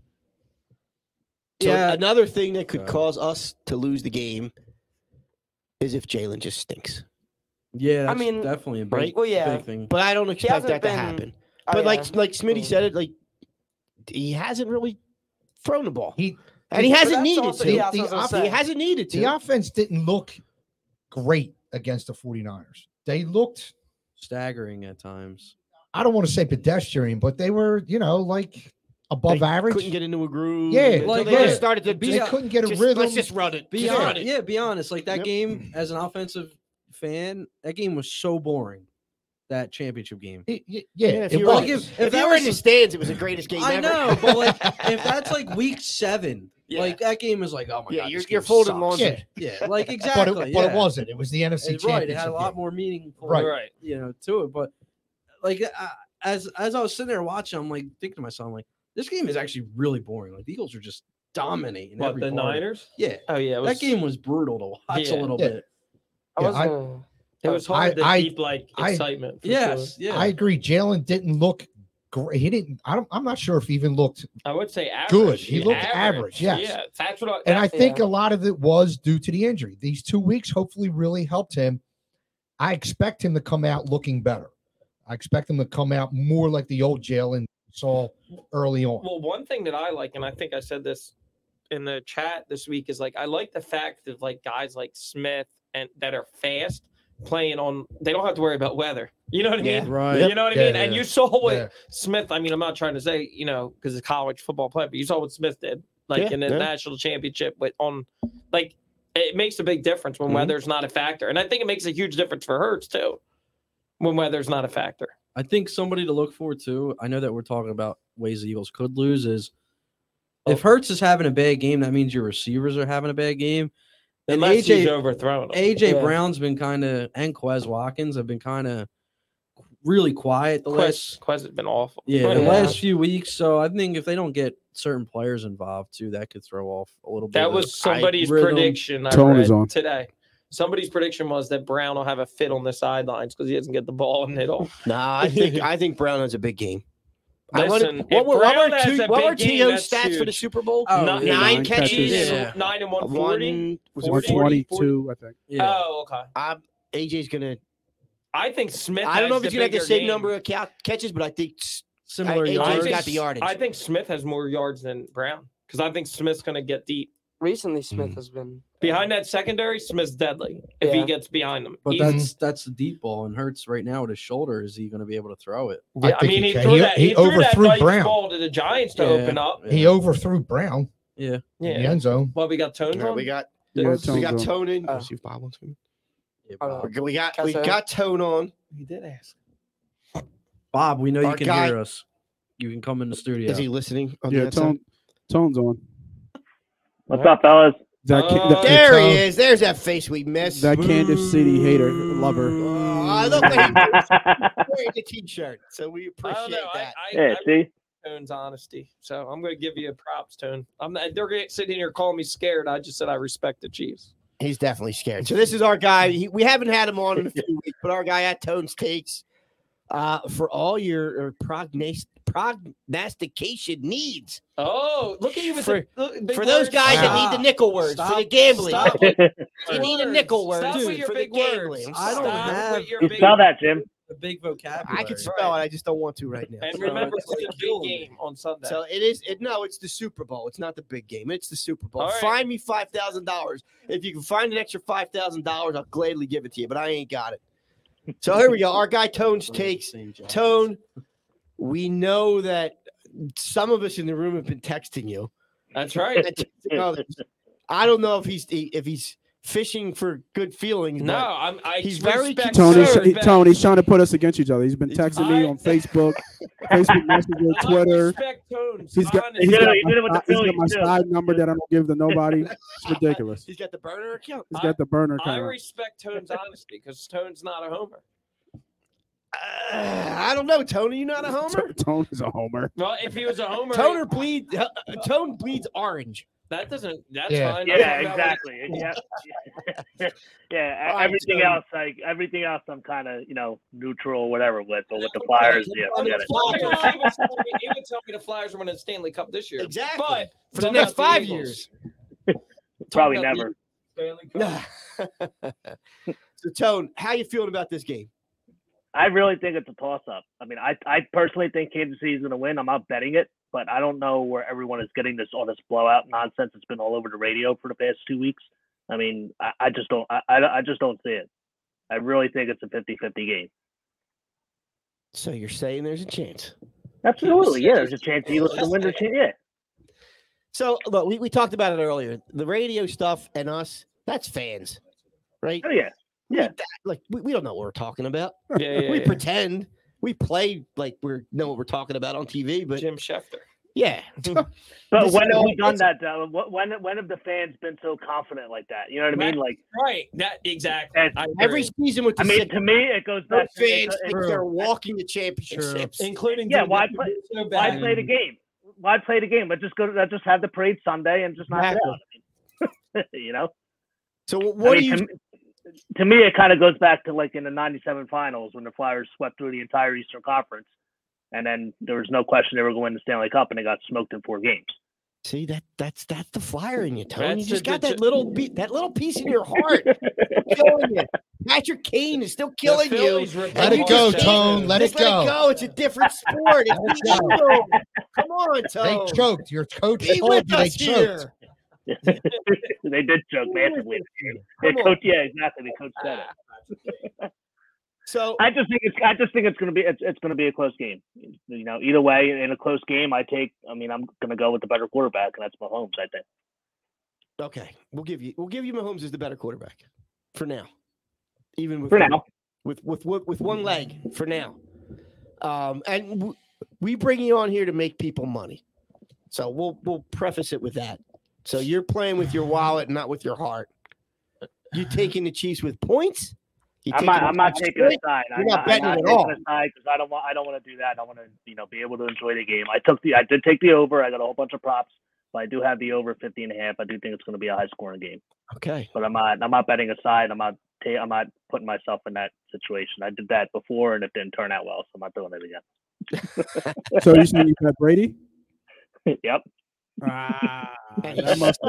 [SPEAKER 3] Yeah.
[SPEAKER 2] another thing that could
[SPEAKER 3] Uh,
[SPEAKER 2] cause us to lose the game is if Jalen just stinks.
[SPEAKER 3] Yeah, that's
[SPEAKER 7] mean,
[SPEAKER 3] definitely a big,
[SPEAKER 2] right?
[SPEAKER 7] Well, yeah.
[SPEAKER 3] big thing.
[SPEAKER 2] But I don't expect
[SPEAKER 7] hasn't
[SPEAKER 2] that to
[SPEAKER 7] been-
[SPEAKER 2] happen.
[SPEAKER 7] uh,
[SPEAKER 2] But
[SPEAKER 7] oh,
[SPEAKER 2] like
[SPEAKER 7] yeah.
[SPEAKER 2] like Smitty
[SPEAKER 7] Mm.
[SPEAKER 2] said it, like he hasn't really thrown the ball.
[SPEAKER 4] He
[SPEAKER 2] and he
[SPEAKER 7] But
[SPEAKER 2] hasn't
[SPEAKER 7] that's
[SPEAKER 2] needed
[SPEAKER 7] also-
[SPEAKER 2] to.
[SPEAKER 7] yeah, that's
[SPEAKER 4] The-
[SPEAKER 7] what I was
[SPEAKER 2] he
[SPEAKER 7] gonna say.
[SPEAKER 2] hasn't needed to.
[SPEAKER 4] the offense didn't look great against the 49ers. They looked
[SPEAKER 3] Staggering at times.
[SPEAKER 4] I don't want to say pedestrian, but they were, you know, like above
[SPEAKER 2] They
[SPEAKER 4] average.
[SPEAKER 2] Couldn't get into a groove.
[SPEAKER 4] Yeah,
[SPEAKER 2] until
[SPEAKER 3] Like,
[SPEAKER 2] they
[SPEAKER 3] yeah.
[SPEAKER 2] just started to
[SPEAKER 3] Be
[SPEAKER 4] they
[SPEAKER 2] just,
[SPEAKER 4] couldn't get a
[SPEAKER 2] just-
[SPEAKER 4] rhythm.
[SPEAKER 2] Let's just run it.
[SPEAKER 3] Be
[SPEAKER 2] Just run
[SPEAKER 3] honest.
[SPEAKER 2] it.
[SPEAKER 3] Yeah, be honest. Like that
[SPEAKER 2] Yep.
[SPEAKER 3] game, as an offensive fan, that game was so boring. That championship game.
[SPEAKER 4] Y- y- yeah,
[SPEAKER 2] Yeah, if
[SPEAKER 4] it
[SPEAKER 2] you were-
[SPEAKER 4] was.
[SPEAKER 3] Like if, if,
[SPEAKER 2] If
[SPEAKER 3] that
[SPEAKER 2] you were in the
[SPEAKER 3] was,
[SPEAKER 2] stands, it was the greatest game
[SPEAKER 3] I
[SPEAKER 2] ever.
[SPEAKER 3] know, but like if that's like week seven,
[SPEAKER 2] Yeah.
[SPEAKER 3] like that game is like, oh my
[SPEAKER 2] yeah,
[SPEAKER 3] god,
[SPEAKER 2] you're,
[SPEAKER 3] this game
[SPEAKER 2] you're folding
[SPEAKER 3] sucks.
[SPEAKER 2] laundry.
[SPEAKER 4] Yeah.
[SPEAKER 3] Yeah, like
[SPEAKER 4] but,
[SPEAKER 3] exactly.
[SPEAKER 4] it, but
[SPEAKER 3] yeah.
[SPEAKER 4] it wasn't. It was the NFC
[SPEAKER 3] It's
[SPEAKER 4] championship.
[SPEAKER 3] right. It had a lot
[SPEAKER 4] game.
[SPEAKER 3] more meaningful,
[SPEAKER 4] Right.
[SPEAKER 5] Right.
[SPEAKER 3] you know, to it. But like uh, as as I was sitting there watching, I'm like thinking to myself, I'm like, this game is actually really boring. Like the Eagles are just dominating.
[SPEAKER 5] What
[SPEAKER 3] every
[SPEAKER 5] the
[SPEAKER 3] part of it.
[SPEAKER 5] Niners?
[SPEAKER 3] Yeah,
[SPEAKER 5] Oh yeah, it was,
[SPEAKER 3] that game was brutal to watch a
[SPEAKER 5] Yeah.
[SPEAKER 3] little
[SPEAKER 4] Yeah.
[SPEAKER 3] bit.
[SPEAKER 7] I
[SPEAKER 4] Yeah,
[SPEAKER 7] was
[SPEAKER 4] I-
[SPEAKER 7] gonna-
[SPEAKER 5] It was
[SPEAKER 4] I-
[SPEAKER 5] hard to
[SPEAKER 4] I-
[SPEAKER 5] keep like
[SPEAKER 4] I-
[SPEAKER 5] excitement. for
[SPEAKER 3] Yes, yeah.
[SPEAKER 4] I agree. Jalen didn't look great. He didn't. I don't, I'm not sure if he even looked.
[SPEAKER 5] sure. I would say average.
[SPEAKER 4] Good. He
[SPEAKER 5] Yeah,
[SPEAKER 4] looked average, yes.
[SPEAKER 5] Yeah, that's what. I,
[SPEAKER 4] And I
[SPEAKER 5] that's-
[SPEAKER 4] think
[SPEAKER 7] Yeah.
[SPEAKER 4] a lot of it was due to the injury. These two weeks hopefully really helped him. I expect him to come out looking better. I expect him to come out more like the old Jalen we saw early on.
[SPEAKER 5] Well, one thing that I like, and I think I said this in the chat this week, is like I like the fact that like guys like Smith and that are fast playing on. They don't have to worry about weather. You know what I mean?
[SPEAKER 3] Right.
[SPEAKER 5] You know what I
[SPEAKER 4] Yeah,
[SPEAKER 5] mean?
[SPEAKER 4] yeah,
[SPEAKER 5] and
[SPEAKER 4] yeah.
[SPEAKER 5] you saw what
[SPEAKER 4] Yeah.
[SPEAKER 5] Smith. I mean, I'm not trying to say you know because it's college football play, but you saw what Smith did, like
[SPEAKER 2] Yeah,
[SPEAKER 5] in the
[SPEAKER 2] yeah.
[SPEAKER 5] national championship. But on, like, it makes a big difference when
[SPEAKER 4] Mm-hmm.
[SPEAKER 2] Mhm.
[SPEAKER 5] weather's not a factor, and I think it makes a huge difference for Hurts too, when weather's not a factor.
[SPEAKER 3] I think somebody to look for too. I know that we're talking about ways the Eagles could lose is
[SPEAKER 5] Oh.
[SPEAKER 3] if Hertz is having a bad game, that means your receivers are having a bad game. And
[SPEAKER 5] Unless he's
[SPEAKER 3] AJ
[SPEAKER 5] overthrown. him.
[SPEAKER 3] AJ
[SPEAKER 7] Yeah.
[SPEAKER 3] Brown's been kind of and Quez Watkins have been kind of really quiet the last
[SPEAKER 5] Quest, Quest has been awful.
[SPEAKER 3] Yeah, the
[SPEAKER 7] Yeah.
[SPEAKER 3] last few weeks. So I think if they don't get certain players involved too, that could throw off a little bit.
[SPEAKER 5] That
[SPEAKER 3] of
[SPEAKER 5] was somebody's
[SPEAKER 3] rhythm.
[SPEAKER 5] prediction. I
[SPEAKER 1] Tone
[SPEAKER 5] read
[SPEAKER 1] is on.
[SPEAKER 5] today. Somebody's prediction was that Brown will have a fit on the sidelines because he doesn't get the ball and it'll.
[SPEAKER 2] Nah, I think I think Brown has a big game. I want
[SPEAKER 5] Listen,
[SPEAKER 2] to. What
[SPEAKER 5] if
[SPEAKER 2] were,
[SPEAKER 5] Brown
[SPEAKER 2] what were,
[SPEAKER 5] has
[SPEAKER 2] two,
[SPEAKER 5] a
[SPEAKER 2] what
[SPEAKER 5] big
[SPEAKER 2] were
[SPEAKER 5] game,
[SPEAKER 2] T.O.'s
[SPEAKER 5] that's
[SPEAKER 2] stats for the
[SPEAKER 5] huge.
[SPEAKER 2] Super Bowl?
[SPEAKER 3] Oh,
[SPEAKER 5] nine,
[SPEAKER 3] yeah,
[SPEAKER 2] nine
[SPEAKER 3] nine
[SPEAKER 2] catches,
[SPEAKER 3] catches.
[SPEAKER 5] Yeah. nine and one forty.
[SPEAKER 2] one. Was it
[SPEAKER 1] Or
[SPEAKER 5] 40,
[SPEAKER 1] 22, I think.
[SPEAKER 3] Yeah.
[SPEAKER 5] Oh, okay.
[SPEAKER 2] I'm, AJ's gonna.
[SPEAKER 5] I think Smith.
[SPEAKER 2] I don't know if
[SPEAKER 5] has
[SPEAKER 2] he's gonna have the
[SPEAKER 5] bigger
[SPEAKER 2] same
[SPEAKER 5] game.
[SPEAKER 2] number of ca- catches, but I think s-
[SPEAKER 3] Similar
[SPEAKER 2] I- AJ's
[SPEAKER 5] I
[SPEAKER 3] yards.
[SPEAKER 5] think-
[SPEAKER 2] got the yardage.
[SPEAKER 5] I think Smith has more yards than Brown because I think Smith's going to get deep
[SPEAKER 7] recently Smith
[SPEAKER 2] Mm.
[SPEAKER 7] has been
[SPEAKER 5] behind that secondary. Smith's deadly if he
[SPEAKER 7] Yeah.
[SPEAKER 5] gets behind them.
[SPEAKER 3] But
[SPEAKER 5] He-
[SPEAKER 3] that's that's the deep ball and Hurts right now with his shoulder. Is he going to be able to throw it?
[SPEAKER 5] yeah, I
[SPEAKER 4] think
[SPEAKER 5] mean,
[SPEAKER 4] he
[SPEAKER 5] he,
[SPEAKER 4] can.
[SPEAKER 5] threw
[SPEAKER 4] He-
[SPEAKER 5] that.
[SPEAKER 4] he
[SPEAKER 5] He, threw that
[SPEAKER 4] overthrew
[SPEAKER 5] Vikings
[SPEAKER 4] Brown.
[SPEAKER 5] ball to the Giants to
[SPEAKER 3] Yeah.
[SPEAKER 5] open up.
[SPEAKER 4] He overthrew Brown
[SPEAKER 3] Yeah.
[SPEAKER 4] in the
[SPEAKER 5] Yeah.
[SPEAKER 4] end zone.
[SPEAKER 5] Well, we got
[SPEAKER 2] All
[SPEAKER 5] Tones
[SPEAKER 2] right,
[SPEAKER 5] on.
[SPEAKER 2] we got
[SPEAKER 1] Yeah,
[SPEAKER 5] Or-
[SPEAKER 1] Tone
[SPEAKER 2] we
[SPEAKER 1] is
[SPEAKER 2] got
[SPEAKER 1] on.
[SPEAKER 2] Tone in.
[SPEAKER 7] Uh,
[SPEAKER 2] see if Bob wants me.
[SPEAKER 3] Yeah,
[SPEAKER 7] I don't
[SPEAKER 3] Bob.
[SPEAKER 7] know.
[SPEAKER 2] We got
[SPEAKER 7] Can I
[SPEAKER 2] we
[SPEAKER 7] say-
[SPEAKER 2] got Tone on.
[SPEAKER 5] Uh, He did ask.
[SPEAKER 3] Bob, we know you
[SPEAKER 2] Our
[SPEAKER 3] can
[SPEAKER 2] guy-
[SPEAKER 3] hear us. You can come in the studio.
[SPEAKER 2] Is he listening? on
[SPEAKER 1] Yeah,
[SPEAKER 2] that side?
[SPEAKER 1] tone, tone's on.
[SPEAKER 10] What's up, fellas?
[SPEAKER 1] That, ca-
[SPEAKER 5] Oh.
[SPEAKER 1] that,
[SPEAKER 2] There he
[SPEAKER 4] Tone.
[SPEAKER 2] is. There's that face we missed.
[SPEAKER 1] that Kansas City hater lover.
[SPEAKER 2] Oh, I look like he's wearing the t-shirt, so we
[SPEAKER 5] I
[SPEAKER 2] appreciate
[SPEAKER 5] don't know. I,
[SPEAKER 2] that.
[SPEAKER 5] I,
[SPEAKER 10] yeah,
[SPEAKER 5] I
[SPEAKER 10] see?
[SPEAKER 5] Tone's honesty. So I'm going to give you a props, Tone. I'm not, they're gonna sitting here calling me scared. I just said I respect the Chiefs.
[SPEAKER 2] He's definitely scared. So this is our guy. He, we haven't had him on in a few weeks, but our guy at Tones Takes. uh, for all your uh, prognos- prognostication needs.
[SPEAKER 5] Oh, look at you with
[SPEAKER 2] For-
[SPEAKER 5] the, look, big
[SPEAKER 2] For those
[SPEAKER 5] words.
[SPEAKER 2] guys that
[SPEAKER 5] Stop.
[SPEAKER 2] need the nickel words for the gambling,
[SPEAKER 5] Stop.
[SPEAKER 10] you
[SPEAKER 2] you
[SPEAKER 5] Words.
[SPEAKER 2] need a nickel word
[SPEAKER 5] Stop
[SPEAKER 2] dude,
[SPEAKER 5] with your
[SPEAKER 2] for the
[SPEAKER 5] big
[SPEAKER 2] gambling.
[SPEAKER 5] words.
[SPEAKER 3] I don't
[SPEAKER 5] Stop
[SPEAKER 3] have-
[SPEAKER 5] with your big
[SPEAKER 10] saw that, Jim.
[SPEAKER 3] The big vocabulary.
[SPEAKER 2] I can spell it. I just don't want to right now.
[SPEAKER 5] And
[SPEAKER 2] So
[SPEAKER 5] remember,
[SPEAKER 2] it's
[SPEAKER 5] it's a
[SPEAKER 2] like-
[SPEAKER 5] big game on Sunday.
[SPEAKER 2] So it is. It, no, it's the Super Bowl. It's not the big game. It's the Super Bowl.
[SPEAKER 5] All right.
[SPEAKER 2] Find me five thousand dollars. If you can find an extra five thousand dollars, I'll gladly give it to you. But I ain't got it. So here we go. Our guy Tones takes Tone. We know that some of us in the room have been texting you.
[SPEAKER 5] That's right.
[SPEAKER 2] and texting others. I don't know if he's if he's fishing for good feelings.
[SPEAKER 5] No,
[SPEAKER 2] but
[SPEAKER 5] I'm. I
[SPEAKER 2] He's very
[SPEAKER 5] respect
[SPEAKER 1] Tony,
[SPEAKER 5] sir,
[SPEAKER 1] sh-
[SPEAKER 5] that-
[SPEAKER 1] Tony's trying to put us against each other. He's been
[SPEAKER 2] It's
[SPEAKER 1] texting me
[SPEAKER 5] I-
[SPEAKER 1] on Facebook, Facebook Messenger,
[SPEAKER 5] I
[SPEAKER 1] Twitter.
[SPEAKER 5] respect Tones.
[SPEAKER 1] He's got,
[SPEAKER 5] honestly.
[SPEAKER 1] he's got,
[SPEAKER 10] it- he did it with
[SPEAKER 1] my,
[SPEAKER 10] the
[SPEAKER 1] he's got my
[SPEAKER 10] Phillies, too.
[SPEAKER 1] side number that I don't give to nobody. It's ridiculous.
[SPEAKER 2] he's got the burner account.
[SPEAKER 1] He's got the burner
[SPEAKER 5] I
[SPEAKER 1] kind
[SPEAKER 5] respect Tone's honesty because Tone's not a homer.
[SPEAKER 2] Uh, I don't know, Tony. You not a homer?
[SPEAKER 1] Tony's a homer.
[SPEAKER 5] Well, if he was a homer,
[SPEAKER 2] Toner bleed. uh, Tone bleeds orange.
[SPEAKER 5] that doesn't. That's
[SPEAKER 4] Yeah.
[SPEAKER 5] fine.
[SPEAKER 10] Yeah,
[SPEAKER 5] I'm not-
[SPEAKER 10] exactly. Yeah, yeah.
[SPEAKER 2] All
[SPEAKER 10] E-,
[SPEAKER 2] right,
[SPEAKER 10] Everything
[SPEAKER 2] so-
[SPEAKER 10] else, like everything else, I'm kind of you know neutral, whatever with. But with the Flyers, yeah,
[SPEAKER 2] I'm
[SPEAKER 10] forget
[SPEAKER 2] a
[SPEAKER 10] it.
[SPEAKER 5] He would tell me- he would tell me the Flyers are winning the Stanley Cup this year.
[SPEAKER 2] Exactly.
[SPEAKER 5] But
[SPEAKER 2] For the
[SPEAKER 5] Talking
[SPEAKER 2] next
[SPEAKER 5] about the
[SPEAKER 2] five
[SPEAKER 5] Eagles.
[SPEAKER 2] years.
[SPEAKER 10] Probably
[SPEAKER 5] Talking about
[SPEAKER 10] never.
[SPEAKER 5] the Stanley Cup.
[SPEAKER 2] so Tone, how you feeling about this game?
[SPEAKER 10] I really think it's a toss-up. I mean, I I personally think Kansas City is going to win. I'm not betting it, but I don't know where everyone is getting this all this blowout nonsense. It's been all over the radio for the past two weeks. I mean, I, I just don't. I, I I just don't see it. I really think it's a 50-50 game.
[SPEAKER 2] So you're saying there's a chance.
[SPEAKER 10] Absolutely, yeah. There's a chance Eagles can win the cha- Yeah,
[SPEAKER 2] So look, we, we talked about it earlier. The radio stuff and us, that's fans. Right?
[SPEAKER 10] oh yeah. Yeah.
[SPEAKER 2] We- that- like we, we don't know what we're talking about.
[SPEAKER 5] Yeah, yeah,
[SPEAKER 2] we
[SPEAKER 5] yeah.
[SPEAKER 2] pretend. We play like we are know what we're talking about on TV, but
[SPEAKER 5] Jim Schefter.
[SPEAKER 2] yeah.
[SPEAKER 10] But
[SPEAKER 2] This
[SPEAKER 10] when
[SPEAKER 2] is
[SPEAKER 10] have
[SPEAKER 2] all-
[SPEAKER 10] we done
[SPEAKER 2] it's-
[SPEAKER 10] that? Though? Wh- When when have the fans been so confident like that? You know what I mean? Like
[SPEAKER 5] Right. That exactly.
[SPEAKER 10] And-
[SPEAKER 5] I agree.
[SPEAKER 2] Every season with the
[SPEAKER 10] I mean,
[SPEAKER 2] six-
[SPEAKER 10] to me, it goes
[SPEAKER 2] no
[SPEAKER 10] back. To, it,
[SPEAKER 2] fans
[SPEAKER 10] it-
[SPEAKER 2] think they're walking the championships.
[SPEAKER 5] including
[SPEAKER 10] yeah,
[SPEAKER 5] Jim
[SPEAKER 10] why
[SPEAKER 5] Schefter.
[SPEAKER 10] play?
[SPEAKER 5] So bad.
[SPEAKER 10] Why play the game? Why play the game? Let's just go. To, let's just have the parade Sunday and just knock
[SPEAKER 2] Exactly.
[SPEAKER 10] it out. you know.
[SPEAKER 2] So
[SPEAKER 10] I
[SPEAKER 2] what do
[SPEAKER 10] mean,
[SPEAKER 2] you
[SPEAKER 10] to, m- to me, it kind of goes back to like in the '97 Finals when the Flyers swept through the entire Eastern Conference, and then there was no question they were going to win the Stanley Cup, and they got smoked in four games.
[SPEAKER 2] See that that's that's the flyer in you, Tony. You
[SPEAKER 5] That's
[SPEAKER 2] just
[SPEAKER 5] the-
[SPEAKER 2] got
[SPEAKER 5] the-
[SPEAKER 2] that little be- that little piece in your heart killing you. Patrick Kane is still killing
[SPEAKER 5] The
[SPEAKER 2] you.
[SPEAKER 5] Phillies ripped
[SPEAKER 4] Let
[SPEAKER 5] the
[SPEAKER 4] it go,
[SPEAKER 5] Hawks.
[SPEAKER 4] Tone. Let it
[SPEAKER 2] Just let it
[SPEAKER 4] go.
[SPEAKER 2] go. It's a different sport. It's
[SPEAKER 4] Let it
[SPEAKER 2] the Eagles. Come on,
[SPEAKER 4] They
[SPEAKER 2] Tone.
[SPEAKER 4] choked. Your coach
[SPEAKER 2] Oh. Be
[SPEAKER 4] told
[SPEAKER 2] with
[SPEAKER 4] you they
[SPEAKER 2] us
[SPEAKER 4] choked.
[SPEAKER 2] here.
[SPEAKER 10] they did joke
[SPEAKER 2] Be with
[SPEAKER 10] massively.
[SPEAKER 2] us here.
[SPEAKER 10] They
[SPEAKER 2] Come on.
[SPEAKER 10] coach, yeah, exactly. They coached that.
[SPEAKER 2] So
[SPEAKER 10] I just think it's I just think it's gonna be it's, it's gonna be a close game. You know, either way, in a close game, I take. I mean, I'm gonna go with the better quarterback, and that's Mahomes. I think.
[SPEAKER 2] okay, we'll give you we'll give you Mahomes as the better quarterback for now. Even with
[SPEAKER 10] For now,
[SPEAKER 2] with with with, with one leg for now. Um, and w- we bring you on here to make people money, so we'll we'll preface it with that. So you're playing with your wallet, not with your heart. You taking the Chiefs with points? You
[SPEAKER 10] I'm not.
[SPEAKER 2] taking
[SPEAKER 10] I'm
[SPEAKER 2] the
[SPEAKER 10] not
[SPEAKER 2] Chiefs
[SPEAKER 10] taking a
[SPEAKER 2] straight?
[SPEAKER 10] side. I'm
[SPEAKER 2] You're not
[SPEAKER 10] not,
[SPEAKER 2] betting
[SPEAKER 10] I'm
[SPEAKER 2] at
[SPEAKER 10] not taking
[SPEAKER 2] all.
[SPEAKER 10] a side because I don't want. I don't want to do that. I want to, you know, be able to enjoy the game. I took the. I did take the over. I got a whole bunch of props, but I do have the over 50 and a half. I do think it's gonna be a high scoring game,
[SPEAKER 2] Okay.
[SPEAKER 10] but I'm not. I'm not betting a side. I'm not. ta- I'm not putting myself in that situation. I did that before, and it didn't turn out well, so I'm not doing it again.
[SPEAKER 1] So you saying you got Brady?
[SPEAKER 10] yep.
[SPEAKER 1] That must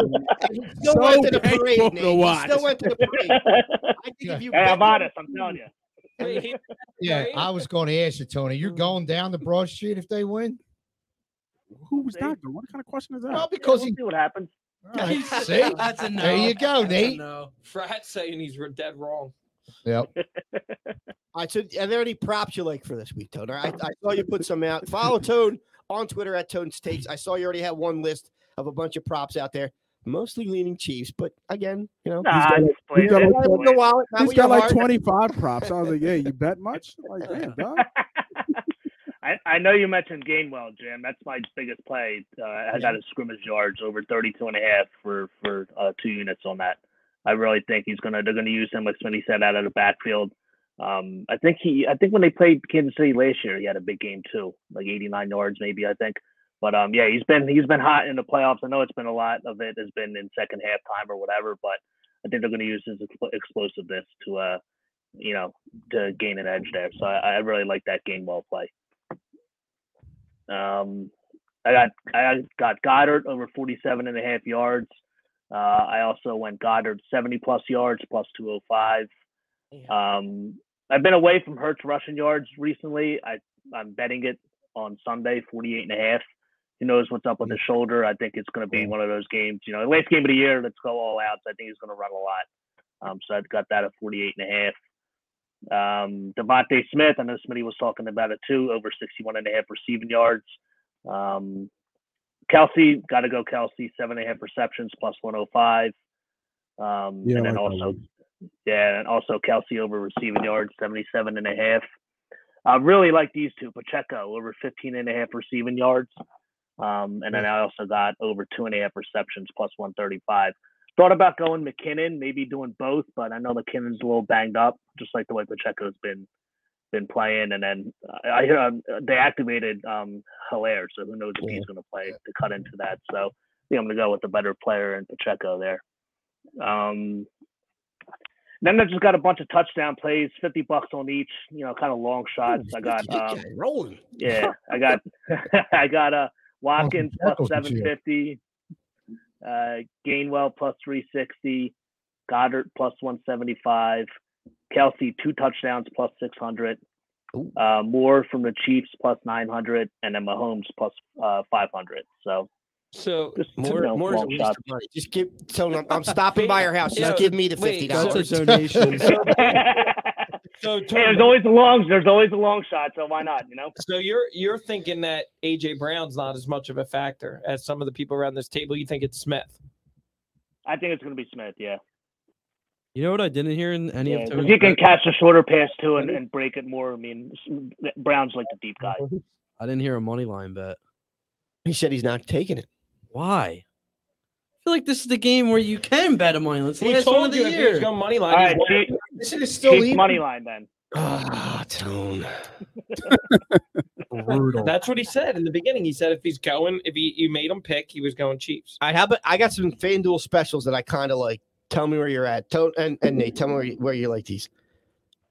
[SPEAKER 2] Still
[SPEAKER 1] So
[SPEAKER 2] went to the
[SPEAKER 1] painful
[SPEAKER 2] parade.
[SPEAKER 1] to
[SPEAKER 2] Nate. You
[SPEAKER 1] watch.
[SPEAKER 2] Still went to the parade.
[SPEAKER 10] hey,
[SPEAKER 2] I think if you bet-
[SPEAKER 10] I'm honest. I'm telling you.
[SPEAKER 5] Wait, he-
[SPEAKER 4] Yeah,
[SPEAKER 5] Right?
[SPEAKER 4] I was going to ask you, Tony.
[SPEAKER 5] Mm.
[SPEAKER 4] You're going down the broad street if they win?
[SPEAKER 1] Who was that? though? What kind of question is
[SPEAKER 4] Well,
[SPEAKER 1] that?
[SPEAKER 4] because
[SPEAKER 10] we'll
[SPEAKER 4] he.
[SPEAKER 10] see what happens.
[SPEAKER 4] All right, see?
[SPEAKER 3] That's a no.
[SPEAKER 4] There you go,
[SPEAKER 3] That's a
[SPEAKER 4] Nate.
[SPEAKER 3] no.
[SPEAKER 5] Frat's saying he's re- dead wrong.
[SPEAKER 4] Yep.
[SPEAKER 2] All right, so are there any props you like for this week, Tone? I, I saw you put some out. Follow Tone on Twitter at Tone Takes. I saw you already had one list of a bunch of props out there, mostly leaning Chiefs, but again, you know,
[SPEAKER 10] Nah,
[SPEAKER 1] got
[SPEAKER 10] I
[SPEAKER 1] like-
[SPEAKER 10] just played
[SPEAKER 1] got
[SPEAKER 10] it.
[SPEAKER 1] like
[SPEAKER 2] not with the wallet, not
[SPEAKER 1] He's
[SPEAKER 2] with your
[SPEAKER 1] got like
[SPEAKER 2] heart.
[SPEAKER 1] 25 props. I was like, yeah, you bet much? Like, damn, dog.
[SPEAKER 10] I, I know you mentioned Gainwell, Jim. That's my biggest play. Uh, I got his scrimmage yards over 32 and a half for for uh, two units on that. I really think he's gonna they're gonna use him like Smitty said out of the backfield. Um, I think he I think when they played Kansas City last year, he had a big game too, like 89 yards maybe I think. But um, yeah, he's been he's been hot in the playoffs. I know it's been a lot of it has been in second half time or whatever, but I think they're gonna use his expl- explosiveness to uh you know, to gain an edge there. So I, I really like that Gainwell play. Um, I got I got Goddard over 47 and a half yards. Uh, I also went Goddard 70 plus yards plus 205. Um, I've been away from Hertz rushing yards recently. I I'm betting it on Sunday 48 and a half. He knows what's up with his shoulder. I think it's going to be one of those games. You know, last game of the year, let's go all out. So I think he's going to run a lot. Um, so I've got that at 48 and a half. Um, Devontae Smith, I know Smitty was talking about it too, over 61 and a half receiving yards. Um, Kelsey, got to go Kelsey, seven and a half receptions plus 105. Um,
[SPEAKER 1] Yeah, I
[SPEAKER 10] and then
[SPEAKER 1] like that
[SPEAKER 10] also,
[SPEAKER 1] one.
[SPEAKER 10] yeah, and also Kelsey over receiving yards, 77 and a half. I really like these two, Pacheco over 15 and a half receiving yards. Um, and then I also got over two and a half receptions plus 135. Thought about going McKinnon, maybe doing both, but I know McKinnon's a little banged up, just like the way Pacheco's been been playing. And then uh, I hear um, they activated um, Hilaire, so who knows if he's going to play to cut into that. So I think I'm going to go with the better player in Pacheco there. Um, then I just got a bunch of touchdown plays, 50 bucks on each, you know, kind of long shots. I got um,
[SPEAKER 2] rolling.
[SPEAKER 10] yeah, I got I got uh, Watkins plus
[SPEAKER 4] tackles this
[SPEAKER 10] seven
[SPEAKER 4] year.
[SPEAKER 10] fifty, uh, Gainwell plus three sixty, Goddard plus one seventy five, Kelsey two touchdowns plus six hundred, uh, Moore from the Chiefs plus nine hundred, and then Mahomes plus uh, five hundred. So
[SPEAKER 5] So
[SPEAKER 10] just you
[SPEAKER 2] More,
[SPEAKER 10] know,
[SPEAKER 2] more is a
[SPEAKER 10] long
[SPEAKER 2] waste
[SPEAKER 10] shot.
[SPEAKER 2] of money. Just give. Tell them I'm, I'm stopping by your house. Just
[SPEAKER 5] Yeah.
[SPEAKER 2] give me the fifty
[SPEAKER 5] Wait,
[SPEAKER 2] dollars.
[SPEAKER 5] so-
[SPEAKER 1] donations.
[SPEAKER 5] so
[SPEAKER 10] Hey, there's always a long there's always a long shot, so why not? You know.
[SPEAKER 5] So you're you're thinking that AJ Brown's not as much of a factor as some of the people around this table. You think it's Smith?
[SPEAKER 10] I think it's going to be Smith, yeah.
[SPEAKER 3] You know what I didn't hear in any
[SPEAKER 10] yeah.
[SPEAKER 3] of
[SPEAKER 10] 'cause
[SPEAKER 3] Tony's
[SPEAKER 10] He can
[SPEAKER 3] bet?
[SPEAKER 10] catch a shorter pass too and, and break it more. I mean, s- Brown's like the deep guy.
[SPEAKER 3] I didn't hear a money line bet.
[SPEAKER 2] He said he's not taking it.
[SPEAKER 3] Why? I feel like this is the game where you can bet a money line. It's the
[SPEAKER 5] We
[SPEAKER 3] last one of
[SPEAKER 5] told you
[SPEAKER 3] the
[SPEAKER 5] if he was
[SPEAKER 3] year.
[SPEAKER 5] going money
[SPEAKER 10] All right,
[SPEAKER 5] line.
[SPEAKER 10] Chief,
[SPEAKER 2] This is
[SPEAKER 10] Chiefs money line then.
[SPEAKER 2] Ah, Tone.
[SPEAKER 5] Brutal. That's what he said in the beginning. He said if he's going, if he you made him pick, he was going Chiefs.
[SPEAKER 2] I have. A, I got some FanDuel specials that I kind of like. Tell me where you're at. Tone and, and Nate, tell me where you, where you like these.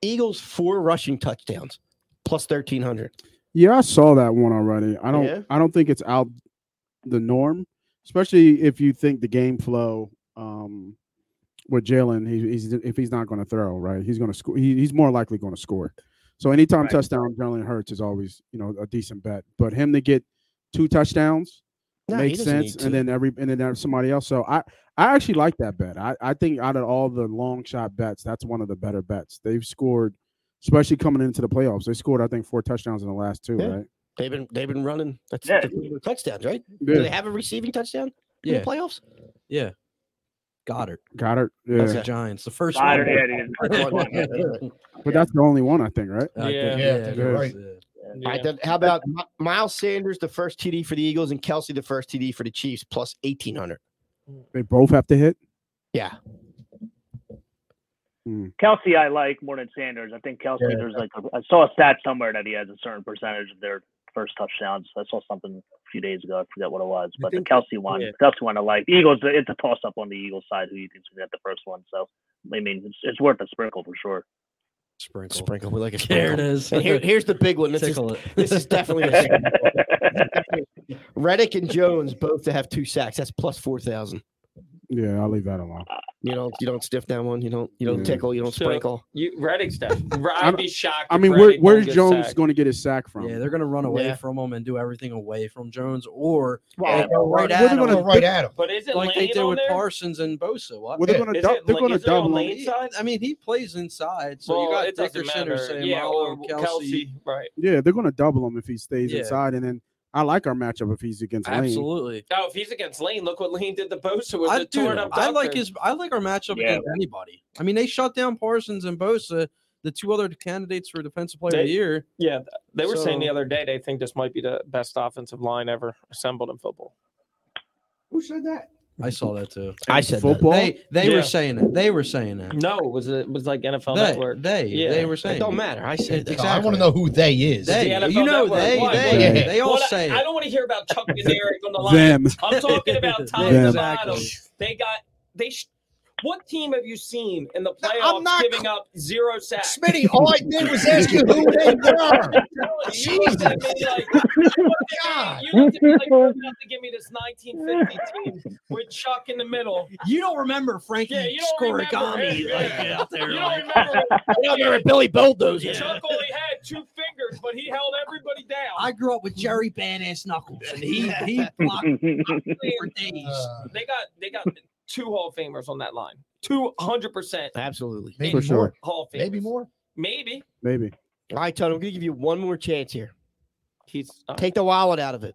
[SPEAKER 2] Eagles four rushing touchdowns plus thirteen hundred.
[SPEAKER 1] Yeah, I saw that one already. I don't
[SPEAKER 2] Yeah?
[SPEAKER 1] I don't think it's out the norm, especially if you think the game flow um with Jalen, he, he's if he's not going to throw, right? He's going to score. He, he's more likely going to score. So anytime
[SPEAKER 10] Right.
[SPEAKER 1] touchdown Jalen Hurts is always you know a decent bet. But him to get two touchdowns makes sense, and then every and then there's somebody else. So I I actually like that bet. I I think out of all the long shot bets, that's one of the better bets. They've scored, especially coming into the playoffs. They scored I think four touchdowns in the last two,
[SPEAKER 2] Yeah.
[SPEAKER 1] right?
[SPEAKER 2] they've been they've been running. That's
[SPEAKER 10] Yeah.
[SPEAKER 2] that's their touchdowns, right? Do
[SPEAKER 1] Yeah.
[SPEAKER 2] they have a receiving touchdown in
[SPEAKER 3] yeah,
[SPEAKER 2] the playoffs?
[SPEAKER 3] yeah. Goddard.
[SPEAKER 1] Goddard. Yeah.
[SPEAKER 3] That's the Giants. The first
[SPEAKER 10] Goddard,
[SPEAKER 3] one.
[SPEAKER 10] yeah, dude. First one, yeah.
[SPEAKER 1] But that's the only one Uh, I think, right?
[SPEAKER 3] I
[SPEAKER 5] Yeah.
[SPEAKER 3] think-
[SPEAKER 4] Yeah, I think you're
[SPEAKER 3] it
[SPEAKER 4] right.
[SPEAKER 3] was, uh,
[SPEAKER 2] All right, then how about Mi- Miles Sanders, the first TD for the Eagles, and Kelsey, the first TD for the Chiefs, plus eighteen hundred.
[SPEAKER 1] They both have to hit.
[SPEAKER 2] Yeah,
[SPEAKER 10] Kelsey, I like more than Sanders. I think Kelsey,
[SPEAKER 4] Yeah.
[SPEAKER 10] there's like a, I saw a stat somewhere that he has a certain percentage of their first touchdowns. I saw something a few days ago. I forget what it was, but the Kelsey one,
[SPEAKER 3] yeah.
[SPEAKER 10] Kelsey one, I like. Eagles, it's a toss up on the Eagles side who you can get the first one. So I mean, it's, it's worth a sprinkle for sure.
[SPEAKER 3] Sprinkle.
[SPEAKER 2] sprinkle. We like a
[SPEAKER 3] There it
[SPEAKER 2] sprinkle.
[SPEAKER 3] is.
[SPEAKER 2] And here, here's the big one. This is,
[SPEAKER 3] Tickle it.
[SPEAKER 2] this is definitely a sprinkle. Reddick and Jones both to have two sacks. That's plus four thousand.
[SPEAKER 1] Yeah, I'll leave that alone.
[SPEAKER 2] You don't you don't stiff that one. You don't you don't
[SPEAKER 1] Yeah.
[SPEAKER 2] tickle. You don't
[SPEAKER 5] So-
[SPEAKER 2] sprinkle.
[SPEAKER 5] You Reddick stuff. I'd
[SPEAKER 1] I'm-
[SPEAKER 5] be shocked.
[SPEAKER 1] I
[SPEAKER 5] if
[SPEAKER 1] mean, where,
[SPEAKER 5] Reddick
[SPEAKER 1] where's
[SPEAKER 5] don't get
[SPEAKER 1] Jones
[SPEAKER 5] sacked.
[SPEAKER 1] going to get his sack from?
[SPEAKER 3] Yeah, they're gonna run away
[SPEAKER 2] Yeah.
[SPEAKER 3] from him and do everything away from Jones, or
[SPEAKER 10] Yeah.
[SPEAKER 4] Well, go
[SPEAKER 3] Right
[SPEAKER 4] right,
[SPEAKER 3] at
[SPEAKER 4] we're
[SPEAKER 3] him.
[SPEAKER 4] going to right at him.
[SPEAKER 5] But is it
[SPEAKER 3] like
[SPEAKER 5] Lane
[SPEAKER 3] they did
[SPEAKER 5] on
[SPEAKER 3] with
[SPEAKER 5] there?
[SPEAKER 3] Parsons and Bosa. What?
[SPEAKER 1] well, they're
[SPEAKER 4] Yeah.
[SPEAKER 1] going to
[SPEAKER 5] Is
[SPEAKER 1] dou-
[SPEAKER 5] it
[SPEAKER 1] they're
[SPEAKER 5] like-
[SPEAKER 1] going to
[SPEAKER 5] is there a
[SPEAKER 1] double him.
[SPEAKER 5] lane? inside?
[SPEAKER 3] I mean, he plays inside, so
[SPEAKER 5] Well,
[SPEAKER 3] you
[SPEAKER 5] it
[SPEAKER 3] got
[SPEAKER 5] doesn't
[SPEAKER 3] Dickerson or
[SPEAKER 5] matter.
[SPEAKER 3] saying,
[SPEAKER 5] yeah,
[SPEAKER 3] "Oh,
[SPEAKER 5] or
[SPEAKER 3] Kelsey."
[SPEAKER 5] right?
[SPEAKER 1] Yeah, they're going to double him if he stays
[SPEAKER 3] Yeah.
[SPEAKER 1] inside. And then I like our matchup if he's against Lane.
[SPEAKER 3] Absolutely.
[SPEAKER 5] Oh, if he's against Lane, look what Lane did to Bosa with
[SPEAKER 3] I,
[SPEAKER 5] the torn
[SPEAKER 3] dude,
[SPEAKER 5] up.
[SPEAKER 3] I like
[SPEAKER 5] doctor.
[SPEAKER 3] his. I like our matchup
[SPEAKER 10] Yeah.
[SPEAKER 3] against anybody. I mean, they shut down Parsons and Bosa, the two other candidates for Defensive Player of
[SPEAKER 5] They-
[SPEAKER 3] the Year.
[SPEAKER 5] Yeah, th- they were saying the
[SPEAKER 3] So-
[SPEAKER 5] other day they think this might be the best offensive line ever assembled in football.
[SPEAKER 4] Who said that?
[SPEAKER 3] I saw that too.
[SPEAKER 2] I said that.
[SPEAKER 1] football.
[SPEAKER 3] They they
[SPEAKER 5] Yeah.
[SPEAKER 3] were saying it. They were saying that.
[SPEAKER 5] No, it was it was like NFL
[SPEAKER 3] they
[SPEAKER 5] Network.
[SPEAKER 3] they,
[SPEAKER 5] Yeah.
[SPEAKER 3] they were
[SPEAKER 2] It
[SPEAKER 3] saying
[SPEAKER 2] don't
[SPEAKER 3] it.
[SPEAKER 2] matter. I said
[SPEAKER 3] It-
[SPEAKER 2] that.
[SPEAKER 4] No, I want to know who they is.
[SPEAKER 3] They,
[SPEAKER 5] The NFL
[SPEAKER 3] you know,
[SPEAKER 5] Network.
[SPEAKER 3] they,
[SPEAKER 5] Why?
[SPEAKER 3] they,
[SPEAKER 4] Yeah.
[SPEAKER 3] they all
[SPEAKER 5] Well,
[SPEAKER 3] say
[SPEAKER 5] I
[SPEAKER 3] it.
[SPEAKER 5] don't want to hear about Chuck Bednarik on the line.
[SPEAKER 1] Them.
[SPEAKER 5] I'm talking about Tom
[SPEAKER 1] Them.
[SPEAKER 5] Them.
[SPEAKER 3] Exactly.
[SPEAKER 5] They got they sh- What team have you seen in the playoffs
[SPEAKER 4] I'm not-
[SPEAKER 5] giving up zero sacks?
[SPEAKER 4] Smitty, all I did was ask you who they were.
[SPEAKER 5] You looked at me like, you looked at me- you looked at me like you're about to give me this 1950 team with Chuck in the middle.
[SPEAKER 11] You don't remember Frankie
[SPEAKER 5] Yeah, you don't remember
[SPEAKER 11] Scorigami
[SPEAKER 5] him, yeah.
[SPEAKER 11] like out there.
[SPEAKER 5] You don't
[SPEAKER 11] like-
[SPEAKER 5] remember
[SPEAKER 11] You don't remember Billy Bulldozer.
[SPEAKER 5] Chuck only had two fingers, but he held everybody down.
[SPEAKER 11] I grew up with Jerry Badass Knuckles, and he he blocked me for days.
[SPEAKER 4] Uh,
[SPEAKER 5] they got they got two Hall of Famers on that line. Two hundred percent
[SPEAKER 11] Absolutely.
[SPEAKER 4] maybe
[SPEAKER 1] For
[SPEAKER 4] more.
[SPEAKER 1] sure.
[SPEAKER 5] Hall of Famers.
[SPEAKER 4] Maybe more.
[SPEAKER 5] Maybe.
[SPEAKER 1] Maybe.
[SPEAKER 2] All right, Todd, I'm going to give you one more chance here.
[SPEAKER 5] He's uh,
[SPEAKER 2] Take the wallet out of it.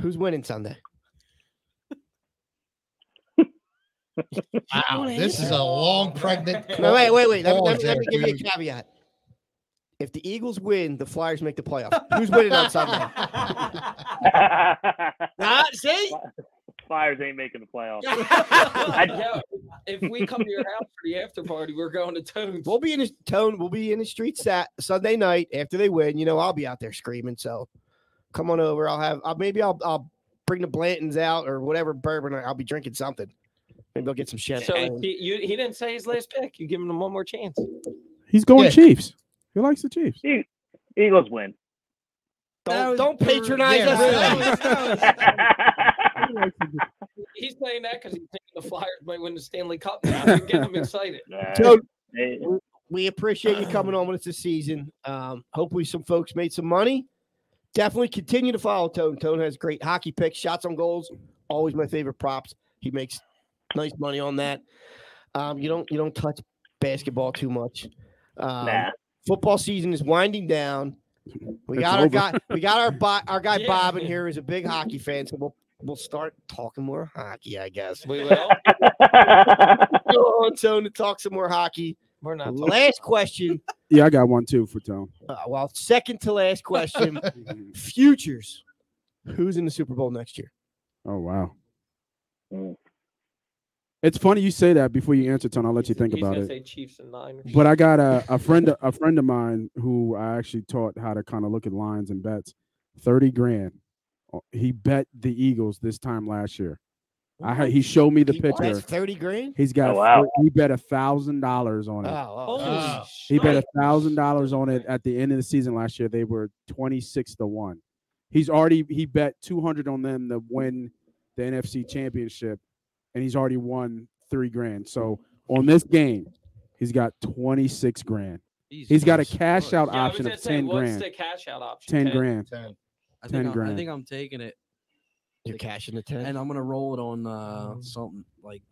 [SPEAKER 2] Who's winning Sunday?
[SPEAKER 4] Wow, this is a long pregnant.
[SPEAKER 2] No, wait, wait, wait. Let me,
[SPEAKER 4] pause
[SPEAKER 2] let me- let me
[SPEAKER 4] there,
[SPEAKER 2] give you
[SPEAKER 4] dude.
[SPEAKER 2] a caveat. If the Eagles win, the Flyers make the playoffs. Who's winning on Sunday? Ah, see?
[SPEAKER 10] Flyers ain't making the playoffs.
[SPEAKER 5] yo, if we come to your house for the after party, we're going to Tones.
[SPEAKER 2] We'll be in the tone. We'll be in the streets that Sunday night after they win. You know, I'll be out there screaming. So come on over. I'll have. I'll, maybe I'll. I'll bring the Blantons out or whatever bourbon. I'll be drinking something. Maybe I'll get some
[SPEAKER 5] so
[SPEAKER 2] champagne.
[SPEAKER 5] he, you, he didn't say his last pick. You give him one more chance.
[SPEAKER 1] He's going
[SPEAKER 4] Yeah.
[SPEAKER 1] Chiefs. He likes the Chiefs.
[SPEAKER 10] Eagles win.
[SPEAKER 2] Don't, don't patronize
[SPEAKER 4] Yeah, really.
[SPEAKER 2] us.
[SPEAKER 1] He likes the-
[SPEAKER 5] He's saying that because he's thinking the Flyers might win the Stanley Cup. Now. You're getting him excited.
[SPEAKER 10] Nah,
[SPEAKER 2] So
[SPEAKER 10] they-
[SPEAKER 2] we appreciate you coming on with us this season. Um, hopefully, some folks made some money. Definitely continue to follow Tone. Tone has great hockey picks, shots on goals, always my favorite props. He makes nice money on that. Um, you don't you don't touch basketball too much. Um,
[SPEAKER 10] nah.
[SPEAKER 2] Football season is winding down. We
[SPEAKER 1] It's
[SPEAKER 2] got our
[SPEAKER 1] over.
[SPEAKER 2] guy. We got our bo- our guy
[SPEAKER 5] Yeah.
[SPEAKER 2] Bob in here. Is a big hockey fan, so we'll we'll start talking more hockey, I guess.
[SPEAKER 5] We will.
[SPEAKER 2] Go on Tone to talk some more hockey.
[SPEAKER 5] We're not. Talking.
[SPEAKER 2] Last question.
[SPEAKER 1] Yeah, I got one too for Tone.
[SPEAKER 2] Uh, well, second to last question. futures. Who's in the Super Bowl next year?
[SPEAKER 1] Oh wow.
[SPEAKER 10] Mm.
[SPEAKER 1] It's funny you say that before you answer, Tone. I'll let you
[SPEAKER 5] He's-
[SPEAKER 1] think
[SPEAKER 5] he's
[SPEAKER 1] about
[SPEAKER 5] gonna
[SPEAKER 1] it.
[SPEAKER 5] Say Chiefs and Niners.
[SPEAKER 1] But I got a, a friend a friend of mine who I actually taught how to kind of look at lines and bets. Thirty grand. Uh, He bet the Eagles this time last year. I had, he showed me the
[SPEAKER 2] He- that's
[SPEAKER 1] picture.
[SPEAKER 2] thirty grand.
[SPEAKER 1] He's got
[SPEAKER 10] Oh, wow.
[SPEAKER 1] four- he bet a thousand dollars on
[SPEAKER 2] Oh,
[SPEAKER 1] it.
[SPEAKER 2] oh,
[SPEAKER 5] Holy
[SPEAKER 2] oh.
[SPEAKER 1] He bet a
[SPEAKER 5] shit.
[SPEAKER 1] thousand dollars on it at the end of the season last year. They were twenty six to one. He's already he bet two hundred on them to win the NFC championship, and he's already won three grand. So on this game, he's got twenty six grand. He's got a cash out
[SPEAKER 5] Yeah, I was
[SPEAKER 1] option
[SPEAKER 5] gonna
[SPEAKER 1] of
[SPEAKER 5] say,
[SPEAKER 1] ten
[SPEAKER 5] what's
[SPEAKER 1] grand.
[SPEAKER 5] the cash out option?
[SPEAKER 1] Ten
[SPEAKER 5] Ted?
[SPEAKER 1] grand.
[SPEAKER 4] Ten.
[SPEAKER 3] I
[SPEAKER 1] 10
[SPEAKER 3] think, I'm,
[SPEAKER 1] grand.
[SPEAKER 3] I think I'm taking it,
[SPEAKER 2] You're cashing the ten.
[SPEAKER 3] and I'm gonna roll it on uh, something like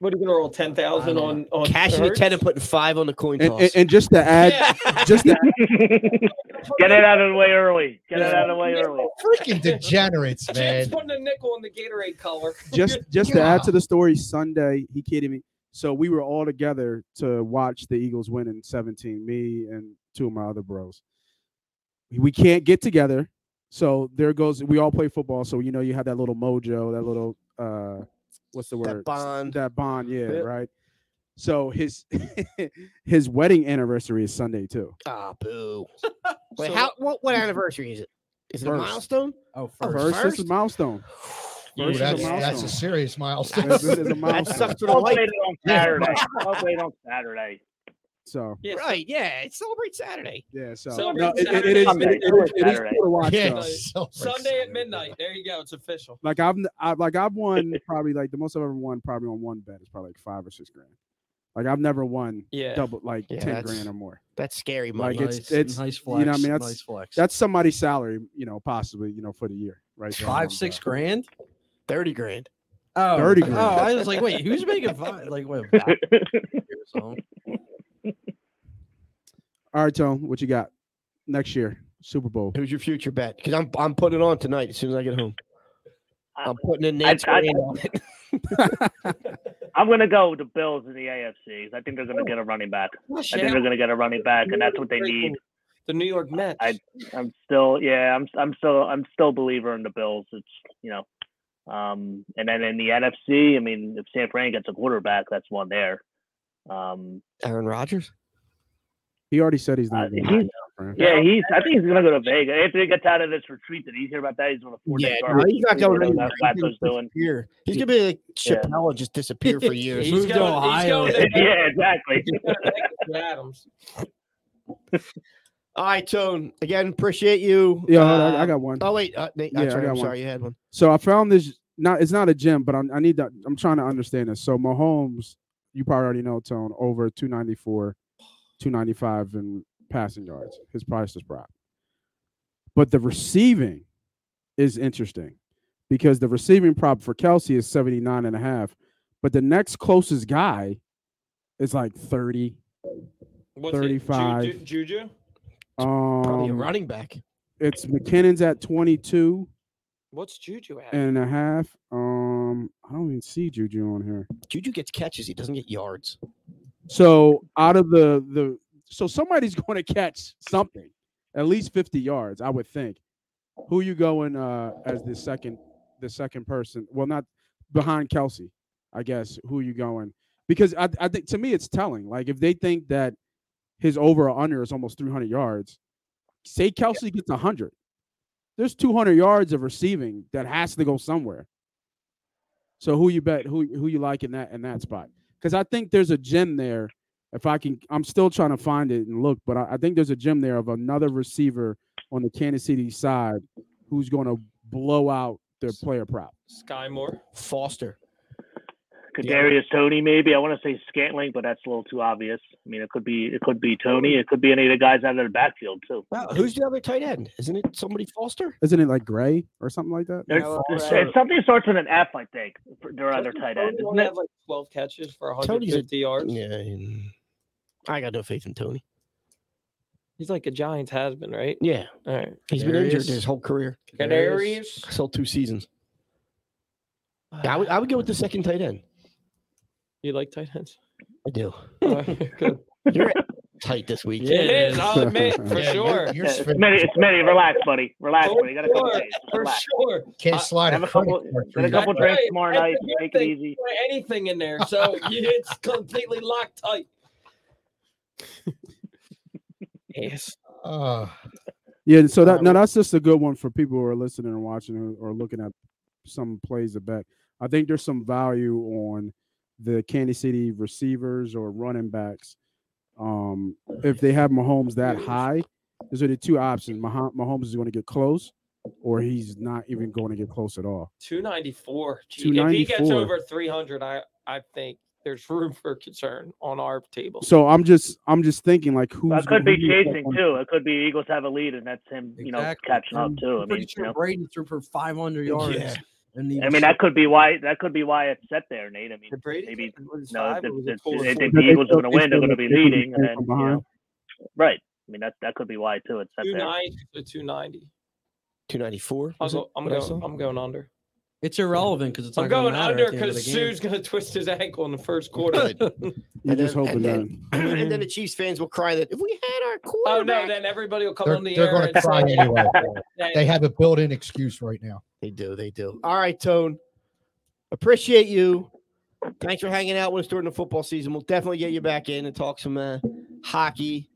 [SPEAKER 5] What are you gonna roll? Ten thousand
[SPEAKER 3] I
[SPEAKER 5] on on
[SPEAKER 2] Cashing the
[SPEAKER 5] Hurts?
[SPEAKER 2] ten and putting five on the coin
[SPEAKER 1] And,
[SPEAKER 2] toss.
[SPEAKER 1] and, and just to add,
[SPEAKER 5] Yeah.
[SPEAKER 1] just to,
[SPEAKER 10] Get it out of the way early. Get it out of the way early.
[SPEAKER 4] Freaking degenerates,
[SPEAKER 5] Jim's
[SPEAKER 4] man.
[SPEAKER 5] putting a nickel in the Gatorade color.
[SPEAKER 1] just just to add
[SPEAKER 4] Yeah.
[SPEAKER 1] to the story, Sunday he kidded me. So we were all together to watch the Eagles win in 17. Me and two of my other bros. We can't get together, so there goes. We all play football, so you know you have that little mojo, that little uh, what's the word?
[SPEAKER 2] that bond.
[SPEAKER 1] That bond, yeah,
[SPEAKER 2] Yeah.
[SPEAKER 1] right. So his his wedding anniversary is Sunday too.
[SPEAKER 2] Ah, boo. Wait,
[SPEAKER 5] So-
[SPEAKER 2] how? What? What anniversary is it? Is it a
[SPEAKER 1] First.
[SPEAKER 2] milestone?
[SPEAKER 3] oh
[SPEAKER 2] Oh,
[SPEAKER 3] first.
[SPEAKER 1] First, this is milestone.
[SPEAKER 4] Ooh,
[SPEAKER 1] First
[SPEAKER 4] that's,
[SPEAKER 1] is a
[SPEAKER 4] that's a
[SPEAKER 1] milestone.
[SPEAKER 4] serious milestone.
[SPEAKER 1] This is a
[SPEAKER 2] That
[SPEAKER 1] milestone.
[SPEAKER 2] sucks for the
[SPEAKER 10] I'll
[SPEAKER 2] life.
[SPEAKER 10] wait on Saturday. I'll wait on Saturday.
[SPEAKER 1] So
[SPEAKER 5] Yes.
[SPEAKER 2] Right? Yeah. It celebrates Saturday.
[SPEAKER 1] yeah, so,
[SPEAKER 5] So
[SPEAKER 1] no,
[SPEAKER 5] it's
[SPEAKER 1] it, it- it is it,
[SPEAKER 10] Sunday.
[SPEAKER 1] it, is- it is
[SPEAKER 10] Saturday.
[SPEAKER 1] cool to watch.
[SPEAKER 4] Yeah,
[SPEAKER 1] though.
[SPEAKER 4] so-
[SPEAKER 5] Sunday at midnight. There you go. It's official.
[SPEAKER 1] Like I've n- I, like I've won probably like the most I've ever won probably on one bet is probably like five or six grand. Like I've never won
[SPEAKER 5] Yeah.
[SPEAKER 1] double like
[SPEAKER 2] Yeah,
[SPEAKER 1] ten
[SPEAKER 2] that's-
[SPEAKER 1] grand or more.
[SPEAKER 2] That's scary money.
[SPEAKER 1] Like it's
[SPEAKER 3] Nice-
[SPEAKER 1] it's
[SPEAKER 3] nice
[SPEAKER 1] you know what I
[SPEAKER 3] flex,
[SPEAKER 1] mean that's
[SPEAKER 3] nice flex.
[SPEAKER 1] that's somebody's salary you know possibly you know for the year right there.
[SPEAKER 3] five six grand.
[SPEAKER 2] Thirty grand.
[SPEAKER 3] Oh,
[SPEAKER 1] 30 grand.
[SPEAKER 3] Oh, I was like, wait, who's making five? Like, what? back or something?
[SPEAKER 1] All right, Tone, what you got next year? Super Bowl.
[SPEAKER 2] Who's your future bet? Because I'm I'm putting it on tonight as soon as I get home. I'm putting in Nate's
[SPEAKER 10] Uh, I- I-
[SPEAKER 2] grand on it.
[SPEAKER 10] I'm gonna go with the Bills in the AFC. I think they're gonna get a running back. I think they're gonna get a running back, and that's what they need.
[SPEAKER 5] The New York Mets.
[SPEAKER 10] I- I'm still, yeah, I'm, I'm still, I'm still a believer in the Bills. It's, you know, um, and then in the NFC, I mean, if San Fran gets a quarterback, that's one there. Um,
[SPEAKER 2] Aaron Rodgers.
[SPEAKER 1] He already said he's
[SPEAKER 10] uh,
[SPEAKER 1] not. gonna
[SPEAKER 10] he's,
[SPEAKER 1] Fran.
[SPEAKER 10] Yeah, he's. I think he's gonna go to Vegas. Anthony gets out of this retreat. Did he hear about that? He's gonna four
[SPEAKER 2] Yeah,
[SPEAKER 10] day
[SPEAKER 2] no, he's not going anywhere.
[SPEAKER 10] That's Flacco's doing.
[SPEAKER 2] Here, he's gonna be like Chappelle, just disappear for years.
[SPEAKER 5] He's
[SPEAKER 3] to
[SPEAKER 5] going,
[SPEAKER 3] Ohio.
[SPEAKER 5] He's going to
[SPEAKER 10] yeah, exactly.
[SPEAKER 5] Adams.
[SPEAKER 2] All right, Tone. Again, appreciate you.
[SPEAKER 1] Yeah, hold on,
[SPEAKER 2] Uh,
[SPEAKER 1] I, I got one.
[SPEAKER 2] Oh wait, uh, Nate,
[SPEAKER 1] Yeah,
[SPEAKER 2] that's
[SPEAKER 1] I
[SPEAKER 2] right,
[SPEAKER 1] got
[SPEAKER 2] I'm
[SPEAKER 1] one.
[SPEAKER 2] sorry, you had one.
[SPEAKER 1] So I found this. Not it's not a gym, but I'm, I need that. I'm trying to understand this. So Mahomes, you probably already know tone over 294, 295 in passing yards. His price is prop. But the receiving is interesting because the receiving prop for Kelsey is 79 and a half, but the next closest guy is like 30.
[SPEAKER 5] What's it?
[SPEAKER 1] 35.
[SPEAKER 5] Ju- Ju- Juju.
[SPEAKER 2] Probably a
[SPEAKER 1] Um,
[SPEAKER 2] running back.
[SPEAKER 1] it's McKinnon's at 22
[SPEAKER 5] What's Juju at?
[SPEAKER 1] and a half. Um, I don't even see Juju on here.
[SPEAKER 2] Juju gets catches. He doesn't get yards.
[SPEAKER 1] So out of the the so somebody's going to catch something, at least fifty yards, I would think. Who you going uh, as the second the second person? Well, not behind Kelsey, I guess. Who you going? Because I I think to me it's telling. Like if they think that his over or under is almost three hundred yards, say Kelsey gets hundred. There's two hundred yards of receiving that has to go somewhere. So who you bet? Who who you like in that in that spot? because I think there's a gem there. If I can, I'm still trying to find it and look, but I, I think there's a gem there of another receiver on the Kansas City side who's going to blow out their player prop.
[SPEAKER 5] Sky Moore.
[SPEAKER 2] Foster.
[SPEAKER 10] Kadarius Tony, maybe. I want to say Scantling, but that's a little too obvious. I mean, it could be it could be Tony. It could be any of the guys out of the backfield too.
[SPEAKER 2] Wow, who's the other tight end? Isn't it somebody Foster?
[SPEAKER 1] Isn't it like Gray or something like that?
[SPEAKER 10] There's-
[SPEAKER 7] No,
[SPEAKER 3] uh,
[SPEAKER 10] there's-
[SPEAKER 7] right.
[SPEAKER 10] it's something that starts with an F, I think. for Their other tight end,
[SPEAKER 5] Tony
[SPEAKER 10] isn't
[SPEAKER 5] only
[SPEAKER 10] it?
[SPEAKER 5] had like 12 catches for
[SPEAKER 2] Tony's a-
[SPEAKER 5] 150 yards.
[SPEAKER 2] Yeah, I got no faith in Tony.
[SPEAKER 5] He's like a Giants has been, right?
[SPEAKER 2] Yeah,
[SPEAKER 5] All right.
[SPEAKER 2] he's been injured
[SPEAKER 3] Kadarius.
[SPEAKER 2] his whole career.
[SPEAKER 5] Canaries.
[SPEAKER 2] Still two seasons. Yeah, I would, I would go with the second tight end.
[SPEAKER 5] You like tight ends?
[SPEAKER 2] I do.
[SPEAKER 5] All right, good.
[SPEAKER 2] You're tight this week.
[SPEAKER 3] Yeah,
[SPEAKER 5] It is, I'll admit, for
[SPEAKER 4] Yeah, you're-
[SPEAKER 5] sure.
[SPEAKER 4] You're,
[SPEAKER 10] Yeah,
[SPEAKER 4] spin-
[SPEAKER 10] it's many, it's many. Relax, buddy. Relax, buddy. You got a couple
[SPEAKER 5] Sure,
[SPEAKER 10] days. Just
[SPEAKER 5] For
[SPEAKER 10] Relax.
[SPEAKER 5] sure. I-
[SPEAKER 4] can't slide
[SPEAKER 10] Have
[SPEAKER 4] a
[SPEAKER 10] a couple,
[SPEAKER 4] credit card
[SPEAKER 10] get a
[SPEAKER 4] through
[SPEAKER 10] couple
[SPEAKER 4] that.
[SPEAKER 10] drinks
[SPEAKER 5] Right,
[SPEAKER 10] tomorrow
[SPEAKER 5] that's
[SPEAKER 10] night.
[SPEAKER 5] the good
[SPEAKER 10] Take it
[SPEAKER 5] thing.
[SPEAKER 10] easy.
[SPEAKER 5] Put anything in there, so it's completely locked tight. yes.
[SPEAKER 4] Uh,
[SPEAKER 1] Yeah, so that
[SPEAKER 2] Um,
[SPEAKER 1] no, that's just a good one for people who are listening and watching or, or looking at some plays to bet. I think there's some value on the Kansas City receivers or running backs. Um, if they have Mahomes that high, there's only two options. Mahom- Mahomes is going to get close, or he's not even going to get close at all.
[SPEAKER 5] 294. Gee, If he gets
[SPEAKER 1] 294.
[SPEAKER 5] over 300, I, I think there's room for concern on our table.
[SPEAKER 1] So I'm just I'm just thinking like who's
[SPEAKER 10] Well, it could be
[SPEAKER 1] who do you
[SPEAKER 10] chasing
[SPEAKER 1] think on-
[SPEAKER 10] too. It could be Eagles have a lead and that's him, you know,
[SPEAKER 3] Exactly.
[SPEAKER 10] catching up
[SPEAKER 3] I'm
[SPEAKER 10] too. I mean,
[SPEAKER 3] pretty
[SPEAKER 10] you
[SPEAKER 3] sure
[SPEAKER 10] know,
[SPEAKER 3] Braden threw for 500 yards.
[SPEAKER 2] Yeah.
[SPEAKER 3] And he
[SPEAKER 10] I mean that could be why that could be why it's set there, Nate. I mean,
[SPEAKER 5] Did Brady
[SPEAKER 10] maybe
[SPEAKER 5] get- was it
[SPEAKER 10] no,
[SPEAKER 5] five
[SPEAKER 10] the-
[SPEAKER 5] or was it
[SPEAKER 10] the-
[SPEAKER 5] four?
[SPEAKER 10] they
[SPEAKER 5] Four.
[SPEAKER 10] think
[SPEAKER 1] But
[SPEAKER 10] the
[SPEAKER 1] they
[SPEAKER 10] Eagles
[SPEAKER 1] still
[SPEAKER 10] are going to
[SPEAKER 1] think
[SPEAKER 10] win. They're
[SPEAKER 1] they're
[SPEAKER 10] going to
[SPEAKER 1] gonna
[SPEAKER 10] be
[SPEAKER 1] take it
[SPEAKER 10] leading, and then
[SPEAKER 1] from
[SPEAKER 10] you know,
[SPEAKER 1] behind.
[SPEAKER 10] right. I mean that that could be why too. It's set there.
[SPEAKER 5] 290 to 290.
[SPEAKER 2] Two ninety four.
[SPEAKER 5] I'll go, I'm, going, I'm going under.
[SPEAKER 3] It's irrelevant because it's not
[SPEAKER 5] I'm going
[SPEAKER 3] gonna matter
[SPEAKER 5] under
[SPEAKER 3] at the end of
[SPEAKER 5] because
[SPEAKER 3] the game.
[SPEAKER 5] Sue's going to twist his ankle in the first quarter.
[SPEAKER 1] You're
[SPEAKER 2] And
[SPEAKER 1] just
[SPEAKER 2] then-
[SPEAKER 1] hoping
[SPEAKER 2] and
[SPEAKER 1] that.
[SPEAKER 2] and then the Chiefs fans will cry that if we had our
[SPEAKER 5] oh,
[SPEAKER 2] quarterback,
[SPEAKER 5] no, then everybody will come
[SPEAKER 4] they're
[SPEAKER 5] on the
[SPEAKER 4] they're
[SPEAKER 5] air.
[SPEAKER 4] going to
[SPEAKER 5] and
[SPEAKER 4] cry
[SPEAKER 5] say
[SPEAKER 4] anyway.
[SPEAKER 5] that-
[SPEAKER 4] They have a built-in excuse right now.
[SPEAKER 2] They do. They do. All right, Tone. Appreciate you. Thanks for hanging out with us during the football season. We'll definitely get you back in and talk some uh, hockey.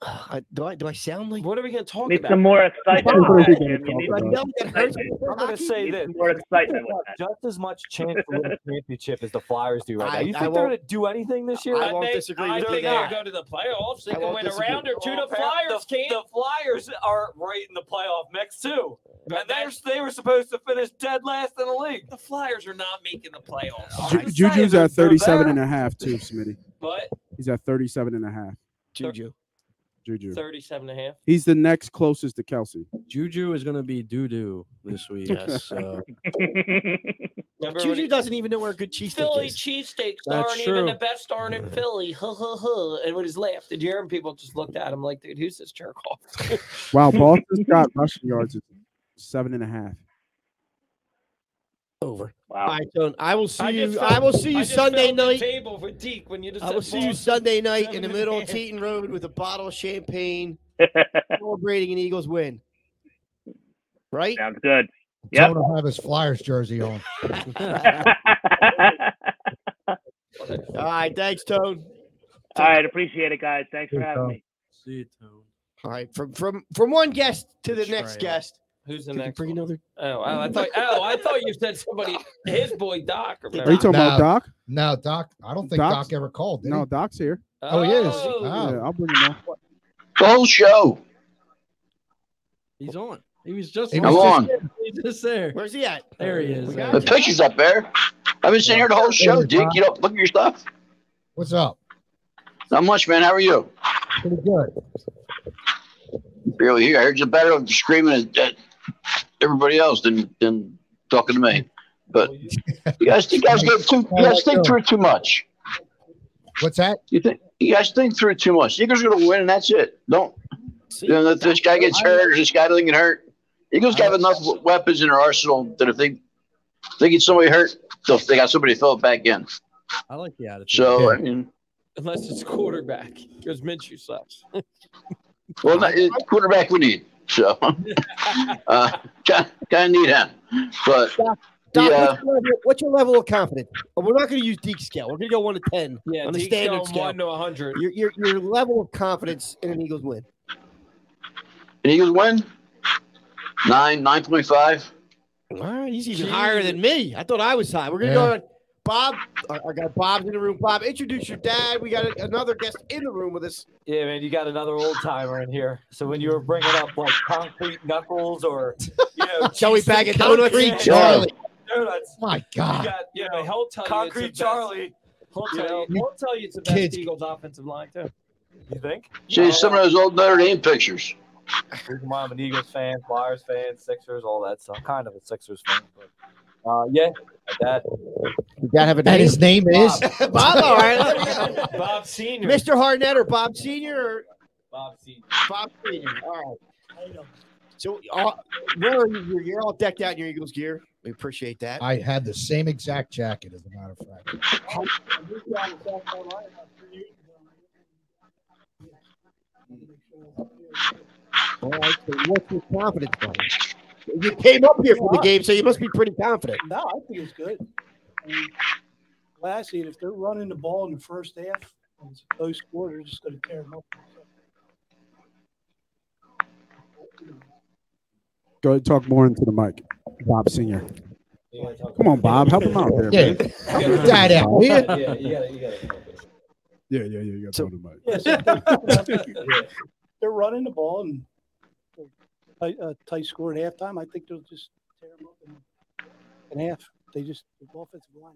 [SPEAKER 2] Uh, do I do I sound like?
[SPEAKER 5] what are we going to talk
[SPEAKER 10] Need
[SPEAKER 5] about?
[SPEAKER 10] some more excitement.
[SPEAKER 1] What are
[SPEAKER 10] with
[SPEAKER 1] we
[SPEAKER 10] that,
[SPEAKER 1] gonna
[SPEAKER 10] Jim. You need
[SPEAKER 1] talk
[SPEAKER 2] do I
[SPEAKER 1] about?
[SPEAKER 10] some-
[SPEAKER 2] sound like that hurts?
[SPEAKER 10] I'm
[SPEAKER 9] I'm going to say
[SPEAKER 10] need
[SPEAKER 9] this.
[SPEAKER 10] some more excitement with that.
[SPEAKER 9] Just as much chance for the championship as the Flyers do right
[SPEAKER 2] I-
[SPEAKER 9] now. You
[SPEAKER 2] I
[SPEAKER 9] think they're
[SPEAKER 2] won't-
[SPEAKER 9] going to do anything this year?
[SPEAKER 2] I
[SPEAKER 5] I
[SPEAKER 2] won't
[SPEAKER 5] think,
[SPEAKER 2] disagree
[SPEAKER 5] I
[SPEAKER 2] with you
[SPEAKER 5] think
[SPEAKER 2] there.
[SPEAKER 5] they'll go to the playoffs. They
[SPEAKER 2] I
[SPEAKER 5] can
[SPEAKER 2] won't
[SPEAKER 5] win a
[SPEAKER 2] disagree.
[SPEAKER 5] round or two. The
[SPEAKER 9] Well,
[SPEAKER 5] Flyers
[SPEAKER 9] the,
[SPEAKER 5] can't.
[SPEAKER 9] the Flyers are right in the playoff mix too,
[SPEAKER 5] But
[SPEAKER 9] and they're
[SPEAKER 5] that's-
[SPEAKER 9] they were supposed to finish dead last in the league.
[SPEAKER 5] the Flyers are not making the playoffs.
[SPEAKER 1] Ju-
[SPEAKER 9] I'm
[SPEAKER 1] Juju's
[SPEAKER 9] saying
[SPEAKER 1] at
[SPEAKER 9] they're
[SPEAKER 1] 37
[SPEAKER 9] there.
[SPEAKER 1] and a half too, Smitty.
[SPEAKER 5] But
[SPEAKER 1] He's at 37 and a half.
[SPEAKER 2] Juju.
[SPEAKER 1] Juju.
[SPEAKER 5] 37 and a half.
[SPEAKER 1] He's the next closest to Kelsey.
[SPEAKER 3] Juju is going to be doo doo this week.
[SPEAKER 1] Yes.
[SPEAKER 3] so.
[SPEAKER 5] Remember when
[SPEAKER 2] Juju
[SPEAKER 5] he-
[SPEAKER 2] doesn't even know where a good cheesesteak
[SPEAKER 5] Philly
[SPEAKER 2] is.
[SPEAKER 5] cheesesteaks
[SPEAKER 3] That's
[SPEAKER 5] aren't even
[SPEAKER 3] true.
[SPEAKER 5] the best aren't in Philly. Huh, huh, huh. And when he's laughed, the Jerem people just looked at him like, dude, who's this jerk off?
[SPEAKER 1] Wow, Boston's got rushing yards at seven and a half.
[SPEAKER 2] Over. All
[SPEAKER 10] wow.
[SPEAKER 2] right, Tone. I will see
[SPEAKER 5] I just
[SPEAKER 2] you.
[SPEAKER 5] felt-
[SPEAKER 2] I will see you
[SPEAKER 5] I just
[SPEAKER 2] Sunday
[SPEAKER 5] felt the
[SPEAKER 2] night.
[SPEAKER 5] Table for Deke when you just
[SPEAKER 2] I
[SPEAKER 5] said
[SPEAKER 2] will see you
[SPEAKER 5] Boston.
[SPEAKER 2] Sunday night in the
[SPEAKER 5] Seven
[SPEAKER 2] middle of
[SPEAKER 5] and a half.
[SPEAKER 2] Teton Road with a bottle of champagne, celebrating an Eagles win. Right?
[SPEAKER 10] Sounds good.
[SPEAKER 4] Yep.
[SPEAKER 10] Yep.
[SPEAKER 4] Don't have his Flyers jersey on.
[SPEAKER 2] All right. Thanks, Tone.
[SPEAKER 10] All right. Appreciate it, guys. Thanks for
[SPEAKER 4] Here we
[SPEAKER 10] having
[SPEAKER 4] go.
[SPEAKER 10] me.
[SPEAKER 3] See you, Tone.
[SPEAKER 2] All right, from from from one guest to the next guest.
[SPEAKER 5] Who's the
[SPEAKER 2] Could you
[SPEAKER 5] next?
[SPEAKER 2] Bring
[SPEAKER 5] one?
[SPEAKER 2] another.
[SPEAKER 5] Oh, I, I thought. Oh, I thought you said somebody. His boy Doc. Or
[SPEAKER 1] Are you talking about
[SPEAKER 4] No.
[SPEAKER 1] Doc?
[SPEAKER 4] No, Doc. I don't think
[SPEAKER 1] Doc's-
[SPEAKER 4] Doc ever called. Did
[SPEAKER 1] No,
[SPEAKER 4] he?
[SPEAKER 1] Doc's here.
[SPEAKER 4] Oh, he is.
[SPEAKER 5] Oh.
[SPEAKER 1] Yeah,
[SPEAKER 4] Wow.
[SPEAKER 1] I'll bring him up.
[SPEAKER 12] Full show.
[SPEAKER 3] He's on. He was just.
[SPEAKER 4] He
[SPEAKER 12] I'm
[SPEAKER 4] was
[SPEAKER 12] on.
[SPEAKER 3] He's just there.
[SPEAKER 2] Where's he at?
[SPEAKER 3] There he is.
[SPEAKER 12] The picture's up there. I've been sitting here the whole show, dude. Get up, look at your stuff.
[SPEAKER 4] What's up?
[SPEAKER 12] Not much, man. How are you?
[SPEAKER 4] Pretty good.
[SPEAKER 12] Barely here. I heard you better screaming at, at everybody else than than talking to me. But you guys, you guys get too, you guys think through too much.
[SPEAKER 4] What's that?
[SPEAKER 12] You think you guys think through too much. Sneakers are gonna win, and that's it. Don't you know, if this guy gets hurt or this guy doesn't get hurt. Eagles have enough weapons in their arsenal that if they if they get somebody hurt, they'll, they got somebody to fill it back in.
[SPEAKER 3] I like the attitude.
[SPEAKER 12] So I mean,
[SPEAKER 5] Unless it's quarterback, because Minshew sucks.
[SPEAKER 12] well, not, it, quarterback we need. So uh, kind of need him, but uh,
[SPEAKER 2] Doc,
[SPEAKER 12] Yeah.
[SPEAKER 2] what's, your level, what's your level of confidence? Uh, We're not going to use Deke scale. We're going to go one to ten
[SPEAKER 5] Yeah,
[SPEAKER 2] on the
[SPEAKER 5] Deke's
[SPEAKER 2] standard
[SPEAKER 5] going
[SPEAKER 2] scale.
[SPEAKER 5] one to hundred.
[SPEAKER 2] Your, your your level of confidence in an Eagles win.
[SPEAKER 12] and Eagles win nine nine point five.
[SPEAKER 2] All right, he's even higher than me. I thought I was high. We're gonna go
[SPEAKER 4] Yeah.
[SPEAKER 2] on Bob. I I got Bob's in the room. Bob, introduce your dad. We got a- another guest in the room with us.
[SPEAKER 9] Yeah, man, you got another old timer in here. So when you were bringing up like concrete knuckles or you know,
[SPEAKER 2] Joey
[SPEAKER 9] cheese and
[SPEAKER 2] Baggett,
[SPEAKER 9] concrete
[SPEAKER 2] Donuts,
[SPEAKER 9] and
[SPEAKER 4] Charlie.
[SPEAKER 9] donuts,
[SPEAKER 4] My
[SPEAKER 5] You
[SPEAKER 4] God.
[SPEAKER 5] got, you know, he'll tell you
[SPEAKER 9] concrete
[SPEAKER 5] it's the best-
[SPEAKER 9] Charlie.
[SPEAKER 5] He'll tell, you,
[SPEAKER 4] You
[SPEAKER 5] he'll tell you it's the best
[SPEAKER 4] kids.
[SPEAKER 5] Eagles offensive line too.
[SPEAKER 9] You think?
[SPEAKER 12] See some of those old Notre Dame pictures.
[SPEAKER 9] I'm an Eagles fan, Flyers fan, Sixers, all that stuff. Kind of a Sixers fan, but uh, yeah, that.
[SPEAKER 4] You gotta have a And his name is
[SPEAKER 2] Bob, all right,
[SPEAKER 5] Bob Senior.
[SPEAKER 2] Mr. Harnett or Bob Senior or
[SPEAKER 9] Bob Seaton.
[SPEAKER 2] Bob Senior. All right. So, uh, where are you? You're- You're all decked out in your Eagles gear. We appreciate that.
[SPEAKER 4] I had the same exact jacket, as a matter of fact.
[SPEAKER 2] All right. So what's your confidence level? You came up here for the game, so you must be pretty confident.
[SPEAKER 13] No, I think it's good. I mean, last year, if they're running the ball in the first half, and it's a close quarter, they're just going to tear them up.
[SPEAKER 1] Go ahead, talk more into the mic, Bob Senior. Come on, Bob, help him out there.
[SPEAKER 4] Yeah,
[SPEAKER 1] man.
[SPEAKER 4] get that out. man.
[SPEAKER 9] Yeah, you gotta, you
[SPEAKER 1] Yeah,
[SPEAKER 9] gotta.
[SPEAKER 1] yeah, yeah. You got to talk to the mic.
[SPEAKER 13] Yes, if they're- they're running the ball and a a tight score at halftime. I think they'll just tear them up in, in half. They just the offensive line.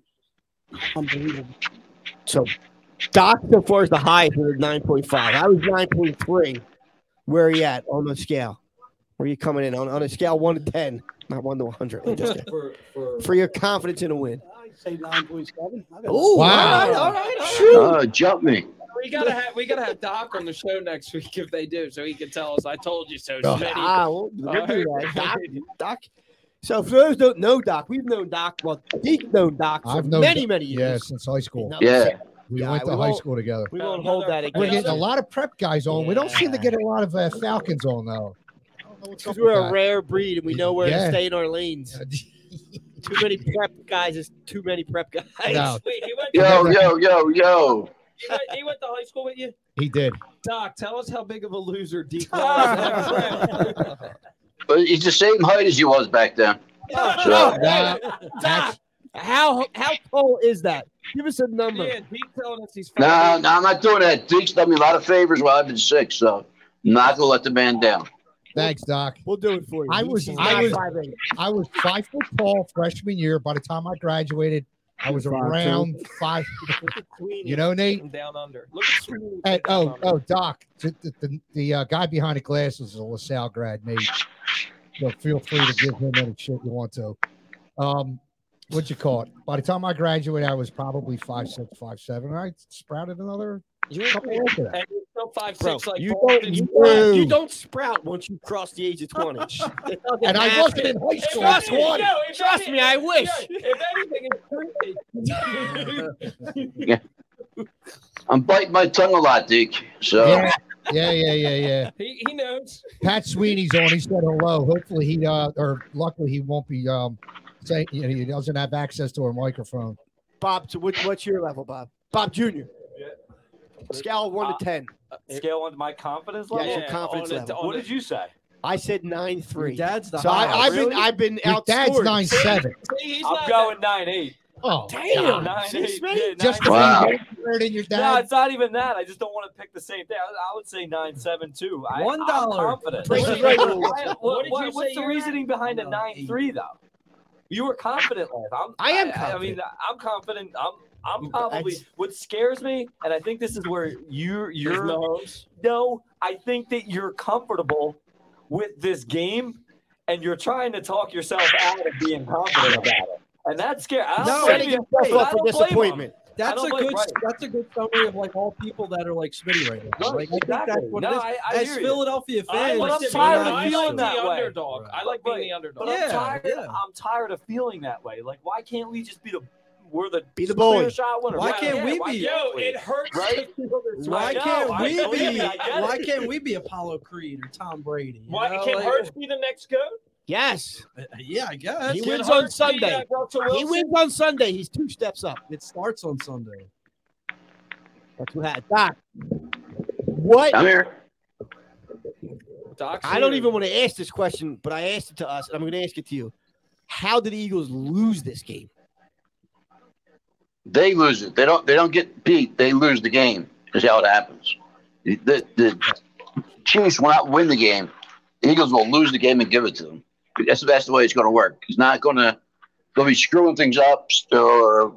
[SPEAKER 13] is just Unbelievable.
[SPEAKER 2] So Doc so far is the highest with a 9.5. I was 9.3. Where are you at on the scale? Where are you coming in on, on a scale 1 to 10? Not 1 to 100. like just
[SPEAKER 9] For, for,
[SPEAKER 2] for your confidence in a win.
[SPEAKER 13] I'd say nine point seven.
[SPEAKER 2] Oh,
[SPEAKER 4] Wow.
[SPEAKER 2] All right, all right, all right.
[SPEAKER 12] Oh, jump me.
[SPEAKER 5] We gotta have we gotta have Doc on the show next week if they do, so he can tell us I told you so,
[SPEAKER 4] Oh.
[SPEAKER 5] Smitty.
[SPEAKER 2] Ah, we'll, we'll do
[SPEAKER 5] All
[SPEAKER 2] that.
[SPEAKER 5] right.
[SPEAKER 2] Doc, Doc. So for those who don't know Doc, we've known Doc. Well, Deke's known Doc for
[SPEAKER 4] I've known
[SPEAKER 2] many, many
[SPEAKER 4] Yeah,
[SPEAKER 2] years.
[SPEAKER 4] since high school.
[SPEAKER 12] Yeah.
[SPEAKER 4] We
[SPEAKER 2] Yeah,
[SPEAKER 4] went to
[SPEAKER 2] we
[SPEAKER 4] high
[SPEAKER 2] won't-
[SPEAKER 4] school together.
[SPEAKER 6] We won't hold that
[SPEAKER 4] We're getting a
[SPEAKER 6] against.
[SPEAKER 4] lot of prep guys on. We don't seem to get a lot of uh, Falcons on though. I don't know what's up
[SPEAKER 2] Because we're
[SPEAKER 4] with
[SPEAKER 2] a
[SPEAKER 4] that.
[SPEAKER 2] rare breed and we know where to
[SPEAKER 4] Yeah.
[SPEAKER 2] stay in our lanes. Too many prep guys is too many prep guys.
[SPEAKER 4] No,
[SPEAKER 5] Wait, he went,
[SPEAKER 12] Yo, yo, yo, yo.
[SPEAKER 5] he, went, he went to high school with you,
[SPEAKER 4] he did.
[SPEAKER 5] Doc. Tell us how big of a loser Deke was.
[SPEAKER 12] But he's the same height as he was back then.
[SPEAKER 2] No,
[SPEAKER 12] So,
[SPEAKER 4] Nah,
[SPEAKER 2] Doc, how how tall is that? Give us a number.
[SPEAKER 5] yeah, Deke telling us he's
[SPEAKER 12] no,
[SPEAKER 5] five.
[SPEAKER 12] no, I'm not doing that. Deke's done me a lot of favors while I've been sick, so I'm not gonna let the man down.
[SPEAKER 4] thanks, Doc.
[SPEAKER 2] We'll do it for you.
[SPEAKER 4] I was-
[SPEAKER 2] He's
[SPEAKER 4] I
[SPEAKER 2] not
[SPEAKER 4] was-
[SPEAKER 2] 5'8".
[SPEAKER 4] I was five foot tall freshman year. By the time I graduated, I was
[SPEAKER 1] Five, two.
[SPEAKER 4] around five. You know, Nate.
[SPEAKER 5] From down under. Look at Sweeney.
[SPEAKER 4] Hey,
[SPEAKER 5] from
[SPEAKER 4] oh,
[SPEAKER 5] down under.
[SPEAKER 4] oh, Doc. The, the, the, the, uh, guy behind the glasses is a LaSalle grad, Nate. So feel free to give him any shit you want to. Um, what you call it? By the time I graduated, I was probably five six, five seven. and I sprouted another couple after that.
[SPEAKER 5] And you're still five
[SPEAKER 2] Bro,
[SPEAKER 5] six like
[SPEAKER 2] you
[SPEAKER 5] Boston.
[SPEAKER 2] don't, you,
[SPEAKER 4] Bro.
[SPEAKER 2] don't, you don't sprout once you cross the age of 20. It doesn't
[SPEAKER 4] And I
[SPEAKER 2] happen.
[SPEAKER 4] wasn't in high
[SPEAKER 5] If
[SPEAKER 4] school.
[SPEAKER 2] Trust
[SPEAKER 5] anything-
[SPEAKER 2] one.
[SPEAKER 5] no, if
[SPEAKER 2] Trust
[SPEAKER 5] any-
[SPEAKER 2] me, I wish.
[SPEAKER 5] no, if anything, it's
[SPEAKER 12] I'm biting my tongue a lot, Deke. So
[SPEAKER 4] Yeah, yeah, yeah, yeah, yeah.
[SPEAKER 5] he, he knows.
[SPEAKER 4] Pat Sweeney's on. He said hello. Hopefully he uh or luckily he won't be um saying you know, he doesn't have access to a microphone.
[SPEAKER 2] Bob, so what, what's your level, Bob? Bob Jr. Scale of one to ten.
[SPEAKER 9] uh, Scale one to my confidence
[SPEAKER 2] Yeah,
[SPEAKER 9] level.
[SPEAKER 2] your confidence
[SPEAKER 9] on the-
[SPEAKER 2] level.
[SPEAKER 9] What did you say?
[SPEAKER 2] I said nine three.
[SPEAKER 3] dad's the
[SPEAKER 2] so I,
[SPEAKER 9] highest.
[SPEAKER 2] I've been
[SPEAKER 9] Really?
[SPEAKER 2] I've been
[SPEAKER 9] Your
[SPEAKER 2] outscored.
[SPEAKER 9] dad's
[SPEAKER 4] 9'7".
[SPEAKER 9] I'm going nine eight.
[SPEAKER 4] Oh,
[SPEAKER 9] damn! Nine
[SPEAKER 4] Six
[SPEAKER 9] eight.
[SPEAKER 4] feet?
[SPEAKER 9] Yeah,
[SPEAKER 4] Just
[SPEAKER 9] nine,
[SPEAKER 4] wow.
[SPEAKER 9] eight.
[SPEAKER 4] in your
[SPEAKER 9] No,
[SPEAKER 4] dad.
[SPEAKER 9] it's not even that. I just don't want to pick the same thing. I, I would say nine seven two. I,
[SPEAKER 3] One
[SPEAKER 9] I'm
[SPEAKER 3] dollar.
[SPEAKER 9] confident.
[SPEAKER 3] Price is Right.
[SPEAKER 9] What-
[SPEAKER 3] What
[SPEAKER 9] what-
[SPEAKER 3] did you say
[SPEAKER 9] what's the
[SPEAKER 3] you're
[SPEAKER 9] reasoning behind a nine three though? You were confident last. I'm,
[SPEAKER 2] I am
[SPEAKER 9] I, mean, I'm confident. I'm. I'm probably what scares me, and I think this is where you're. You're no. I think that you're comfortable with this game, and you're trying to talk yourself out of being confident about it, and that's scary. I don't
[SPEAKER 3] No,
[SPEAKER 9] blame
[SPEAKER 3] setting
[SPEAKER 9] you,
[SPEAKER 3] yourself
[SPEAKER 9] but
[SPEAKER 3] up for
[SPEAKER 9] I don't blame 'em.
[SPEAKER 3] disappointment.
[SPEAKER 9] I
[SPEAKER 3] That's
[SPEAKER 9] don't
[SPEAKER 3] a
[SPEAKER 9] blame-
[SPEAKER 3] good.
[SPEAKER 9] right.
[SPEAKER 3] That's a good summary of like all people that are like Smitty right now.
[SPEAKER 9] Right,
[SPEAKER 3] Like, I think
[SPEAKER 9] exactly.
[SPEAKER 3] that's what
[SPEAKER 9] No,
[SPEAKER 3] it is.
[SPEAKER 9] I- I
[SPEAKER 3] As
[SPEAKER 9] hear you.
[SPEAKER 3] Philadelphia
[SPEAKER 9] I-
[SPEAKER 3] fans,
[SPEAKER 9] but I'm
[SPEAKER 3] we're
[SPEAKER 9] tired
[SPEAKER 3] not
[SPEAKER 9] of
[SPEAKER 3] used
[SPEAKER 9] feeling
[SPEAKER 3] to it.
[SPEAKER 9] that
[SPEAKER 5] the
[SPEAKER 9] way.
[SPEAKER 5] underdog. I like being the underdog.
[SPEAKER 9] But I'm
[SPEAKER 3] Yeah,
[SPEAKER 9] tired.
[SPEAKER 3] yeah.
[SPEAKER 9] I'm tired of feeling that way. Like, why can't we just be the we're the
[SPEAKER 2] Be the
[SPEAKER 9] clear
[SPEAKER 2] bully.
[SPEAKER 9] shot winner?
[SPEAKER 3] Why
[SPEAKER 9] Right,
[SPEAKER 3] can't
[SPEAKER 9] yeah,
[SPEAKER 3] we
[SPEAKER 9] why
[SPEAKER 3] be-
[SPEAKER 9] can't
[SPEAKER 5] Yo,
[SPEAKER 9] we?
[SPEAKER 5] it hurts
[SPEAKER 9] Right?
[SPEAKER 5] to feel this
[SPEAKER 3] Why
[SPEAKER 5] way.
[SPEAKER 9] No,
[SPEAKER 3] can't
[SPEAKER 9] I
[SPEAKER 3] we
[SPEAKER 9] believe
[SPEAKER 3] be?
[SPEAKER 9] it, I get
[SPEAKER 3] Why
[SPEAKER 9] it.
[SPEAKER 3] can't we be Apollo Creed or Tom Brady? you
[SPEAKER 5] Why
[SPEAKER 3] know,
[SPEAKER 5] can
[SPEAKER 3] like-
[SPEAKER 5] Hurts be the next go?
[SPEAKER 2] Yes,
[SPEAKER 3] Uh, Yeah, I guess.
[SPEAKER 2] he
[SPEAKER 5] Can
[SPEAKER 2] wins
[SPEAKER 5] Hurts
[SPEAKER 2] on
[SPEAKER 5] be,
[SPEAKER 2] Sunday.
[SPEAKER 5] uh, Russell
[SPEAKER 2] He
[SPEAKER 5] Wilson?
[SPEAKER 2] wins on Sunday. He's two steps up.
[SPEAKER 3] It starts on Sunday.
[SPEAKER 2] That's what happened. Doc, what?
[SPEAKER 12] I'm here.
[SPEAKER 5] Doc's
[SPEAKER 2] I don't
[SPEAKER 5] here.
[SPEAKER 2] even want to ask this question, but I asked it to us, and I'm going to ask it to you. How did the Eagles lose this game?
[SPEAKER 12] They lose it. They don't. They don't get beat. They lose the game. Is how it happens. The, the, the Chiefs will not win the game. The Eagles will lose the game and give it to them. That's the best way it's going to work. It's not going to. They'll be screwing things up, or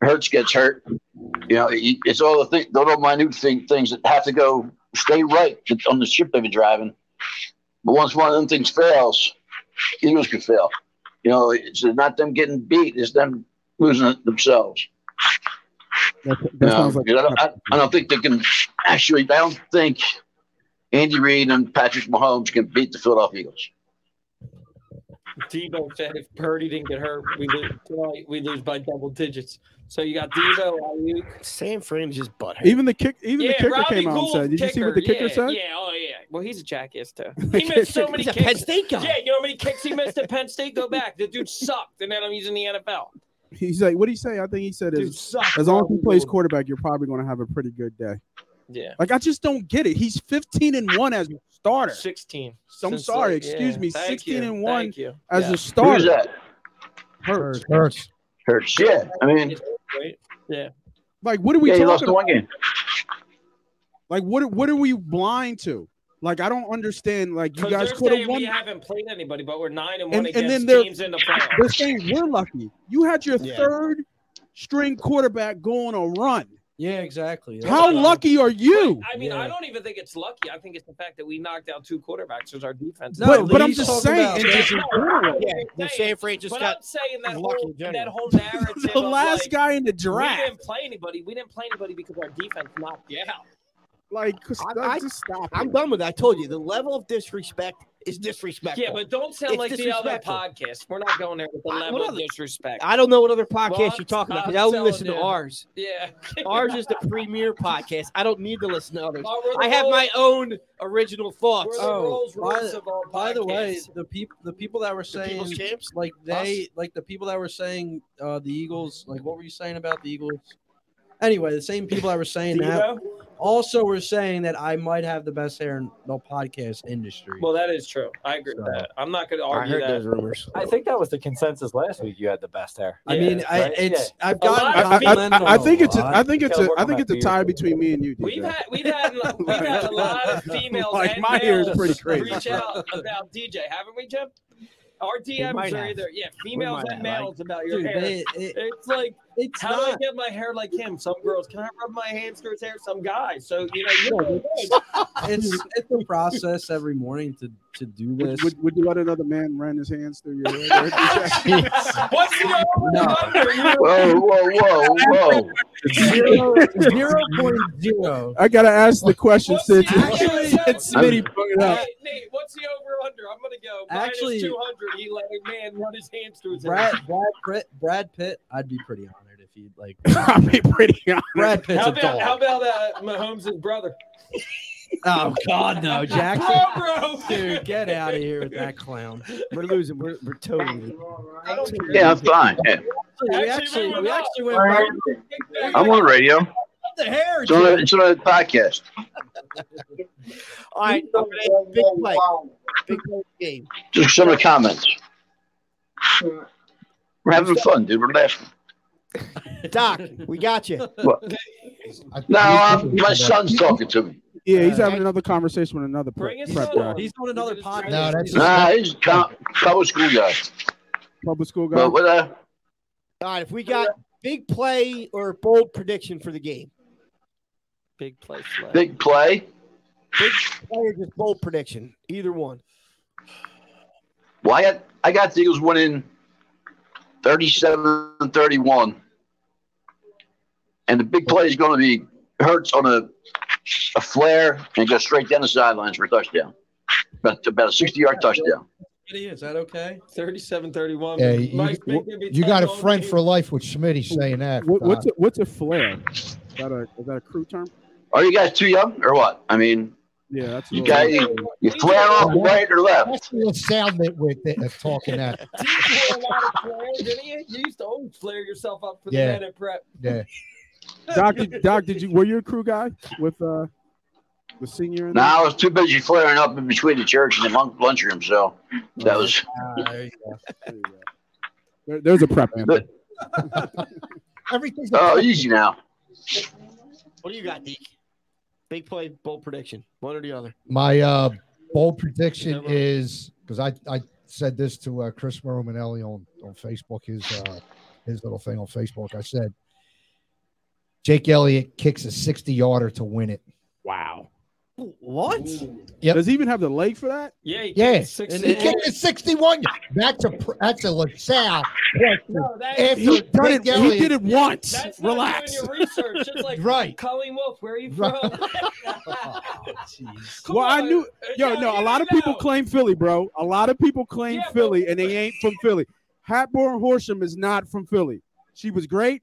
[SPEAKER 12] Hurts gets hurt. You know, it- it's all the thing, the little minute thing, things that have to go stay right on the ship they've been driving. But once one of them things fails, Eagles can fail. You know, it's not them getting beat; it's them losing it themselves.
[SPEAKER 1] That, that
[SPEAKER 12] No,
[SPEAKER 1] sounds like
[SPEAKER 12] I, don't, I, I don't think they can actually. I don't think Andy Reid and Patrick Mahomes can beat the Philadelphia Eagles.
[SPEAKER 5] Debo said if Purdy didn't get hurt, we lose tonight. We lose by double digits. So you got Debo. Ayuk.
[SPEAKER 2] Sam Frames is butt
[SPEAKER 1] even the kick. Even the
[SPEAKER 5] Yeah,
[SPEAKER 1] kicker
[SPEAKER 5] Robbie
[SPEAKER 1] came out
[SPEAKER 5] Gould,
[SPEAKER 1] and said, "Did you see what the kicker
[SPEAKER 5] yeah,
[SPEAKER 1] said?"
[SPEAKER 5] Yeah, oh yeah. Well, he's a jackass too. He missed so many
[SPEAKER 2] He's a
[SPEAKER 5] kicks.
[SPEAKER 2] Penn State guy.
[SPEAKER 5] Yeah, you know how many kicks he missed at Penn State? Go back. The dude sucked, and then I'm using the NFL.
[SPEAKER 1] He's like, "What did he say?" I think he said,
[SPEAKER 5] Dude
[SPEAKER 1] "As,
[SPEAKER 5] sucked,
[SPEAKER 1] as long as he
[SPEAKER 5] Robbie
[SPEAKER 1] plays
[SPEAKER 5] Gould.
[SPEAKER 1] quarterback, you're probably going to have a pretty good day."
[SPEAKER 5] Yeah.
[SPEAKER 1] Like, I just don't get it. He's 15 and one as a starter.
[SPEAKER 5] 16.
[SPEAKER 1] So I'm
[SPEAKER 5] Since,
[SPEAKER 1] sorry,
[SPEAKER 5] like,
[SPEAKER 1] excuse
[SPEAKER 5] yeah,
[SPEAKER 1] me,
[SPEAKER 5] thank
[SPEAKER 1] 16
[SPEAKER 5] you,
[SPEAKER 1] and one
[SPEAKER 5] thank you.
[SPEAKER 1] as
[SPEAKER 5] Yeah.
[SPEAKER 1] a
[SPEAKER 12] Who is
[SPEAKER 1] starter.
[SPEAKER 12] that?
[SPEAKER 1] Hurts.
[SPEAKER 4] Hurts.
[SPEAKER 12] Hurts. Yeah, I mean,
[SPEAKER 5] Right? Yeah.
[SPEAKER 1] Like, what are we
[SPEAKER 12] yeah, he
[SPEAKER 1] talking
[SPEAKER 12] lost the
[SPEAKER 1] about?
[SPEAKER 12] one game.
[SPEAKER 1] Like, what what are we blind to? Like, I don't understand. Like, you
[SPEAKER 5] Because
[SPEAKER 1] guys
[SPEAKER 5] they're
[SPEAKER 1] could
[SPEAKER 5] saying
[SPEAKER 1] have won.
[SPEAKER 5] we haven't played anybody, but we're nine and one
[SPEAKER 1] And- and then
[SPEAKER 5] against
[SPEAKER 1] they're-
[SPEAKER 5] teams in the playoffs.
[SPEAKER 1] They're saying we're lucky. You had your
[SPEAKER 2] Yeah.
[SPEAKER 1] third string quarterback go on a run.
[SPEAKER 3] Yeah, exactly. That's
[SPEAKER 1] How
[SPEAKER 3] what I-
[SPEAKER 1] lucky are you?
[SPEAKER 5] I mean, I
[SPEAKER 3] Yeah.
[SPEAKER 5] don't even think it's lucky. I think it's the fact that we knocked out two quarterbacks as our defense.
[SPEAKER 3] No,
[SPEAKER 1] but but I'm
[SPEAKER 3] he's
[SPEAKER 1] just
[SPEAKER 3] talking
[SPEAKER 1] saying.
[SPEAKER 3] about-
[SPEAKER 1] it's just-
[SPEAKER 2] Yeah, no, San Fran just
[SPEAKER 5] but
[SPEAKER 2] got.
[SPEAKER 5] I'm saying that
[SPEAKER 2] lucky
[SPEAKER 5] whole,
[SPEAKER 2] in general.
[SPEAKER 5] that whole narrative.
[SPEAKER 1] the
[SPEAKER 5] of,
[SPEAKER 1] last
[SPEAKER 5] like,
[SPEAKER 1] guy in the
[SPEAKER 5] We
[SPEAKER 1] draft.
[SPEAKER 5] didn't play anybody. We didn't play anybody because our defense knocked you out.
[SPEAKER 1] Like, just
[SPEAKER 2] I- I-
[SPEAKER 1] stop.
[SPEAKER 2] I'm
[SPEAKER 1] it.
[SPEAKER 2] done with. That. I told you the level of disrespect is disrespectful.
[SPEAKER 5] Yeah, but don't sound
[SPEAKER 2] It's
[SPEAKER 5] like the other
[SPEAKER 2] disrespectful.
[SPEAKER 5] podcast. We're not going there with the
[SPEAKER 2] I-
[SPEAKER 5] level
[SPEAKER 2] what
[SPEAKER 5] of
[SPEAKER 2] other-
[SPEAKER 5] disrespect.
[SPEAKER 2] I don't know what other podcast
[SPEAKER 5] Well, I'm-
[SPEAKER 2] you're talking about
[SPEAKER 5] I'm
[SPEAKER 2] because I only
[SPEAKER 5] telling
[SPEAKER 2] listen
[SPEAKER 5] you.
[SPEAKER 2] to ours.
[SPEAKER 5] yeah.
[SPEAKER 2] Ours is the premier podcast. I don't need to listen to others.
[SPEAKER 5] Oh, we're the
[SPEAKER 2] I have
[SPEAKER 5] Rolls-
[SPEAKER 2] my own original
[SPEAKER 5] We're
[SPEAKER 2] thoughts.
[SPEAKER 5] the
[SPEAKER 3] Oh,
[SPEAKER 5] Rolls
[SPEAKER 3] by
[SPEAKER 5] Royce
[SPEAKER 3] the-
[SPEAKER 5] of all
[SPEAKER 3] By the way,
[SPEAKER 5] podcasts.
[SPEAKER 3] the people the people that were
[SPEAKER 2] The
[SPEAKER 3] saying
[SPEAKER 2] people's champs.
[SPEAKER 3] like they like the people that were saying uh, the Eagles like what were you saying about the Eagles? Anyway, the same people that were saying that
[SPEAKER 5] Debo?
[SPEAKER 3] also were saying that I might have the best hair in the podcast industry.
[SPEAKER 5] Well, that is true. I agree with
[SPEAKER 3] So-
[SPEAKER 5] that. I'm not going to
[SPEAKER 2] I
[SPEAKER 5] argue
[SPEAKER 2] heard
[SPEAKER 5] that.
[SPEAKER 2] those rumors.
[SPEAKER 9] I think that was the consensus last week. You had the best hair.
[SPEAKER 3] I mean,
[SPEAKER 5] yeah,
[SPEAKER 3] I,
[SPEAKER 9] right?
[SPEAKER 3] it's I've
[SPEAKER 5] A lot
[SPEAKER 3] gotten
[SPEAKER 5] of
[SPEAKER 1] I, I- I-
[SPEAKER 3] complimented
[SPEAKER 1] I
[SPEAKER 3] on
[SPEAKER 1] think it's a,
[SPEAKER 3] lot.
[SPEAKER 1] I think it's
[SPEAKER 9] Gotta
[SPEAKER 1] a
[SPEAKER 9] work
[SPEAKER 1] I
[SPEAKER 9] on
[SPEAKER 1] think
[SPEAKER 9] that
[SPEAKER 1] it's a tie
[SPEAKER 9] beard.
[SPEAKER 1] between me and you. DJ.
[SPEAKER 5] We've had we've had we've had a lot of females
[SPEAKER 1] Like,
[SPEAKER 5] and
[SPEAKER 1] my hair is
[SPEAKER 5] males
[SPEAKER 1] pretty crazy.
[SPEAKER 5] reach out about DJ, haven't we, Jim? Our DMs
[SPEAKER 2] might
[SPEAKER 5] are
[SPEAKER 2] have.
[SPEAKER 5] either yeah, females
[SPEAKER 2] might
[SPEAKER 5] and
[SPEAKER 2] have, like-
[SPEAKER 5] males about your
[SPEAKER 3] Dude,
[SPEAKER 5] hair.
[SPEAKER 3] they, it,
[SPEAKER 5] it's like
[SPEAKER 3] it's
[SPEAKER 5] how do I
[SPEAKER 3] not.
[SPEAKER 5] get my hair like him? Some girls, can I rub my hamster's hair? Some guys. So you know, you
[SPEAKER 3] It's it's a process every morning to to do
[SPEAKER 1] Would,
[SPEAKER 3] this.
[SPEAKER 1] would, would you let another man run his hands through your hair?
[SPEAKER 5] what's the
[SPEAKER 3] No.
[SPEAKER 12] Whoa, whoa, whoa, whoa!
[SPEAKER 3] Zero zero point zero.
[SPEAKER 1] I gotta ask the question
[SPEAKER 5] What's
[SPEAKER 1] since
[SPEAKER 5] the
[SPEAKER 3] Actually,
[SPEAKER 5] it's-
[SPEAKER 1] Smitty brought it up.
[SPEAKER 5] Hey, Nate, what's the over under? I'm gonna go
[SPEAKER 3] Actually-
[SPEAKER 5] two hundred. He let a man run his hamsters. hair.
[SPEAKER 3] Brad Brad Pitt, Brad Pitt. I'd be pretty honored if he'd like.
[SPEAKER 1] I mean, pretty honest.
[SPEAKER 3] Brad Pitt's
[SPEAKER 5] How
[SPEAKER 3] a
[SPEAKER 5] about
[SPEAKER 3] dog.
[SPEAKER 5] how about uh, Mahomes' brother?
[SPEAKER 3] Oh God, no, Jackson.
[SPEAKER 5] Bro, bro,
[SPEAKER 3] Dude, get out of here with that clown.
[SPEAKER 2] We're losing. We're, we're totally.
[SPEAKER 5] I don't care.
[SPEAKER 12] Yeah, I'm fine. Yeah.
[SPEAKER 3] We actually, we actually went.
[SPEAKER 12] I'm on the radio.
[SPEAKER 2] the hair.
[SPEAKER 12] It's on, a, it's on a podcast.
[SPEAKER 2] All right, I'm gonna ask big play. Big play game.
[SPEAKER 12] Just some of the comments. We're having fun, dude. We're laughing.
[SPEAKER 2] Doc, we got you.
[SPEAKER 12] What? No, I'm, my son's talking to me.
[SPEAKER 1] Yeah, he's having another conversation with another prep,
[SPEAKER 3] Bring us
[SPEAKER 1] prep
[SPEAKER 3] on.
[SPEAKER 1] guy.
[SPEAKER 3] He's on another podcast.
[SPEAKER 4] No, that's-
[SPEAKER 12] Nah, he's a co- public school guy.
[SPEAKER 1] Public school guy.
[SPEAKER 12] But what uh,
[SPEAKER 2] All right, if we got big play or bold prediction for the game,
[SPEAKER 6] Big play.
[SPEAKER 12] big play?
[SPEAKER 2] big play or just bold prediction, either one.
[SPEAKER 12] Well, I got, I got the Eagles winning 37 31. And the big play is going to be Hurts on a, a flare and go straight down the sidelines for a touchdown. About, about a 60 yard touchdown.
[SPEAKER 3] Is that okay?
[SPEAKER 5] 37 31.
[SPEAKER 4] Yeah, you, you got a friend for life with Schmidt saying that. uh,
[SPEAKER 1] What, what's
[SPEAKER 4] Doc.
[SPEAKER 1] a, what's a flare? Is that a is that a crew term?
[SPEAKER 12] Are you guys too young or what? I mean,
[SPEAKER 1] Yeah, that's a
[SPEAKER 12] you
[SPEAKER 1] little-
[SPEAKER 12] guys, you, you flare off right or left.
[SPEAKER 4] That's the sound that with that, of talking that.
[SPEAKER 5] didn't you? You used to always flare yourself up for
[SPEAKER 4] Yeah.
[SPEAKER 5] the minute prep.
[SPEAKER 4] Yeah.
[SPEAKER 1] Doc, did, Doc, did you were you a crew guy with uh the senior? In
[SPEAKER 12] No, I was too busy flaring up in between the church and the lun- lunchroom, so that was
[SPEAKER 1] Uh, there? There- There's a prep anthem.
[SPEAKER 4] Everything's a
[SPEAKER 12] oh easy now.
[SPEAKER 2] What do you got, Deke? Big play, bold prediction, one or the other.
[SPEAKER 4] My uh, bold prediction is because I, I said this to uh, Chris Romanelli on, on Facebook, his uh, his little thing on Facebook. I said Jake Elliott kicks a 60 yarder to win it.
[SPEAKER 1] Wow.
[SPEAKER 3] What?
[SPEAKER 4] Yep.
[SPEAKER 1] Does he even have the leg for that?
[SPEAKER 5] Yeah, he
[SPEAKER 4] Yeah.
[SPEAKER 5] kicked six.
[SPEAKER 4] He kicked a 61 yard. That's a pr- that's a LaSalle question.
[SPEAKER 5] No, that-
[SPEAKER 4] After
[SPEAKER 1] He done it.
[SPEAKER 4] Jake Elliott-
[SPEAKER 1] He did it once.
[SPEAKER 5] That's not
[SPEAKER 1] Relax.
[SPEAKER 5] doing your research. It's like
[SPEAKER 4] Right.
[SPEAKER 5] Colleen Wolf, where are you from?
[SPEAKER 4] Right.
[SPEAKER 3] Oh,
[SPEAKER 5] Come
[SPEAKER 1] well, I
[SPEAKER 5] on.
[SPEAKER 1] knew. Yo,
[SPEAKER 5] Yeah,
[SPEAKER 1] no, a
[SPEAKER 5] you
[SPEAKER 1] lot of
[SPEAKER 5] know.
[SPEAKER 1] people claim Philly, bro. A lot of people claim
[SPEAKER 5] Yeah, but-
[SPEAKER 1] Philly, and they ain't from Philly. Hatborn Horsham is not from Philly. She was great.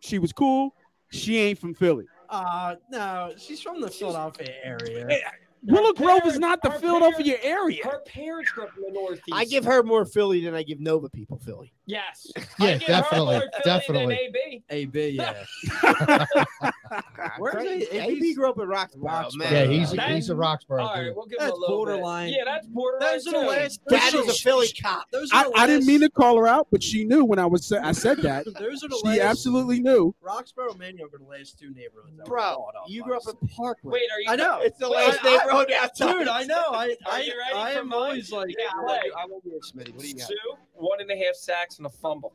[SPEAKER 1] She was cool. She ain't from Philly.
[SPEAKER 3] Uh no, she's from the Philadelphia area.
[SPEAKER 1] Willow Grove is
[SPEAKER 5] parents-
[SPEAKER 1] not the
[SPEAKER 5] our
[SPEAKER 1] Philadelphia area.
[SPEAKER 5] Her parents grew up in the Northeast.
[SPEAKER 2] I give her more Philly than I give Nova people Philly.
[SPEAKER 5] Yes.
[SPEAKER 4] Yeah,
[SPEAKER 5] I give her
[SPEAKER 4] definitely,
[SPEAKER 5] more Philly than
[SPEAKER 4] definitely.
[SPEAKER 5] AB.
[SPEAKER 3] AB, yeah. Where's
[SPEAKER 2] Craig-
[SPEAKER 3] it?
[SPEAKER 2] AB grew up in Roxborough.
[SPEAKER 3] Roxborough.
[SPEAKER 4] Yeah, he's
[SPEAKER 5] That-
[SPEAKER 4] he's a Roxborough.
[SPEAKER 5] All right,
[SPEAKER 4] dude.
[SPEAKER 5] we'll give
[SPEAKER 3] That's
[SPEAKER 5] him a little bit.
[SPEAKER 3] borderline.
[SPEAKER 5] Yeah, that's borderline.
[SPEAKER 3] Those are the
[SPEAKER 5] too.
[SPEAKER 3] last.
[SPEAKER 2] That
[SPEAKER 3] those
[SPEAKER 2] is
[SPEAKER 3] are
[SPEAKER 2] a Philly cop.
[SPEAKER 3] Those are
[SPEAKER 1] I,
[SPEAKER 3] the
[SPEAKER 1] I didn't mean
[SPEAKER 3] last-
[SPEAKER 1] to call her out, but she knew when I was I said that.
[SPEAKER 3] Those are the
[SPEAKER 1] She
[SPEAKER 3] last.
[SPEAKER 1] absolutely knew.
[SPEAKER 3] Roxborough and Manioc are the last two neighborhoods. that were
[SPEAKER 2] Bro,
[SPEAKER 3] bought up
[SPEAKER 2] you
[SPEAKER 3] by
[SPEAKER 2] grew up
[SPEAKER 3] the
[SPEAKER 2] in Parkwood.
[SPEAKER 5] Wait, are you?
[SPEAKER 3] I know.
[SPEAKER 2] It's the
[SPEAKER 5] Wait,
[SPEAKER 2] last
[SPEAKER 5] I-
[SPEAKER 2] neighborhood outside.
[SPEAKER 3] Dude, I know. I
[SPEAKER 5] Are
[SPEAKER 3] I,
[SPEAKER 5] you ready
[SPEAKER 3] I
[SPEAKER 5] for
[SPEAKER 3] am
[SPEAKER 5] mine?
[SPEAKER 3] always like,
[SPEAKER 5] Yeah,
[SPEAKER 3] I
[SPEAKER 5] play.
[SPEAKER 3] want- I want to hear Smitty. What do you got?
[SPEAKER 5] Two, one and a half sacks and a fumble,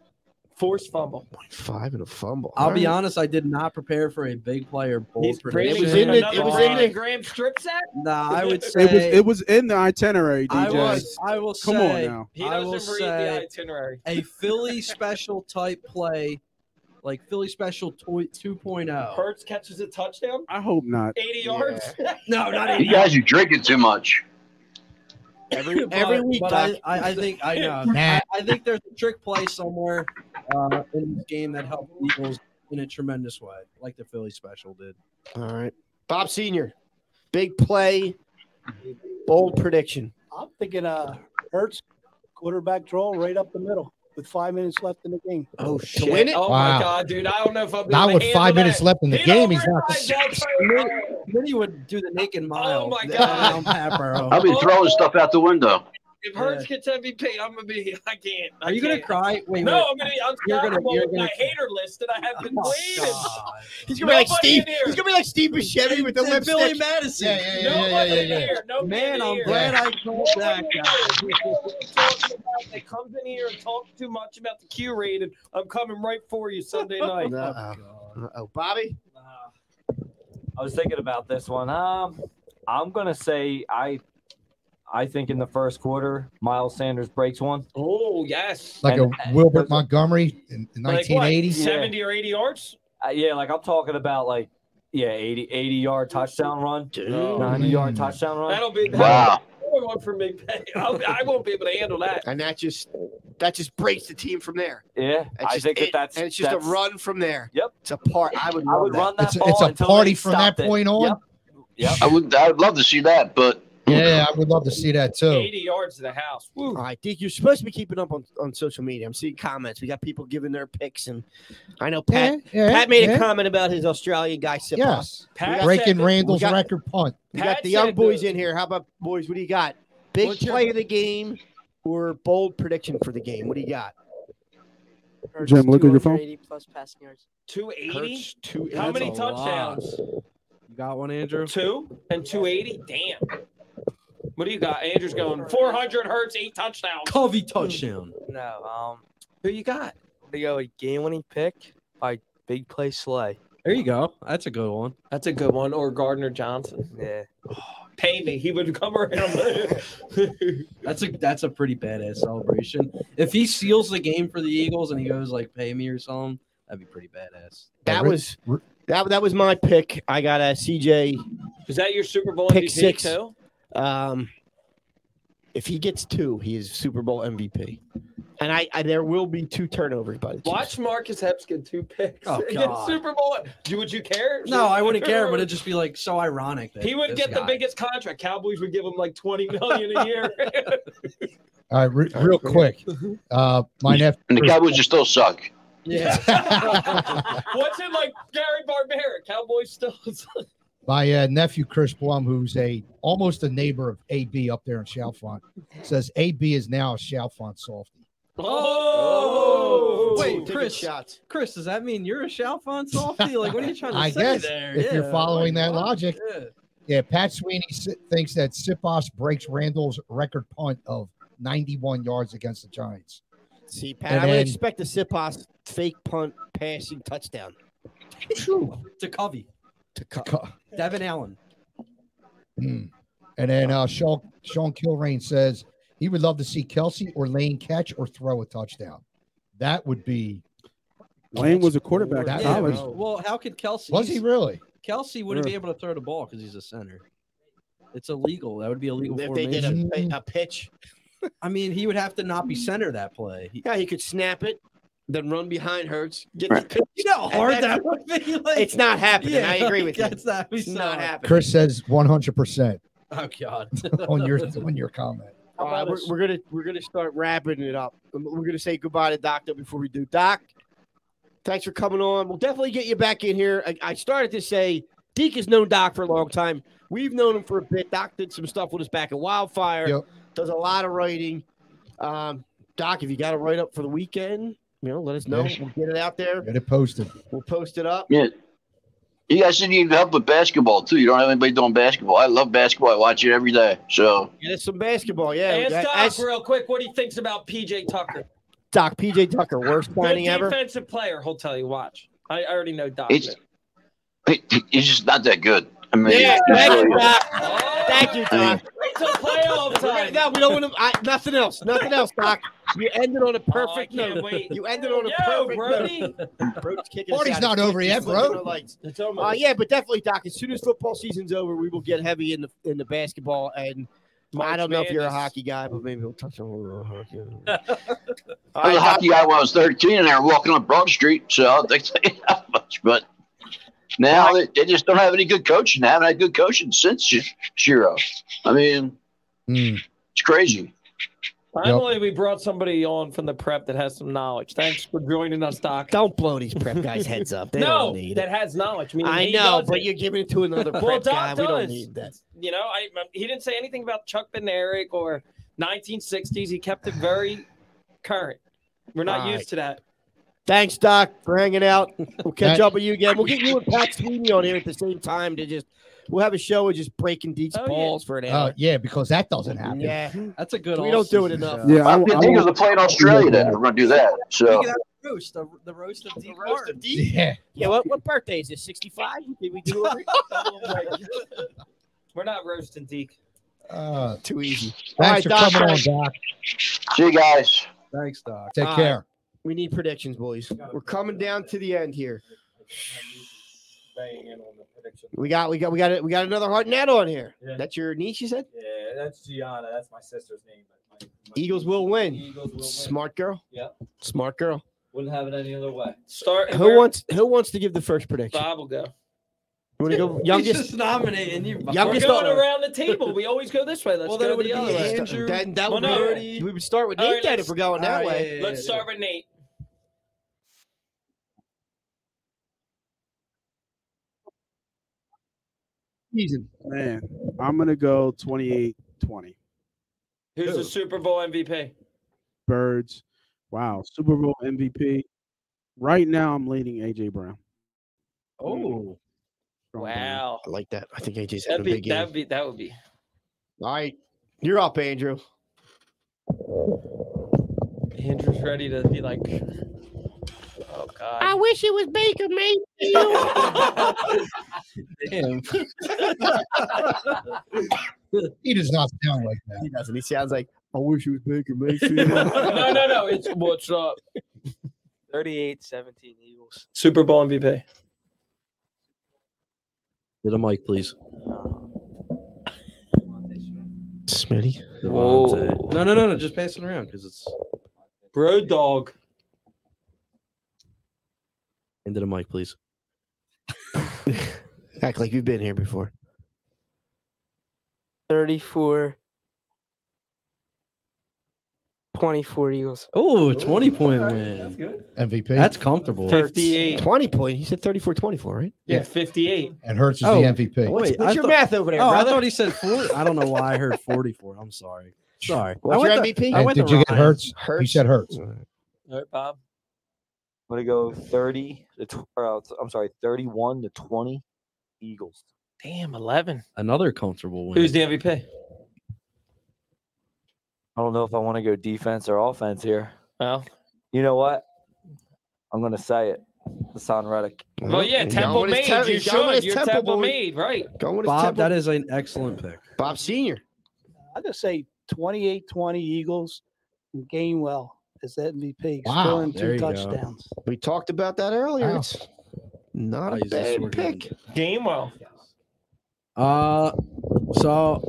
[SPEAKER 5] forced fumble.
[SPEAKER 2] Five and a fumble.
[SPEAKER 3] I'll be honest. I did not prepare for a big player bold
[SPEAKER 5] He's
[SPEAKER 3] prediction.
[SPEAKER 5] crazy.
[SPEAKER 2] It was in the- it was in the-
[SPEAKER 5] Graham strip sack.
[SPEAKER 3] Nah, I would say
[SPEAKER 1] It was it was in the itinerary,
[SPEAKER 3] I
[SPEAKER 1] DJ.
[SPEAKER 3] was. I will
[SPEAKER 1] Come on
[SPEAKER 3] say
[SPEAKER 1] now.
[SPEAKER 5] He
[SPEAKER 3] I
[SPEAKER 5] doesn't
[SPEAKER 3] will
[SPEAKER 5] read
[SPEAKER 3] say-
[SPEAKER 5] the itinerary.
[SPEAKER 3] a Philly special type play, like Philly special toy oh. 2.0.
[SPEAKER 5] Hurts catches a touchdown,
[SPEAKER 1] I hope not.
[SPEAKER 5] 80 yards.
[SPEAKER 3] No, not
[SPEAKER 12] You guys are drinking too much.
[SPEAKER 2] Every,
[SPEAKER 3] But-
[SPEAKER 2] every week,
[SPEAKER 3] but
[SPEAKER 2] Doc.
[SPEAKER 3] I, I, I think I know.
[SPEAKER 4] Nah.
[SPEAKER 3] I, I think there's a trick play somewhere uh, in this game that helped the Eagles in a tremendous way, like the Philly special did.
[SPEAKER 2] All right. Bob Sr., big play, bold prediction.
[SPEAKER 13] I'm thinking uh Hurts quarterback draw right up the middle with five minutes left in the game.
[SPEAKER 2] Oh,
[SPEAKER 5] Shit.
[SPEAKER 2] shit. Win it?
[SPEAKER 5] Oh
[SPEAKER 4] Wow.
[SPEAKER 5] my god, dude! I don't know if I'm.
[SPEAKER 4] Now with five minutes left in the game, he's not.
[SPEAKER 3] Then you would do the naked mile.
[SPEAKER 5] Oh, my
[SPEAKER 3] down
[SPEAKER 5] God.
[SPEAKER 3] on Pat Burrow.
[SPEAKER 12] I'll be throwing stuff out the window.
[SPEAKER 5] If Hurts gets MVP, I'm gonna be. I can't. I
[SPEAKER 3] Are you gonna
[SPEAKER 5] can't.
[SPEAKER 3] cry? Wait,
[SPEAKER 5] No,
[SPEAKER 3] wait.
[SPEAKER 5] I'm gonna be
[SPEAKER 3] You're gonna-
[SPEAKER 5] unstoppable
[SPEAKER 3] you're
[SPEAKER 5] with my
[SPEAKER 3] gonna-
[SPEAKER 5] hater list that I have been
[SPEAKER 3] Oh,
[SPEAKER 5] waiting.
[SPEAKER 3] God.
[SPEAKER 2] He's going to be like
[SPEAKER 5] Nobody
[SPEAKER 2] Steve.
[SPEAKER 5] in here.
[SPEAKER 2] He's going to be like Steve Buscemi with the
[SPEAKER 3] It's
[SPEAKER 2] lipstick.
[SPEAKER 3] Billy Madison.
[SPEAKER 4] Yeah, yeah, yeah, yeah,
[SPEAKER 5] Nobody
[SPEAKER 4] yeah,
[SPEAKER 5] in
[SPEAKER 4] yeah.
[SPEAKER 5] here. Nobody
[SPEAKER 3] Man,
[SPEAKER 5] in
[SPEAKER 3] I'm
[SPEAKER 5] here.
[SPEAKER 3] glad I called that
[SPEAKER 5] Nobody in
[SPEAKER 3] guy.
[SPEAKER 5] here. You know what I'm talking about that comes in here and talks too much about the Q rated. I'm coming right for you Sunday night. Oh,
[SPEAKER 2] Uh-oh. Uh-oh. Bobby?
[SPEAKER 9] Uh, I was thinking about this one. Um, I'm gonna say I, I think in the first quarter, Miles Sanders breaks one.
[SPEAKER 5] Oh yes.
[SPEAKER 4] Like a Wilbert Montgomery in in
[SPEAKER 5] Like what,
[SPEAKER 4] 1980.
[SPEAKER 5] 70 or 80 yards.
[SPEAKER 9] Uh, yeah, like I'm talking about like yeah, 80, 80 yard touchdown run, ninety yard
[SPEAKER 4] Mm.
[SPEAKER 9] touchdown run.
[SPEAKER 5] That'll be that'll
[SPEAKER 12] Wow.
[SPEAKER 5] be one for me. I'll, I won't be able to handle that.
[SPEAKER 2] And that just that just breaks the team from there.
[SPEAKER 9] Yeah,
[SPEAKER 2] That's
[SPEAKER 9] I
[SPEAKER 2] just
[SPEAKER 9] think
[SPEAKER 2] it.
[SPEAKER 9] that that's
[SPEAKER 2] and it's just a
[SPEAKER 9] that's-
[SPEAKER 2] run from there.
[SPEAKER 9] Yep.
[SPEAKER 2] It's a part. I would
[SPEAKER 9] I
[SPEAKER 2] love
[SPEAKER 9] would
[SPEAKER 2] that.
[SPEAKER 9] run that
[SPEAKER 4] It's a-
[SPEAKER 9] ball
[SPEAKER 4] it's a
[SPEAKER 9] until
[SPEAKER 4] party
[SPEAKER 9] they
[SPEAKER 4] from that
[SPEAKER 9] stopped it.
[SPEAKER 4] point on.
[SPEAKER 9] Yep. yep.
[SPEAKER 12] I would I would love to see that, but
[SPEAKER 4] Yeah, I would love to see that too.
[SPEAKER 5] 80 yards to the house. Woo.
[SPEAKER 2] I think you're supposed to be keeping up on, on social media. I'm seeing comments. We got people giving their picks, and I know Pat.
[SPEAKER 4] Yeah, yeah,
[SPEAKER 2] Pat made
[SPEAKER 4] yeah.
[SPEAKER 2] a comment about his Australian guy. Sipos.
[SPEAKER 4] Yes,
[SPEAKER 2] We got-
[SPEAKER 4] breaking
[SPEAKER 2] we
[SPEAKER 4] Randall's
[SPEAKER 2] got-
[SPEAKER 4] record punt.
[SPEAKER 2] We got the young boys in here. How about boys? What do you got? Big play of the game or bold prediction for the game? What do you got?
[SPEAKER 1] Jim, look at your phone.
[SPEAKER 7] 80 plus passing yards.
[SPEAKER 5] 280?
[SPEAKER 3] Two.
[SPEAKER 5] How
[SPEAKER 3] that's
[SPEAKER 5] many
[SPEAKER 3] a lot.
[SPEAKER 5] touchdowns?
[SPEAKER 3] You got one, Andrew.
[SPEAKER 5] Two and 280? Damn. What do you got? Andrew's going 400 Hertz, eight touchdowns.
[SPEAKER 3] Covey touchdown.
[SPEAKER 6] No. Um,
[SPEAKER 5] Who you got?
[SPEAKER 6] they go a game-winning pick by Big Play Slay.
[SPEAKER 3] There you go. That's a good one.
[SPEAKER 5] That's a good one. Or Gardner Johnson.
[SPEAKER 6] Yeah.
[SPEAKER 5] Pay me. He would come around.
[SPEAKER 3] That's a that's a pretty badass celebration. If he seals the game for the Eagles and he goes like pay me or something, that'd be pretty badass.
[SPEAKER 2] That was that. That was my pick. I got a CJ.
[SPEAKER 5] Is that your Super Bowl
[SPEAKER 2] Pick
[SPEAKER 5] MVP
[SPEAKER 2] six.
[SPEAKER 5] too?
[SPEAKER 2] Um, if he gets two, he is Super Bowl MVP. And I, I there will be two turnovers by the Chiefs.
[SPEAKER 5] Watch Marcus Epps get two picks.
[SPEAKER 3] Oh,
[SPEAKER 5] Get
[SPEAKER 3] God.
[SPEAKER 5] Super Bowl. Do would you care?
[SPEAKER 3] No, I wouldn't care, but it'd just be like so ironic. That
[SPEAKER 5] He would
[SPEAKER 3] this
[SPEAKER 5] get the
[SPEAKER 3] guy-
[SPEAKER 5] biggest contract. Cowboys would give him like twenty million a year.
[SPEAKER 4] All right, re- real quick. Uh, my nephew.
[SPEAKER 12] And the Cowboys just still suck.
[SPEAKER 3] Yeah.
[SPEAKER 5] What's it like, Gary Barbera? Cowboys still.
[SPEAKER 4] My uh, nephew Chris Blum, who's a almost a neighbor of AB up there in Chalfont, says AB is now a Chalfont softie.
[SPEAKER 5] oh,
[SPEAKER 3] Wait,
[SPEAKER 2] Taking
[SPEAKER 3] Chris.
[SPEAKER 2] shots.
[SPEAKER 3] Chris, does that mean you're a Chalfont softie? Like, what are you trying to
[SPEAKER 4] I
[SPEAKER 3] say
[SPEAKER 4] guess
[SPEAKER 3] there?
[SPEAKER 4] if you're following that logic.
[SPEAKER 3] Yeah.
[SPEAKER 4] Yeah, Pat Sweeney si- thinks that Sipos breaks Randall's record punt of 91 yards against the Giants.
[SPEAKER 2] See, Pat,
[SPEAKER 4] And
[SPEAKER 2] I would
[SPEAKER 4] then-
[SPEAKER 2] expect a Sipos fake punt passing touchdown.
[SPEAKER 3] To Covey,
[SPEAKER 2] To cut.
[SPEAKER 4] Co-
[SPEAKER 3] Devin Allen.
[SPEAKER 4] Hmm. And then uh, Sean, Sean Kilrain says he would love to see Kelsey or Lane catch or throw a touchdown. That would be.
[SPEAKER 1] Lane was a quarterback
[SPEAKER 4] That-
[SPEAKER 1] in
[SPEAKER 4] Yeah,
[SPEAKER 1] college.
[SPEAKER 4] bro.
[SPEAKER 3] Well, how could Kelsey?
[SPEAKER 4] Was he really?
[SPEAKER 3] Kelsey wouldn't be
[SPEAKER 1] Yeah.
[SPEAKER 3] able to throw the ball because he's a center. It's illegal. That would be illegal
[SPEAKER 2] If they
[SPEAKER 3] formation.
[SPEAKER 2] did a,
[SPEAKER 4] formation.
[SPEAKER 2] a pitch,
[SPEAKER 3] I mean, he would have to not be center that play. He-
[SPEAKER 2] yeah, he could snap it, then run behind Hurts. Get
[SPEAKER 12] Right.
[SPEAKER 2] the,
[SPEAKER 3] you know how hard
[SPEAKER 2] And
[SPEAKER 3] that would be. Like,
[SPEAKER 2] it's not happening. I agree with you.
[SPEAKER 3] that's Not,
[SPEAKER 2] It's not happening.
[SPEAKER 4] Chris says 100%
[SPEAKER 3] Oh God.
[SPEAKER 4] on your on your comment.
[SPEAKER 2] All right, we're, we're gonna we're gonna start wrapping it up. Um, We're gonna say goodbye to Doctor before we do. Doc, thanks for coming on. We'll definitely get you back in here. I, I started to say Deke has known Doc for a long time. We've known him for a bit. Doc did some stuff with us back at Wildfire.
[SPEAKER 4] Yep.
[SPEAKER 2] Does a lot of writing. Um, Doc, if you got a write up for the weekend, you know, let us know.
[SPEAKER 4] Yeah.
[SPEAKER 2] We'll get it out there.
[SPEAKER 4] Get it posted.
[SPEAKER 2] We'll post it up.
[SPEAKER 12] Yeah. You guys should need help with basketball too. You don't have anybody doing basketball. I love basketball. I watch it every day. So
[SPEAKER 2] Get us some basketball. Yeah.
[SPEAKER 5] Ask
[SPEAKER 2] That-
[SPEAKER 5] Doc
[SPEAKER 2] that's-
[SPEAKER 5] real quick what he thinks about PJ Tucker.
[SPEAKER 2] Doc, PJ Tucker, worst
[SPEAKER 5] Good
[SPEAKER 2] signing ever.
[SPEAKER 5] defensive player. He'll tell you. Watch. I already know Doc.
[SPEAKER 12] It's- he, he- he's just not that good. I mean,
[SPEAKER 2] Yeah,
[SPEAKER 12] he's
[SPEAKER 2] thank
[SPEAKER 12] really-
[SPEAKER 2] you, Doc.
[SPEAKER 5] Oh,
[SPEAKER 2] Thank you, Doc.
[SPEAKER 5] It's a
[SPEAKER 2] We're
[SPEAKER 5] playoff
[SPEAKER 2] gonna-
[SPEAKER 5] time.
[SPEAKER 2] No, we don't want to. I, nothing else. Nothing else, Doc. You ended on a
[SPEAKER 5] Oh, I
[SPEAKER 2] perfect
[SPEAKER 5] can't
[SPEAKER 2] note.
[SPEAKER 5] wait.
[SPEAKER 2] You ended on a
[SPEAKER 5] Yo,
[SPEAKER 2] perfect
[SPEAKER 5] Brody.
[SPEAKER 2] note. Brody's kicking us
[SPEAKER 4] Party's
[SPEAKER 2] out.
[SPEAKER 4] not over yet,
[SPEAKER 2] He's flipping
[SPEAKER 4] bro.
[SPEAKER 2] the lights.
[SPEAKER 5] It's almost.
[SPEAKER 2] Uh, yeah, but definitely, Doc. As soon as football season's over, we will get heavy in the in the basketball. And I
[SPEAKER 5] March
[SPEAKER 2] don't know if you're a
[SPEAKER 5] Madness.
[SPEAKER 2] hockey guy, but maybe we'll touch on a little hockey. All
[SPEAKER 12] I was a
[SPEAKER 2] right, Doc.
[SPEAKER 12] hockey guy when I was 13 and they were walking up Broad Street, so I'll take that much. But now they, they just don't have any good coaching. They haven't had good coaching since Sh- Shiro. I mean,
[SPEAKER 4] Hmm.
[SPEAKER 12] it's crazy.
[SPEAKER 5] Finally, we brought somebody on from the prep that has some knowledge. Thanks for joining us, Doc.
[SPEAKER 2] Don't blow these prep guys' heads up. They
[SPEAKER 5] no,
[SPEAKER 2] don't need
[SPEAKER 5] that
[SPEAKER 2] it.
[SPEAKER 5] has knowledge. meaning
[SPEAKER 2] I
[SPEAKER 5] he
[SPEAKER 2] know,
[SPEAKER 5] does
[SPEAKER 2] but
[SPEAKER 5] it.
[SPEAKER 2] you're giving it to another prep
[SPEAKER 5] Well,
[SPEAKER 2] guy.
[SPEAKER 5] Doc
[SPEAKER 2] We don't
[SPEAKER 5] does.
[SPEAKER 2] need that.
[SPEAKER 5] You know, I um, he didn't say anything about Chuck Benerick or 1960s. He kept it very current. We're not
[SPEAKER 2] All
[SPEAKER 5] used
[SPEAKER 2] right.
[SPEAKER 5] to that.
[SPEAKER 2] Thanks, Doc, for hanging out. We'll catch
[SPEAKER 4] Thank-
[SPEAKER 2] up with you again. We'll get you and Pat Sweeney on here at the same time to just we'll have a show of just breaking Deke's
[SPEAKER 5] Oh, yeah.
[SPEAKER 2] balls for an
[SPEAKER 4] Uh,
[SPEAKER 2] hour.
[SPEAKER 4] yeah, because that doesn't happen.
[SPEAKER 2] yeah,
[SPEAKER 3] That's a good.
[SPEAKER 2] We don't do it
[SPEAKER 3] all-season
[SPEAKER 2] enough.
[SPEAKER 3] show.
[SPEAKER 1] Yeah, I, I,
[SPEAKER 12] I, think it was
[SPEAKER 1] won't-
[SPEAKER 12] a play in Australia that we're going to do that.
[SPEAKER 3] We
[SPEAKER 12] So
[SPEAKER 3] could have a roast. The, the roast of D. Martin.
[SPEAKER 4] Yeah.
[SPEAKER 2] yeah. What, what birthday is this? Sixty-five? Did we do it?
[SPEAKER 5] We're not roasting Deke.
[SPEAKER 4] Uh,
[SPEAKER 2] Too easy. All right,
[SPEAKER 4] thanks
[SPEAKER 2] Doc.
[SPEAKER 4] for coming on, Doc.
[SPEAKER 12] see you guys.
[SPEAKER 3] Thanks, Doc.
[SPEAKER 4] Take
[SPEAKER 2] All right.
[SPEAKER 4] care.
[SPEAKER 2] We need predictions, boys. We're coming down to the end here. We got, we got, we got, it. we got another hard net on here.
[SPEAKER 14] Yeah.
[SPEAKER 2] That's your niece, you said.
[SPEAKER 14] Yeah, that's Gianna. That's my sister's name. but my- my-
[SPEAKER 2] Eagles will win.
[SPEAKER 14] Eagles will win.
[SPEAKER 2] Smart girl.
[SPEAKER 14] Yeah.
[SPEAKER 2] Smart girl.
[SPEAKER 14] Wouldn't have it any other way.
[SPEAKER 5] Start.
[SPEAKER 2] Who wants? Who wants to give the first prediction?
[SPEAKER 5] Bob will go.
[SPEAKER 2] You want to go
[SPEAKER 3] He's
[SPEAKER 2] youngest?
[SPEAKER 3] just nominating you.
[SPEAKER 2] Youngest
[SPEAKER 5] We're going around the table. We always go this way. Let's
[SPEAKER 3] Well, then
[SPEAKER 5] go
[SPEAKER 3] it would
[SPEAKER 5] the other
[SPEAKER 3] be
[SPEAKER 5] way.
[SPEAKER 3] Andrew.
[SPEAKER 2] Then that
[SPEAKER 5] Well,
[SPEAKER 2] would be
[SPEAKER 5] no.
[SPEAKER 2] already. We would start with
[SPEAKER 5] All
[SPEAKER 2] Nate
[SPEAKER 5] right,
[SPEAKER 2] then
[SPEAKER 5] let's-
[SPEAKER 2] if we're going that
[SPEAKER 5] all right,
[SPEAKER 2] way.
[SPEAKER 5] yeah, yeah, Let's start with Nate.
[SPEAKER 1] Season. Man, I'm gonna go 28 20.
[SPEAKER 5] Who's the Super Bowl MVP?
[SPEAKER 1] Birds. Wow. Super Bowl MVP. Right now I'm leading AJ Brown.
[SPEAKER 3] Oh.
[SPEAKER 5] Wow.
[SPEAKER 2] I like that. I think AJ's had a
[SPEAKER 5] That'd be,
[SPEAKER 2] big game.
[SPEAKER 5] that'd be that would be
[SPEAKER 2] All right, you're up, Andrew.
[SPEAKER 5] Andrew's ready to be like Oh god.
[SPEAKER 11] I wish it was Baker
[SPEAKER 2] Damn.
[SPEAKER 4] he does not sound like that.
[SPEAKER 2] He doesn't. He sounds like I wish he was Baker Mayfield.
[SPEAKER 5] no, no, no. It's uh, what's up.
[SPEAKER 6] 38-17 Eagles.
[SPEAKER 5] Super Bowl MVP.
[SPEAKER 3] Get a mic, please.
[SPEAKER 2] Smitty.
[SPEAKER 3] Whoa. No, no, no, no. Just pass it around because it's
[SPEAKER 5] bro dog.
[SPEAKER 3] Into the mic, please.
[SPEAKER 2] Act like you've been here before.
[SPEAKER 7] 34 24 Eagles.
[SPEAKER 3] Oh, 20 point win. That's
[SPEAKER 5] good.
[SPEAKER 4] MVP.
[SPEAKER 3] That's comfortable.
[SPEAKER 5] 58.
[SPEAKER 2] 20 point. He said 34 24, right?
[SPEAKER 5] Yeah, 58.
[SPEAKER 4] And Hurts is
[SPEAKER 3] Oh,
[SPEAKER 4] the MVP.
[SPEAKER 3] wait, I
[SPEAKER 2] your
[SPEAKER 3] thought-
[SPEAKER 2] math over there,
[SPEAKER 3] Oh, I
[SPEAKER 2] brother?
[SPEAKER 3] thought he said 40. I don't know why I heard 44. I'm sorry. Sorry.
[SPEAKER 2] What's
[SPEAKER 3] I went
[SPEAKER 2] your
[SPEAKER 3] to-
[SPEAKER 2] MVP?
[SPEAKER 3] I
[SPEAKER 4] And
[SPEAKER 3] went
[SPEAKER 4] did
[SPEAKER 3] to
[SPEAKER 4] you get
[SPEAKER 3] Ryan.
[SPEAKER 4] Hurts? He said Hurts.
[SPEAKER 5] All right, Bob.
[SPEAKER 9] I'm gonna go 30 to tw- or, uh, I'm sorry, 31 to 20 Eagles.
[SPEAKER 5] Damn, 11.
[SPEAKER 3] Another comfortable win.
[SPEAKER 5] Who's the MVP?
[SPEAKER 9] I don't know if I want to go defense or offense here.
[SPEAKER 5] Well,
[SPEAKER 9] You know what? I'm gonna say it. Hassan Reddick.
[SPEAKER 5] well, yeah,
[SPEAKER 2] Going
[SPEAKER 5] Temple
[SPEAKER 2] with his
[SPEAKER 5] Maid.
[SPEAKER 2] Tem-
[SPEAKER 5] you
[SPEAKER 2] he's going with
[SPEAKER 5] should.
[SPEAKER 2] his
[SPEAKER 5] You're
[SPEAKER 2] Temple
[SPEAKER 5] Temple,
[SPEAKER 2] boy.
[SPEAKER 5] Maid, right?
[SPEAKER 2] Going with his
[SPEAKER 3] Bob,
[SPEAKER 2] Temple-
[SPEAKER 3] that is an excellent pick.
[SPEAKER 2] Bob Senior.
[SPEAKER 13] I'm gonna say 28-20 Eagles and Gainwell as that MVP,
[SPEAKER 2] Wow,
[SPEAKER 13] scoring
[SPEAKER 2] there
[SPEAKER 13] two
[SPEAKER 2] you go.
[SPEAKER 13] touchdowns.
[SPEAKER 2] We talked about that earlier.
[SPEAKER 13] Wow.
[SPEAKER 2] It's
[SPEAKER 3] I'll
[SPEAKER 2] not a
[SPEAKER 3] use this
[SPEAKER 2] bad
[SPEAKER 3] one.
[SPEAKER 2] pick.
[SPEAKER 5] Gamewell.
[SPEAKER 3] Uh, so,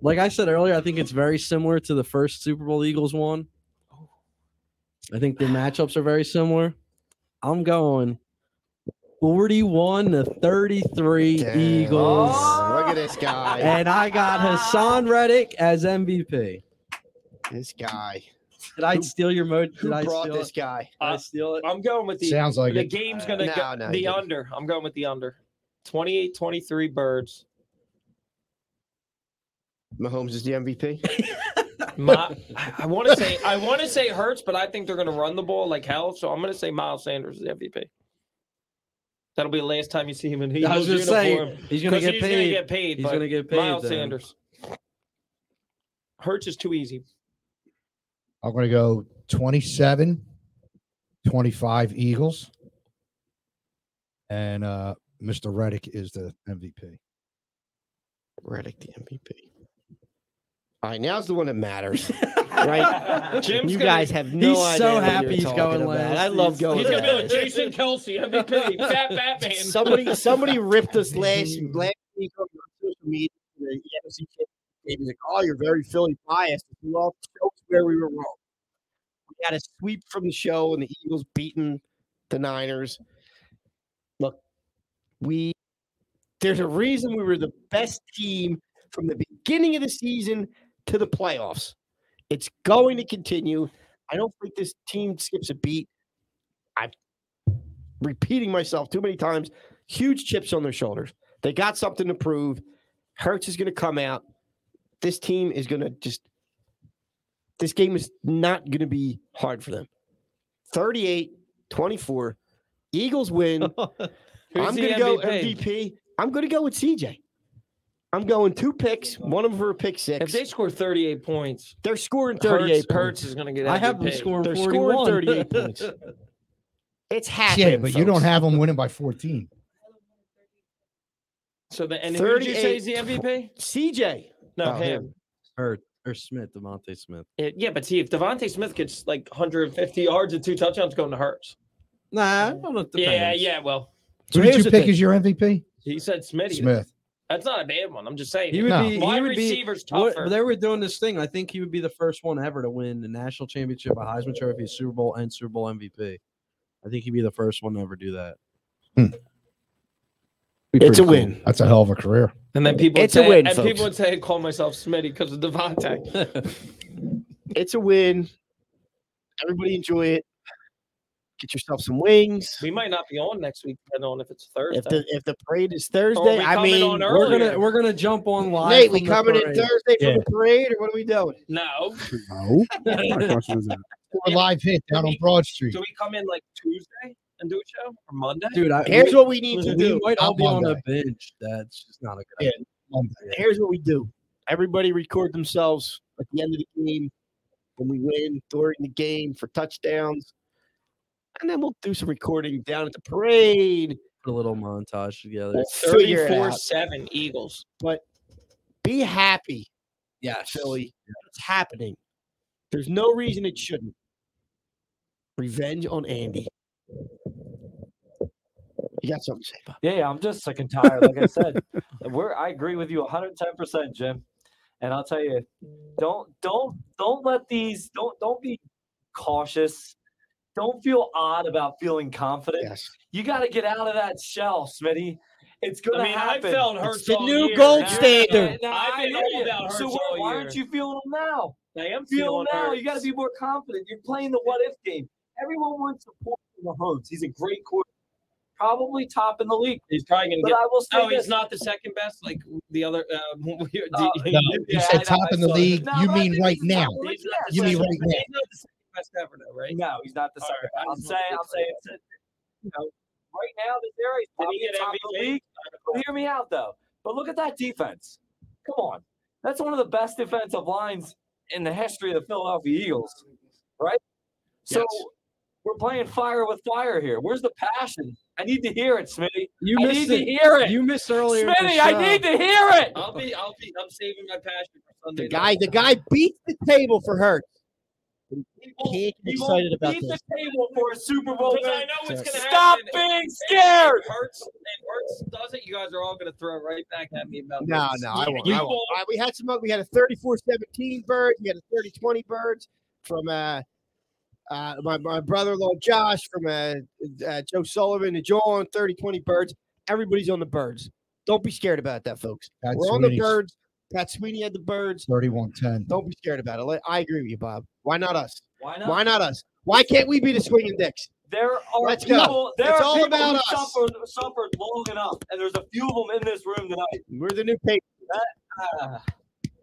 [SPEAKER 3] like I said earlier, I think it's very similar to the first Super Bowl Eagles one. I think the matchups are very similar. I'm going 41 to 33 Eagles.
[SPEAKER 2] Oh, Look at this guy.
[SPEAKER 3] And I got Hassan Reddick as MVP.
[SPEAKER 2] This guy.
[SPEAKER 3] Did I steal your mode?
[SPEAKER 2] Who
[SPEAKER 3] Did I
[SPEAKER 2] brought
[SPEAKER 3] steal
[SPEAKER 2] this
[SPEAKER 3] it?
[SPEAKER 2] guy?
[SPEAKER 3] Did I steal it?
[SPEAKER 5] I'm going with the
[SPEAKER 4] Sounds like
[SPEAKER 5] the
[SPEAKER 4] it.
[SPEAKER 5] game's gonna
[SPEAKER 2] No,
[SPEAKER 5] go
[SPEAKER 2] no, you
[SPEAKER 5] the
[SPEAKER 2] didn't.
[SPEAKER 5] under. I'm going with the under. 28-23 birds.
[SPEAKER 2] Mahomes is the MVP.
[SPEAKER 5] My, I- I want to say I want to say Hurts, but I think they're going to run the ball like hell. So I'm going to say Miles Sanders is the MVP. That'll be the last time you see him in Eagles
[SPEAKER 3] I was just
[SPEAKER 5] uniform.
[SPEAKER 3] saying he's gonna
[SPEAKER 5] 'Cause
[SPEAKER 3] get
[SPEAKER 5] he's
[SPEAKER 3] paid.
[SPEAKER 5] Gonna get paid.
[SPEAKER 3] He's
[SPEAKER 5] but
[SPEAKER 3] gonna get paid,
[SPEAKER 5] Miles
[SPEAKER 3] then.
[SPEAKER 5] Sanders. Hurts is too easy.
[SPEAKER 4] I'm going to go 27, 25 Eagles. And uh, Mr. Reddick is the MVP.
[SPEAKER 2] Reddick the MVP. All right, now's the one that matters, right?
[SPEAKER 5] Jim's
[SPEAKER 2] you
[SPEAKER 5] gonna-
[SPEAKER 2] guys have no
[SPEAKER 3] he's
[SPEAKER 2] idea.
[SPEAKER 3] so
[SPEAKER 2] what you're
[SPEAKER 3] happy he's
[SPEAKER 2] talking
[SPEAKER 3] going
[SPEAKER 2] about.
[SPEAKER 3] last.
[SPEAKER 2] I love
[SPEAKER 3] He's-
[SPEAKER 2] going.
[SPEAKER 5] He's going to be like
[SPEAKER 2] last.
[SPEAKER 5] Jason Kelsey MVP, Fat Batman.
[SPEAKER 2] Somebody, somebody ripped us last last week on social media. The NFC championship game. He's like, "Oh, you're very Philly biased." We all jokes where we were wrong. We had a sweep from the show, and the Eagles beating the Niners. Look, we there's a reason we were the best team from the beginning of the season to the playoffs. It's going to continue. I don't think this team skips a beat. I'm repeating myself too many times. Huge chips on their shoulders. They got something to prove. Hertz is going to come out. This team is going to just. This game is not going to be hard for them. 38 24. Eagles win.
[SPEAKER 5] Who's
[SPEAKER 2] I'm
[SPEAKER 5] the
[SPEAKER 2] going to go
[SPEAKER 5] MVP?
[SPEAKER 2] MVP. I'm going to go with CJ. I'm going two picks. One of them for a pick
[SPEAKER 5] If
[SPEAKER 2] six.
[SPEAKER 5] they score 38 points,
[SPEAKER 2] They're scoring 38
[SPEAKER 5] Hurts,
[SPEAKER 2] points.
[SPEAKER 5] Hurts is going to get MVP.
[SPEAKER 3] I have them scoring
[SPEAKER 2] They're
[SPEAKER 3] 41.
[SPEAKER 2] scoring 38 points. It's happening.
[SPEAKER 4] Yeah, but you don't
[SPEAKER 2] folks.
[SPEAKER 4] have them winning by 14.
[SPEAKER 5] So the and who did you say is the
[SPEAKER 2] 38.
[SPEAKER 5] MVP?
[SPEAKER 2] CJ.
[SPEAKER 5] No,
[SPEAKER 2] Oh,
[SPEAKER 5] him.
[SPEAKER 3] or, or Smith, Devontae Smith.
[SPEAKER 5] It- yeah, but see, if Devontae Smith gets like 150 yards and two touchdowns, going to Hurts.
[SPEAKER 3] Nah, I don't know. it
[SPEAKER 5] Yeah,
[SPEAKER 3] depends.
[SPEAKER 5] yeah. Well,
[SPEAKER 4] Who did
[SPEAKER 2] here's
[SPEAKER 4] you
[SPEAKER 2] the
[SPEAKER 4] pick
[SPEAKER 2] thing.
[SPEAKER 4] as your MVP?
[SPEAKER 5] he said Smitty.
[SPEAKER 4] Smith.
[SPEAKER 5] That's not a bad one. I'm just saying.
[SPEAKER 3] He would
[SPEAKER 4] No.
[SPEAKER 3] be.
[SPEAKER 5] Wide
[SPEAKER 3] he would
[SPEAKER 5] receiver's
[SPEAKER 3] be, what-
[SPEAKER 5] tougher.
[SPEAKER 3] they were doing this thing. I think he would be the first one ever to win the national championship, a Heisman Trophy, Super Bowl, and Super Bowl MVP. I think he'd be the first one to ever do that.
[SPEAKER 4] Be
[SPEAKER 2] It's
[SPEAKER 4] pretty
[SPEAKER 2] a win.
[SPEAKER 4] That's a hell of a career.
[SPEAKER 9] And then people
[SPEAKER 2] It's a
[SPEAKER 9] would say,
[SPEAKER 2] win,
[SPEAKER 9] and
[SPEAKER 2] folks.
[SPEAKER 9] people would say I call myself Smitty because of Devontae.
[SPEAKER 2] It's a win. Everybody enjoy it. Get yourself some wings.
[SPEAKER 5] We might not be on next week, depending on if it's Thursday.
[SPEAKER 2] If the if the parade is
[SPEAKER 5] Or
[SPEAKER 2] Thursday,
[SPEAKER 5] Oh, we
[SPEAKER 2] I
[SPEAKER 5] coming
[SPEAKER 2] mean,
[SPEAKER 5] on We're gonna- earlier.
[SPEAKER 3] we're gonna jump on live
[SPEAKER 2] Nate, we
[SPEAKER 3] from the
[SPEAKER 2] coming in
[SPEAKER 3] parade.
[SPEAKER 2] Thursday for
[SPEAKER 3] Yeah.
[SPEAKER 2] the parade, or what are we doing?
[SPEAKER 5] No.
[SPEAKER 1] No. My question is that.
[SPEAKER 4] A live hit down on Broad Street.
[SPEAKER 5] Do we come in like Tuesday and do a show or Monday?
[SPEAKER 3] Dude, I,
[SPEAKER 2] Here's
[SPEAKER 3] we-
[SPEAKER 2] what we need to
[SPEAKER 3] we
[SPEAKER 2] do.
[SPEAKER 3] might all
[SPEAKER 2] Not
[SPEAKER 3] be on a
[SPEAKER 2] Monday.
[SPEAKER 3] bench. That's just not a good
[SPEAKER 2] Yeah,
[SPEAKER 3] idea.
[SPEAKER 2] Here's what we do. Everybody record themselves at the end of the game when we win during the game for touchdowns. And then we'll do some recording down at the parade.
[SPEAKER 3] Put a little montage together.
[SPEAKER 2] We'll figure it out.
[SPEAKER 5] 34 7 Eagles.
[SPEAKER 2] But be happy,
[SPEAKER 3] Yes.
[SPEAKER 2] Philly. It's happening. There's no reason it shouldn't. Revenge on Andy. You got something to say about
[SPEAKER 9] Yeah, yeah, I'm just sick and tired. Like I said, we're I agree with you 110 percent, Jim. And I'll tell you, don't don't don't let these don't don't be cautious. Don't feel odd about feeling confident. You got to get out of that shell, Smitty. It's gonna
[SPEAKER 5] I mean,
[SPEAKER 9] happen.
[SPEAKER 5] I felt hurts. all year. Now-
[SPEAKER 9] Now,
[SPEAKER 5] I've been
[SPEAKER 9] I hear
[SPEAKER 5] all
[SPEAKER 9] you.
[SPEAKER 5] about hurts
[SPEAKER 9] So
[SPEAKER 5] all
[SPEAKER 9] why, why aren't
[SPEAKER 5] year.
[SPEAKER 9] you feeling them now?
[SPEAKER 5] I am
[SPEAKER 9] Feel
[SPEAKER 5] feeling
[SPEAKER 9] them now.
[SPEAKER 5] hurts.
[SPEAKER 9] You got to be more confident. You're playing the what if game. Everyone wants support from Mahomes. He's a great quarterback, probably top in the league.
[SPEAKER 5] He's probably gonna
[SPEAKER 9] But
[SPEAKER 5] get.
[SPEAKER 9] I will say
[SPEAKER 5] oh,
[SPEAKER 9] this.
[SPEAKER 5] he's not the second best. Like the other. Uh, no,
[SPEAKER 4] No, you said top in the league. you mean right now?
[SPEAKER 5] He's not the
[SPEAKER 4] You mean
[SPEAKER 5] second-
[SPEAKER 4] right now?
[SPEAKER 5] He's not the second best ever, though, right?
[SPEAKER 9] No, he's not the
[SPEAKER 5] All
[SPEAKER 9] second.
[SPEAKER 5] right, I
[SPEAKER 9] I'm
[SPEAKER 5] just
[SPEAKER 9] saying,
[SPEAKER 5] wanted to
[SPEAKER 9] I'm
[SPEAKER 5] clear
[SPEAKER 9] saying, it's a, you know, right now this area is
[SPEAKER 5] Did
[SPEAKER 9] probably
[SPEAKER 5] he get
[SPEAKER 9] top of the
[SPEAKER 5] MVP?
[SPEAKER 9] league. But hear me out though. But look at that defense. Come on, that's one of the best defensive lines in the history of the Philadelphia Eagles, right? So we're playing fire with fire here. Where's the passion? I need to hear it, Smitty.
[SPEAKER 3] You
[SPEAKER 9] I
[SPEAKER 3] missed
[SPEAKER 9] need to
[SPEAKER 3] it.
[SPEAKER 9] hear it.
[SPEAKER 3] You missed earlier. in the
[SPEAKER 9] Smitty, I need
[SPEAKER 3] show.
[SPEAKER 9] to hear it.
[SPEAKER 5] I'll be. I'll be. I'm saving my passion for Sunday.
[SPEAKER 2] The guy, the guy beats the table for Hurts. Can't get
[SPEAKER 9] People
[SPEAKER 2] excited about
[SPEAKER 9] beat
[SPEAKER 2] this.
[SPEAKER 9] the table for a Super Bowl.
[SPEAKER 5] Because I
[SPEAKER 9] win.
[SPEAKER 5] know it's gonna
[SPEAKER 9] Stop
[SPEAKER 5] happen.
[SPEAKER 9] being
[SPEAKER 5] If
[SPEAKER 9] scared.
[SPEAKER 5] Hurts and Hurts does it. You guys are all gonna throw right back at me about
[SPEAKER 2] No,
[SPEAKER 5] this.
[SPEAKER 2] no, I won't.
[SPEAKER 5] You
[SPEAKER 2] I won't. All right, we had some. We had a 34-17 birds. We had a 30-20 birds from uh, uh, my, my brother-in-law Josh, from uh, uh, Joe Sullivan and John. 30-20 birds. Everybody's on the birds. Don't be scared about that, folks.
[SPEAKER 4] Pat
[SPEAKER 2] We're on
[SPEAKER 4] Sweeney's-
[SPEAKER 2] the birds. Pat Sweeney had the birds.
[SPEAKER 4] Thirty-one ten.
[SPEAKER 2] Don't be scared about it. Like, I agree with you, Bob. Why not us?
[SPEAKER 9] Why not?
[SPEAKER 2] Why not us? Why can't we be the swinging dicks?
[SPEAKER 9] There are
[SPEAKER 2] Let's go.
[SPEAKER 9] people. There
[SPEAKER 2] It's
[SPEAKER 9] are
[SPEAKER 2] all
[SPEAKER 9] people
[SPEAKER 2] about
[SPEAKER 9] who
[SPEAKER 2] us.
[SPEAKER 9] suffered suffered long enough, and there's a few of them in this room tonight.
[SPEAKER 2] We're the new Patriots.
[SPEAKER 5] uh,
[SPEAKER 9] Ah,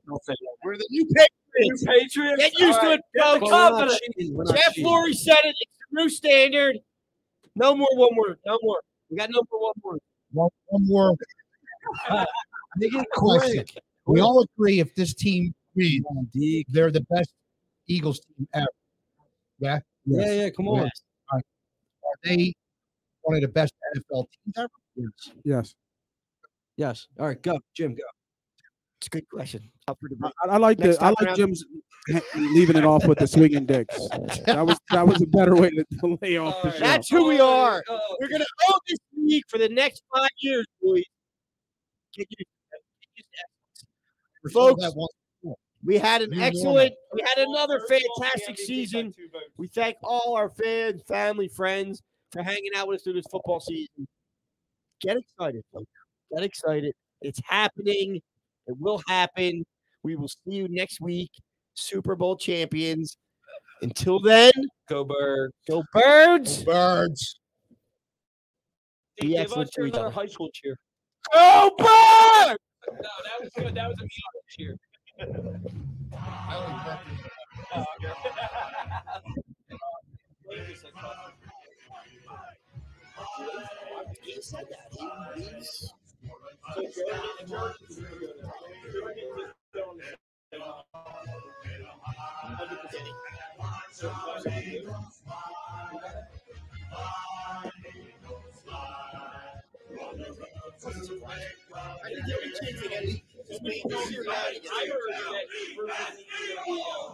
[SPEAKER 9] don't say that.
[SPEAKER 2] We're the new
[SPEAKER 9] You
[SPEAKER 2] Patriots.
[SPEAKER 9] Patriots.
[SPEAKER 2] Get used
[SPEAKER 9] All
[SPEAKER 2] to
[SPEAKER 9] right,
[SPEAKER 2] it,
[SPEAKER 9] get the
[SPEAKER 2] folks.
[SPEAKER 9] confidence.
[SPEAKER 2] Jeff Lurie said it. It's the new standard. No more one word. No more. We got no more one word.
[SPEAKER 4] One, one more. Nigga, question. We all agree if this team wins, they're the best Eagles team ever. Yeah.
[SPEAKER 3] Yeah, yeah, come on.
[SPEAKER 4] Yes. All right. Are they one of the best NFL teams ever? Yes.
[SPEAKER 1] Yes.
[SPEAKER 3] Yes. All right, go, Jim. Go.
[SPEAKER 2] It's a good question. Up for debate.
[SPEAKER 1] I, I like
[SPEAKER 2] Next
[SPEAKER 1] the I
[SPEAKER 2] time
[SPEAKER 1] like
[SPEAKER 2] around.
[SPEAKER 1] Jim's he- leaving it off with the swinging dicks. That was that was a better way to to lay off the show.
[SPEAKER 2] That's who we are. We're gonna own this league for the next five years, boys. Get used to it. Get used to it. Folks, we had an
[SPEAKER 4] New normal.
[SPEAKER 2] excellent, we had another fantastic season. We thank all our fans, family, friends for hanging out with us through this football season. Get excited, folks. Get excited. It's happening. It will happen. We will see you next week, Super Bowl champions. Until then,
[SPEAKER 5] Go Bird.
[SPEAKER 2] go birds.
[SPEAKER 4] Birds.
[SPEAKER 2] Be
[SPEAKER 5] Give
[SPEAKER 2] excellent
[SPEAKER 5] us
[SPEAKER 2] to
[SPEAKER 5] your
[SPEAKER 2] each other.
[SPEAKER 5] another high school cheer.
[SPEAKER 2] Go birds!
[SPEAKER 5] No, that was good. That was a mean cheer.
[SPEAKER 2] I didn't give you a chance to get it. Just wait for your guy to get it.
[SPEAKER 5] I heard that.